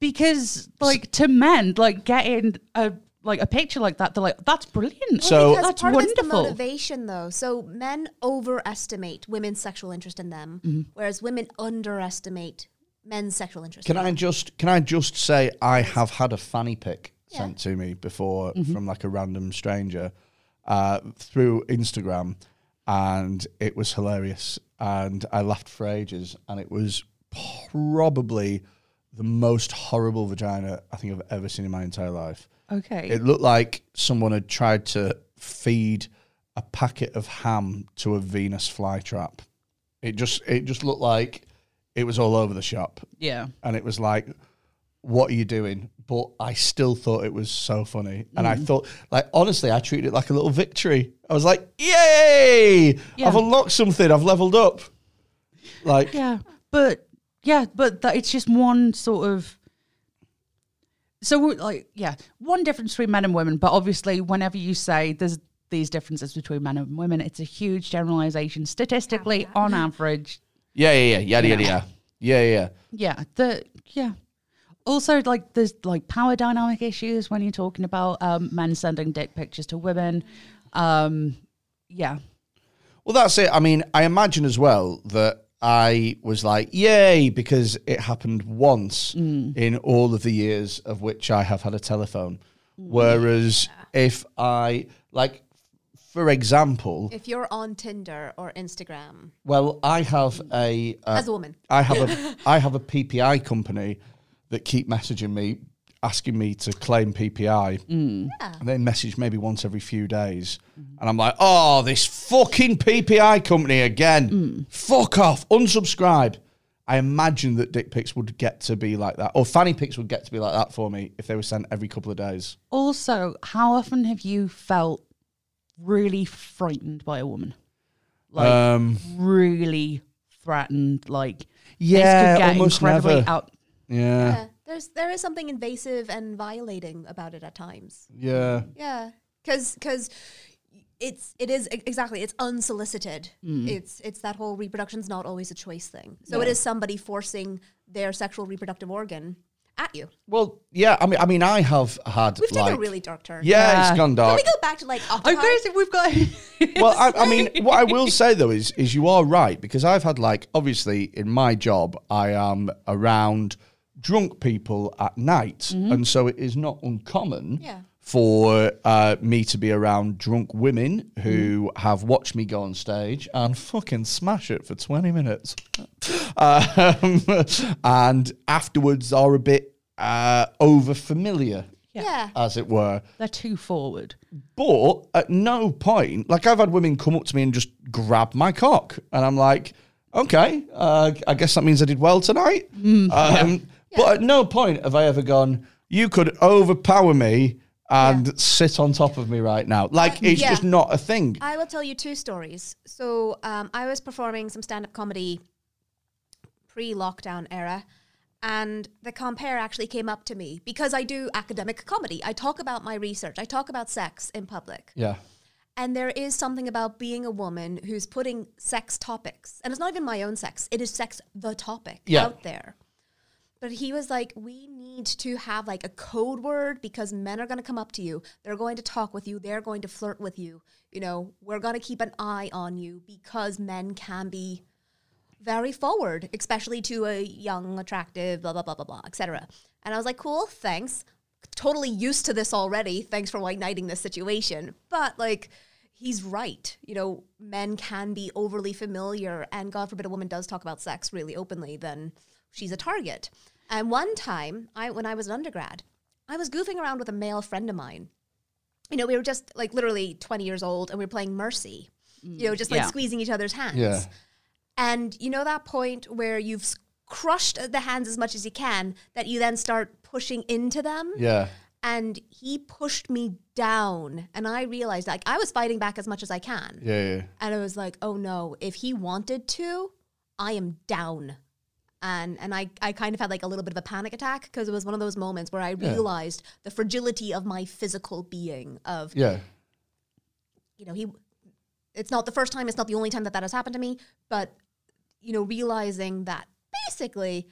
Speaker 2: Because, like, to men, like, getting a like a picture like that, they're like, that's brilliant.
Speaker 1: So-
Speaker 3: because
Speaker 2: that's
Speaker 3: part of it's the
Speaker 2: wonderful.
Speaker 3: motivation, though. So men overestimate women's sexual interest in them,
Speaker 1: Mm-hmm.
Speaker 3: whereas women underestimate men's sexual interest.
Speaker 1: Can
Speaker 3: in
Speaker 1: I
Speaker 3: them.
Speaker 1: just can I just say I have had a fanny pic sent to me before from like a random stranger uh, through Instagram, and it was hilarious, and I laughed for ages, and it was probably the most horrible vagina I think I've ever seen in my entire life.
Speaker 2: okay.
Speaker 1: It looked like someone had tried to feed a packet of ham to a Venus flytrap. It just it just looked like it was all over the shop
Speaker 2: yeah.
Speaker 1: and it was like, "What are you doing?" But I still thought it was so funny, and I thought, like, honestly, I treated it like a little victory. I was like, "Yay!
Speaker 2: Yeah.
Speaker 1: I've unlocked something. I've leveled up." Like,
Speaker 2: Yeah. But, yeah, but that it's just one sort of. So, we- like, yeah, one difference between men and women, but obviously, whenever you say there's these differences between men and women, it's a huge generalization. Statistically, on average,
Speaker 1: yeah, yeah, yeah, yada yada yada, yeah, yeah, yeah.
Speaker 2: Yeah, the yeah. Also, like there's like power dynamic issues when you're talking about um, men sending dick pictures to women. Um, yeah.
Speaker 1: Well, that's it. I mean, I imagine as well that I was like, yay, because it happened once
Speaker 3: Mm.
Speaker 1: in all of the years of which I have had a telephone.
Speaker 3: Mm.
Speaker 1: Whereas if I, like, for example,
Speaker 3: If you're on Tinder or Instagram
Speaker 1: well, I have a, uh,
Speaker 3: as a woman,
Speaker 1: I have a, I have a PPI company that keep messaging me, asking me to claim PPI. And they message maybe once every few days. And I'm like, oh, this fucking PPI company again. Fuck off. Unsubscribe. I imagine that dick pics would get to be like that, or fanny pics would get to be like that for me if they were sent every couple of days.
Speaker 2: Also, how often have you felt really frightened by a woman? Like
Speaker 1: Um,
Speaker 2: really threatened, like
Speaker 1: Yeah,
Speaker 2: this could get
Speaker 1: almost
Speaker 2: incredibly
Speaker 1: never.
Speaker 2: out
Speaker 1: Yeah.
Speaker 3: yeah, there's there is something invasive and violating about it at times.
Speaker 1: Mm. Yeah.
Speaker 3: Yeah, because because it's it is e- exactly it's unsolicited.
Speaker 1: Mm-hmm.
Speaker 3: It's it's that whole reproduction's not always a choice thing. So it is somebody forcing their sexual reproductive organ at you.
Speaker 1: Well, yeah. I mean, I mean, I have had
Speaker 3: We've
Speaker 1: like,
Speaker 3: taken a really dark turn.
Speaker 1: yeah,
Speaker 2: Yeah.
Speaker 1: it's gone
Speaker 3: Can
Speaker 1: dark.
Speaker 3: we go back to like
Speaker 2: I'm
Speaker 3: octopi?
Speaker 2: going to we've got
Speaker 1: well, I, I mean, what I will say though is, is you are right because I've had like obviously in my job I am around drunk people at night, and so it is not uncommon
Speaker 3: Mm-hmm. Yeah.
Speaker 1: for uh, me to be around drunk women who
Speaker 3: Mm-hmm.
Speaker 1: have watched me go on stage and fucking smash it for twenty minutes, um, and afterwards are a bit uh, over familiar,
Speaker 3: yeah.
Speaker 1: as it were.
Speaker 2: They're too forward.
Speaker 1: But at no point, like I've had women come up to me and just grab my cock, and I'm like, okay, uh, I guess that means I did well tonight. um, But at no point have I ever gone, you could overpower me and sit on top of me right now. Like
Speaker 3: Uh,
Speaker 1: it's
Speaker 3: yeah.
Speaker 1: just not a thing.
Speaker 3: I will tell you two stories. So um, I was performing some stand-up comedy pre-lockdown era, and the compare actually came up to me because I do academic comedy. I talk about my research. I talk about sex in public.
Speaker 1: yeah,
Speaker 3: And there is something about being a woman who's putting sex topics, and it's not even my own sex, it is sex the topic
Speaker 1: Yeah.
Speaker 3: out there. But he was like, we need to have like a code word because men are going to come up to you. They're going to talk with you. They're going to flirt with you. You know, we're going to keep an eye on you because men can be very forward, especially to a young, attractive, blah, blah, blah, blah, blah, etc. And I was like, cool, thanks. Totally used to this already. Thanks for igniting this situation. But like, he's right. You know, men can be overly familiar, and God forbid a woman does talk about sex really openly, then she's a target. And one time, I when I was an undergrad, I was goofing around with a male friend of mine. You know, we were just like literally 20 years old and we were playing Mercy, you know, just like
Speaker 2: yeah.
Speaker 3: squeezing each other's hands.
Speaker 1: yeah,
Speaker 3: And you know that point where you've s- crushed the hands as much as you can, that you then start pushing into them?
Speaker 1: yeah.
Speaker 3: And he pushed me down. And I realized, like, I was fighting back as much as I can.
Speaker 1: Yeah, yeah.
Speaker 3: And I was like, oh no, if he wanted to, I am down. And, and I, I kind of had like a little bit of a panic attack because it was one of those moments where I realized the fragility of my physical being of
Speaker 1: yeah.
Speaker 3: you know, he, it's not the first time, it's not the only time that that has happened to me, but, you know, realizing that basically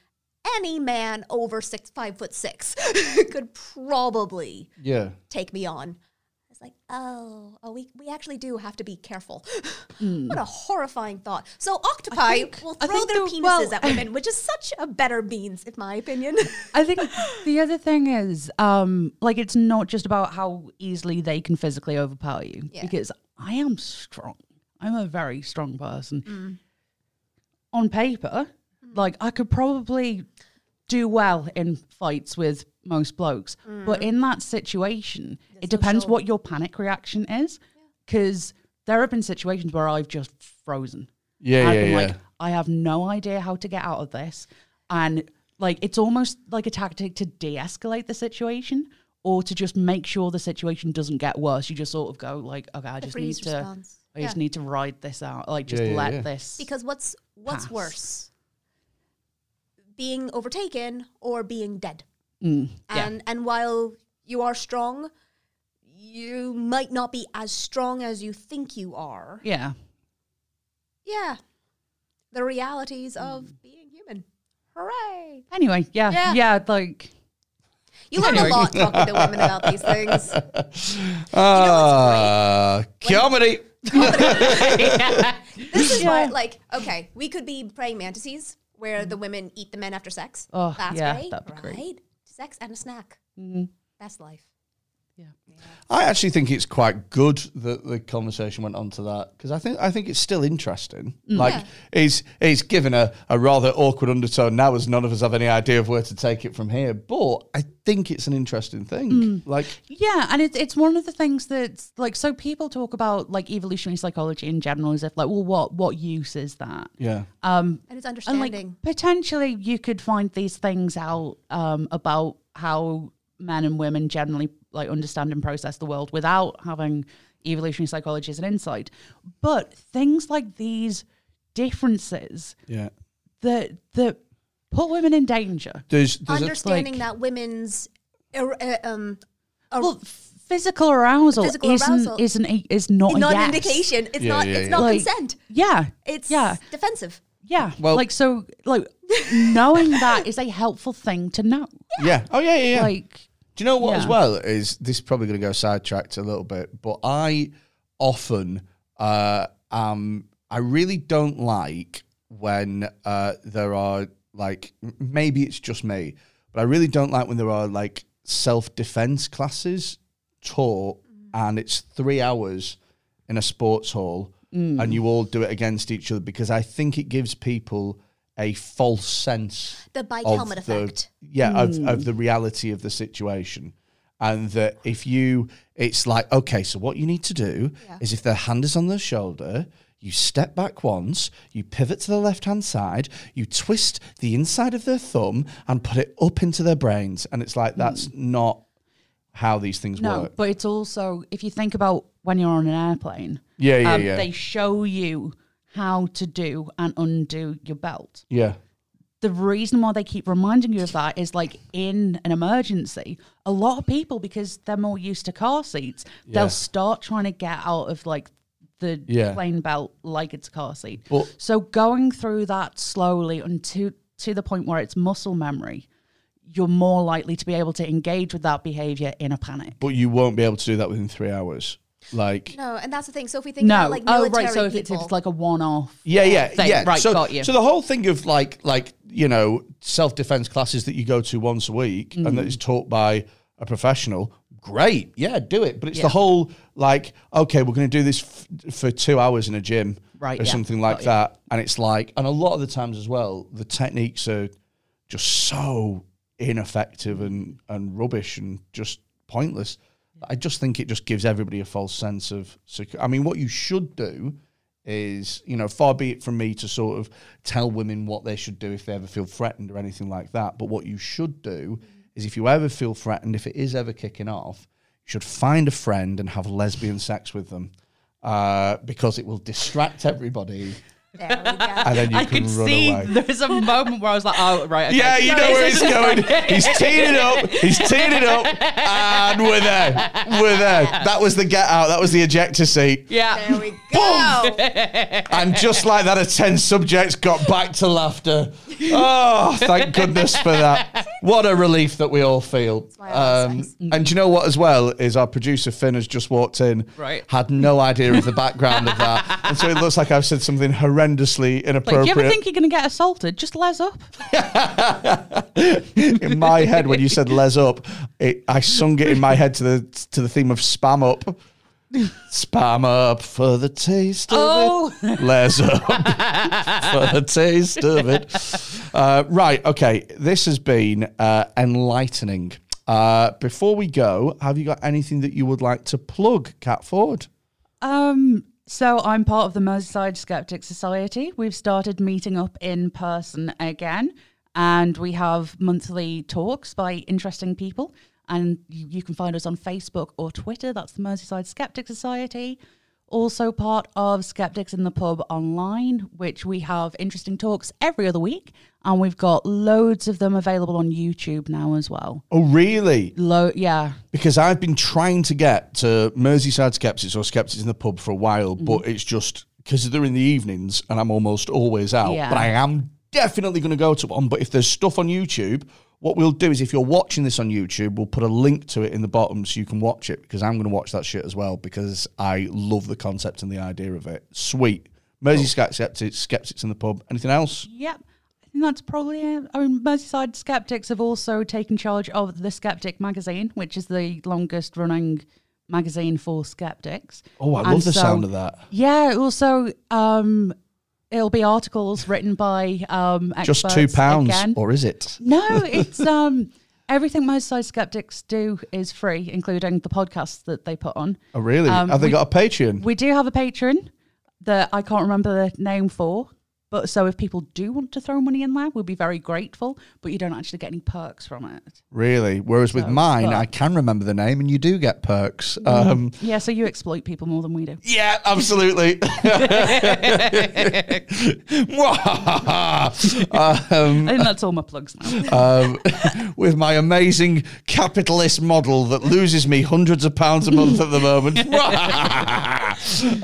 Speaker 3: any man over six, five foot six could probably
Speaker 1: Yeah.
Speaker 3: take me on. I was like, oh, oh, we, we actually do have to be careful. What a horrifying thought. So octopi will
Speaker 2: I Hmm.
Speaker 3: throw
Speaker 2: think
Speaker 3: their
Speaker 2: the-
Speaker 3: penises
Speaker 2: well-
Speaker 3: at women, which is such a better means, in my opinion.
Speaker 2: I think the other thing is, um, like, it's not just about how easily they can physically overpower you.
Speaker 3: Yeah.
Speaker 2: Because I am strong. I'm a very strong person. On paper, like, I could probably do well in fights with most blokes. But in that situation, it depends what your panic reaction is. Because there have been situations where I've just frozen.
Speaker 1: Yeah,
Speaker 2: I've
Speaker 1: yeah,
Speaker 2: been
Speaker 1: yeah.
Speaker 2: like, I have no idea how to get out of this. And like, it's almost like a tactic to de escalate the situation or to just make sure the situation doesn't get worse. You just sort of go, like, okay, I just need
Speaker 3: freeze
Speaker 2: to.
Speaker 3: response.
Speaker 2: I just need to ride this out, like just
Speaker 1: yeah,
Speaker 2: let
Speaker 1: yeah.
Speaker 2: this.
Speaker 3: Because what's what's
Speaker 2: Pass.
Speaker 3: worse? Being overtaken or being dead.
Speaker 2: Mm,
Speaker 3: and and while you are strong, you might not be as strong as you think you are.
Speaker 2: yeah,
Speaker 3: Yeah. The realities of being human. Hooray.
Speaker 2: Anyway, yeah,
Speaker 3: Yeah.
Speaker 2: yeah, like
Speaker 3: You learn a
Speaker 2: Anyway.
Speaker 3: lot talking to women about these things.
Speaker 1: Ah, comedy.
Speaker 3: This is why, like, okay, we could be praying mantises where the women eat the men after sex.
Speaker 2: Oh,
Speaker 3: That's
Speaker 2: yeah,
Speaker 3: great,
Speaker 2: that'd be great. Mm-hmm.
Speaker 3: right? Sex and a snack. That's life.
Speaker 1: I actually think it's quite good that the conversation went on to that because I think I think it's still interesting. Like it's it's given a, a rather awkward undertone now as none of us have any idea of where to take it from here. But I think it's an interesting thing. Like
Speaker 2: Yeah, and it's it's one of the things that's like so people talk about like evolutionary psychology in general as if like well what what use is that?
Speaker 1: yeah.
Speaker 3: And
Speaker 2: And
Speaker 3: it's understanding.
Speaker 2: like potentially you could find these things out um, about how men and women generally like understand and process the world without having evolutionary psychology as an insight. But things like these differences
Speaker 1: yeah.
Speaker 2: that that put women in danger.
Speaker 1: There's there's a,
Speaker 3: understanding
Speaker 2: like-
Speaker 3: that women's er, uh, um, ar-
Speaker 2: Well, physical arousal
Speaker 3: Physical
Speaker 2: isn't
Speaker 3: arousal
Speaker 2: isn't a, is not
Speaker 3: not
Speaker 2: a yes.
Speaker 3: an indication. It's
Speaker 1: Yeah,
Speaker 3: not.
Speaker 1: yeah,
Speaker 3: it's
Speaker 1: yeah.
Speaker 3: not
Speaker 2: Like-
Speaker 3: consent.
Speaker 2: Yeah.
Speaker 3: It's
Speaker 2: yeah.
Speaker 3: defensive.
Speaker 2: Yeah.
Speaker 1: Well-
Speaker 2: like so like knowing that is a helpful thing to know.
Speaker 1: yeah. Oh yeah, yeah, yeah.
Speaker 2: Like
Speaker 1: Do you know what as
Speaker 2: Yeah.
Speaker 1: well is this is probably going to go sidetracked a little bit, but I often uh, um I really don't like when uh, there are like m- maybe it's just me, but I really don't like when there are like self defense classes taught and it's three hours in a sports hall and you all do it against each other because I think it gives people a false sense
Speaker 3: The bike
Speaker 1: of
Speaker 3: helmet
Speaker 1: the-
Speaker 3: effect.
Speaker 1: Yeah, of,
Speaker 2: Hmm.
Speaker 1: of the reality of the situation. And that if you, it's like, okay, so what you need to do is if their hand is on their shoulder, you step back once, you pivot to the left hand side, you twist the inside of their thumb and put it up into their brains. And it's like, that's not how these things
Speaker 2: Hmm. no,
Speaker 1: work.
Speaker 2: but it's also if you think about when you're on an airplane,
Speaker 1: Yeah, yeah,
Speaker 2: um,
Speaker 1: yeah.
Speaker 2: they show you how to do and undo your belt.
Speaker 1: yeah.
Speaker 2: The reason why they keep reminding you of that is like in an emergency, a lot of people because they're more used to car seats,
Speaker 1: Yeah.
Speaker 2: they'll start trying to get out of like the
Speaker 1: Yeah.
Speaker 2: plane belt like it's a car seat.
Speaker 1: But-
Speaker 2: so going through that slowly and to to the point where it's muscle memory, you're more likely to be able to engage with that behavior in a panic.
Speaker 1: But you won't be able to do that within three hours. Like,
Speaker 3: No, and that's the thing. So if we think about like
Speaker 2: oh
Speaker 3: military
Speaker 2: right. So if it's,
Speaker 3: people,
Speaker 2: if it's like a one-off,
Speaker 1: Yeah, yeah,
Speaker 2: thing.
Speaker 1: yeah.
Speaker 2: Oh, Right,
Speaker 1: so,
Speaker 2: got you.
Speaker 1: So the whole thing of like, like you know, self defense classes that you go to once a week and
Speaker 2: Mm.
Speaker 1: that is taught by a professional. Great, yeah, do it. But it's the whole like, okay, we're going to do this f- for two hours in a gym,
Speaker 2: Right,
Speaker 1: or
Speaker 2: yeah,
Speaker 1: something like
Speaker 2: got you.
Speaker 1: that. And it's like, and a lot of the times as well, the techniques are just so ineffective and and rubbish and just pointless. I just think it just gives everybody a false sense of security. I mean, what you should do is, you know, far be it from me to sort of tell women what they should do if they ever feel threatened or anything like that. But what you should do is, if you ever feel threatened, if it is ever kicking off, you should find a friend and have lesbian sex with them uh, because it will distract everybody,
Speaker 3: there we go.
Speaker 1: and then you
Speaker 2: I
Speaker 1: can
Speaker 2: could
Speaker 1: run
Speaker 2: see
Speaker 1: away.
Speaker 2: there was a moment where I was like, oh right, okay.
Speaker 1: Yeah, you know where he's going. He's teeing it up. He's teeing it up, and we're there. We're there. That was the get out. That was the ejector seat.
Speaker 2: yeah.
Speaker 3: there we go.
Speaker 1: And just like that, a tense subjects got back to laughter. Oh, thank goodness for that. What a relief that we all feel.
Speaker 3: why I love
Speaker 1: Um,
Speaker 3: sex.
Speaker 1: and do you know what, as well, is our producer Finn has just walked in,
Speaker 2: Right.
Speaker 1: had no idea of the background of that. And so it looks like I've said something horrendously
Speaker 2: Like,
Speaker 1: inappropriate.
Speaker 2: you ever think you're gonna get assaulted? Just les up.
Speaker 1: in my head when you said les up it, i sung it in my head to the to the theme of spam up spam up for the taste of
Speaker 2: Oh,
Speaker 1: it les up for the taste of it uh, right okay this has been uh, enlightening uh, before we go have you got anything that you would like to plug cat ford
Speaker 2: um. So I'm part of the Merseyside Skeptic Society. We've started meeting up in person again, and we have monthly talks by interesting people. And you, you can find us on Facebook or Twitter. That's the Merseyside Skeptic Society. also part of Skeptics in the Pub online, which we have interesting talks every other week, and we've got loads of them available on YouTube now as well.
Speaker 1: oh really
Speaker 2: Lo- yeah,
Speaker 1: because I've been trying to get to Merseyside Skeptics or Skeptics in the pub for a while,
Speaker 2: Mm-hmm.
Speaker 1: but it's just because they're in the evenings and I'm almost always out.
Speaker 2: Yeah.
Speaker 1: But I am definitely going to go to one. But if there's stuff on YouTube What we'll do is if you're watching this on YouTube, we'll put a link to it in the bottom so you can watch it because I'm going to watch that shit as well because I love the concept and the idea of it. Sweet.
Speaker 2: Oh.
Speaker 1: Mersey Skeptics, Skeptics in the Pub. Anything else?
Speaker 2: Yep. I think that's probably it. I mean, Merseyside Skeptics have also taken charge of The Skeptic magazine, which is the longest running magazine for skeptics.
Speaker 1: Oh, I
Speaker 2: And
Speaker 1: love the
Speaker 2: so-
Speaker 1: sound of that.
Speaker 2: Yeah, also, um, it'll be articles written by um,
Speaker 1: Just
Speaker 2: experts
Speaker 1: two pounds,
Speaker 2: again.
Speaker 1: or is it?
Speaker 2: No, it's um everything most side skeptics do is free, including the podcasts that they put on.
Speaker 1: Oh, really?
Speaker 2: Um,
Speaker 1: Have they
Speaker 2: we-
Speaker 1: got a Patreon?
Speaker 2: We do have a patron that I can't remember the name for. But so if people do want to throw money in there, we'll be very grateful. But you don't actually get any perks from it.
Speaker 1: really? Whereas with mine,
Speaker 2: but-
Speaker 1: I can remember the name, and you do get perks. Um,
Speaker 2: Yeah, so you exploit people more than we do.
Speaker 1: Yeah, absolutely. um,
Speaker 2: I think that's all my plugs now.
Speaker 1: um, with my amazing capitalist model that loses me hundreds of pounds a month at the moment.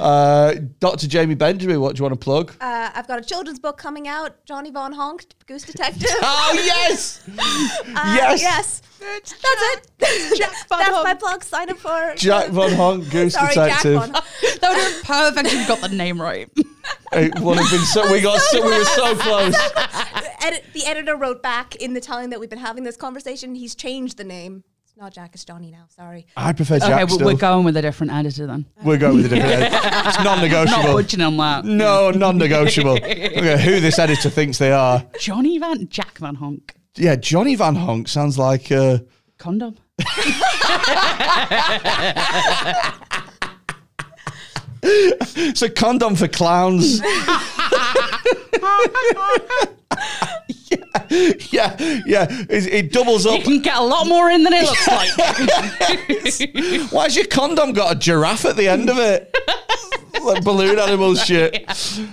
Speaker 1: uh, Dr. Jamie Benjamin, what do you want to plug?
Speaker 3: Uh, I've got a children's book coming out, Johnny Von Honk, Goose Detective.
Speaker 1: Oh, yes!
Speaker 3: Uh,
Speaker 1: yes.
Speaker 3: Yes. That's it.
Speaker 2: Von
Speaker 3: That's my
Speaker 2: Honk.
Speaker 3: plug. Sign up for.
Speaker 1: Jack Von Honk, Goose
Speaker 3: Sorry,
Speaker 1: Detective.
Speaker 3: Jack Von Honk.
Speaker 2: That would have been perfect if you got the name right.
Speaker 1: It would have been so, we got so, we were so close.
Speaker 3: Edit, the editor wrote back in the time that we've been having this conversation. He's changed the name. It's not Jack, it's Johnny now. Sorry.
Speaker 1: I prefer Jack
Speaker 2: okay, well,
Speaker 1: still.
Speaker 2: we're going with a different editor then.
Speaker 1: We're going with a different edit. It's non-negotiable.
Speaker 2: Not budging on that.
Speaker 1: No, non-negotiable. okay, who this editor thinks they are?
Speaker 2: Johnny Van Jack Van Honk.
Speaker 1: Yeah, Johnny Van Honk sounds like uh,
Speaker 2: Condom.
Speaker 1: it's a condom for clowns. yeah, yeah, yeah. It, it doubles up.
Speaker 2: You can get a lot more in than it looks like.
Speaker 1: Why's your condom got a giraffe at the end of it? like balloon animal shit.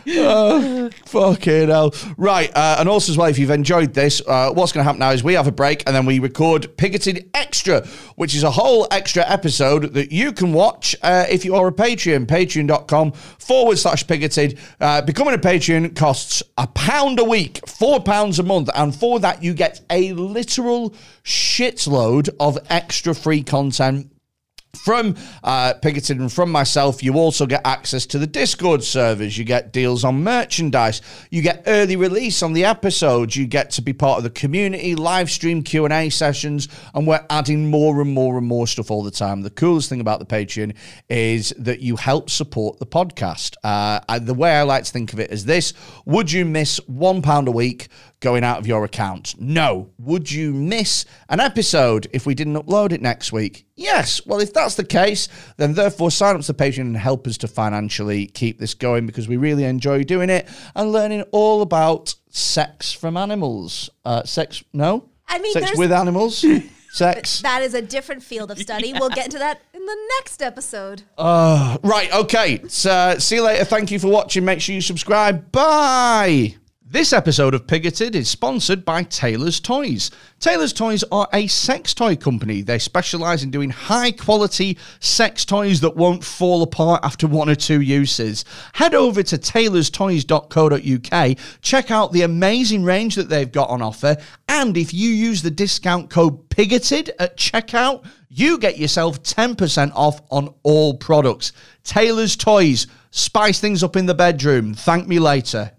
Speaker 1: Oh, fucking hell. Right. Uh, and also, as well, if you've enjoyed this, uh, what's going to happen now is we have a break and then we record Pigoted Extra, which is a whole extra episode that you can watch uh, if you are a Patreon. Patreon.com forward slash Pigoted. Uh, becoming a Patreon costs a pound a week, four pounds a month. And for that, you get a literal shitload of extra free content from uh, Pinkerton and from myself, you also get access to the Discord servers. You get deals on merchandise. You get early release on the episodes. You get to be part of the community live stream Q and A sessions, and we're adding more and more and more stuff all the time. The coolest thing about the Patreon is that you help support the podcast. Uh, I- the way I like to think of it is this: Would you miss one pound a week? going out of your account? No. Would you miss an episode if we didn't upload it next week? Yes. Well, if that's the case, then therefore sign up to the Patreon and help us to financially keep this going because we really enjoy doing it and learning all about sex from animals. Uh, sex, no?
Speaker 3: I mean,
Speaker 1: sex
Speaker 3: there's-
Speaker 1: with animals? sex.
Speaker 3: That is a different field of study. We'll get into that in the next episode.
Speaker 1: Right, okay. So, see you later. Thank you for watching. Make sure you subscribe. Bye. This episode of Pigoted is sponsored by Taylor's Toys. Taylor's Toys are a sex toy company. They specialize in doing high quality sex toys that won't fall apart after one or two uses. Head over to taylorstoys.co.uk, check out the amazing range that they've got on offer, and if you use the discount code PIGOTED at checkout, you get yourself 10% off on all products. Taylor's Toys, spice things up in the bedroom. Thank me later.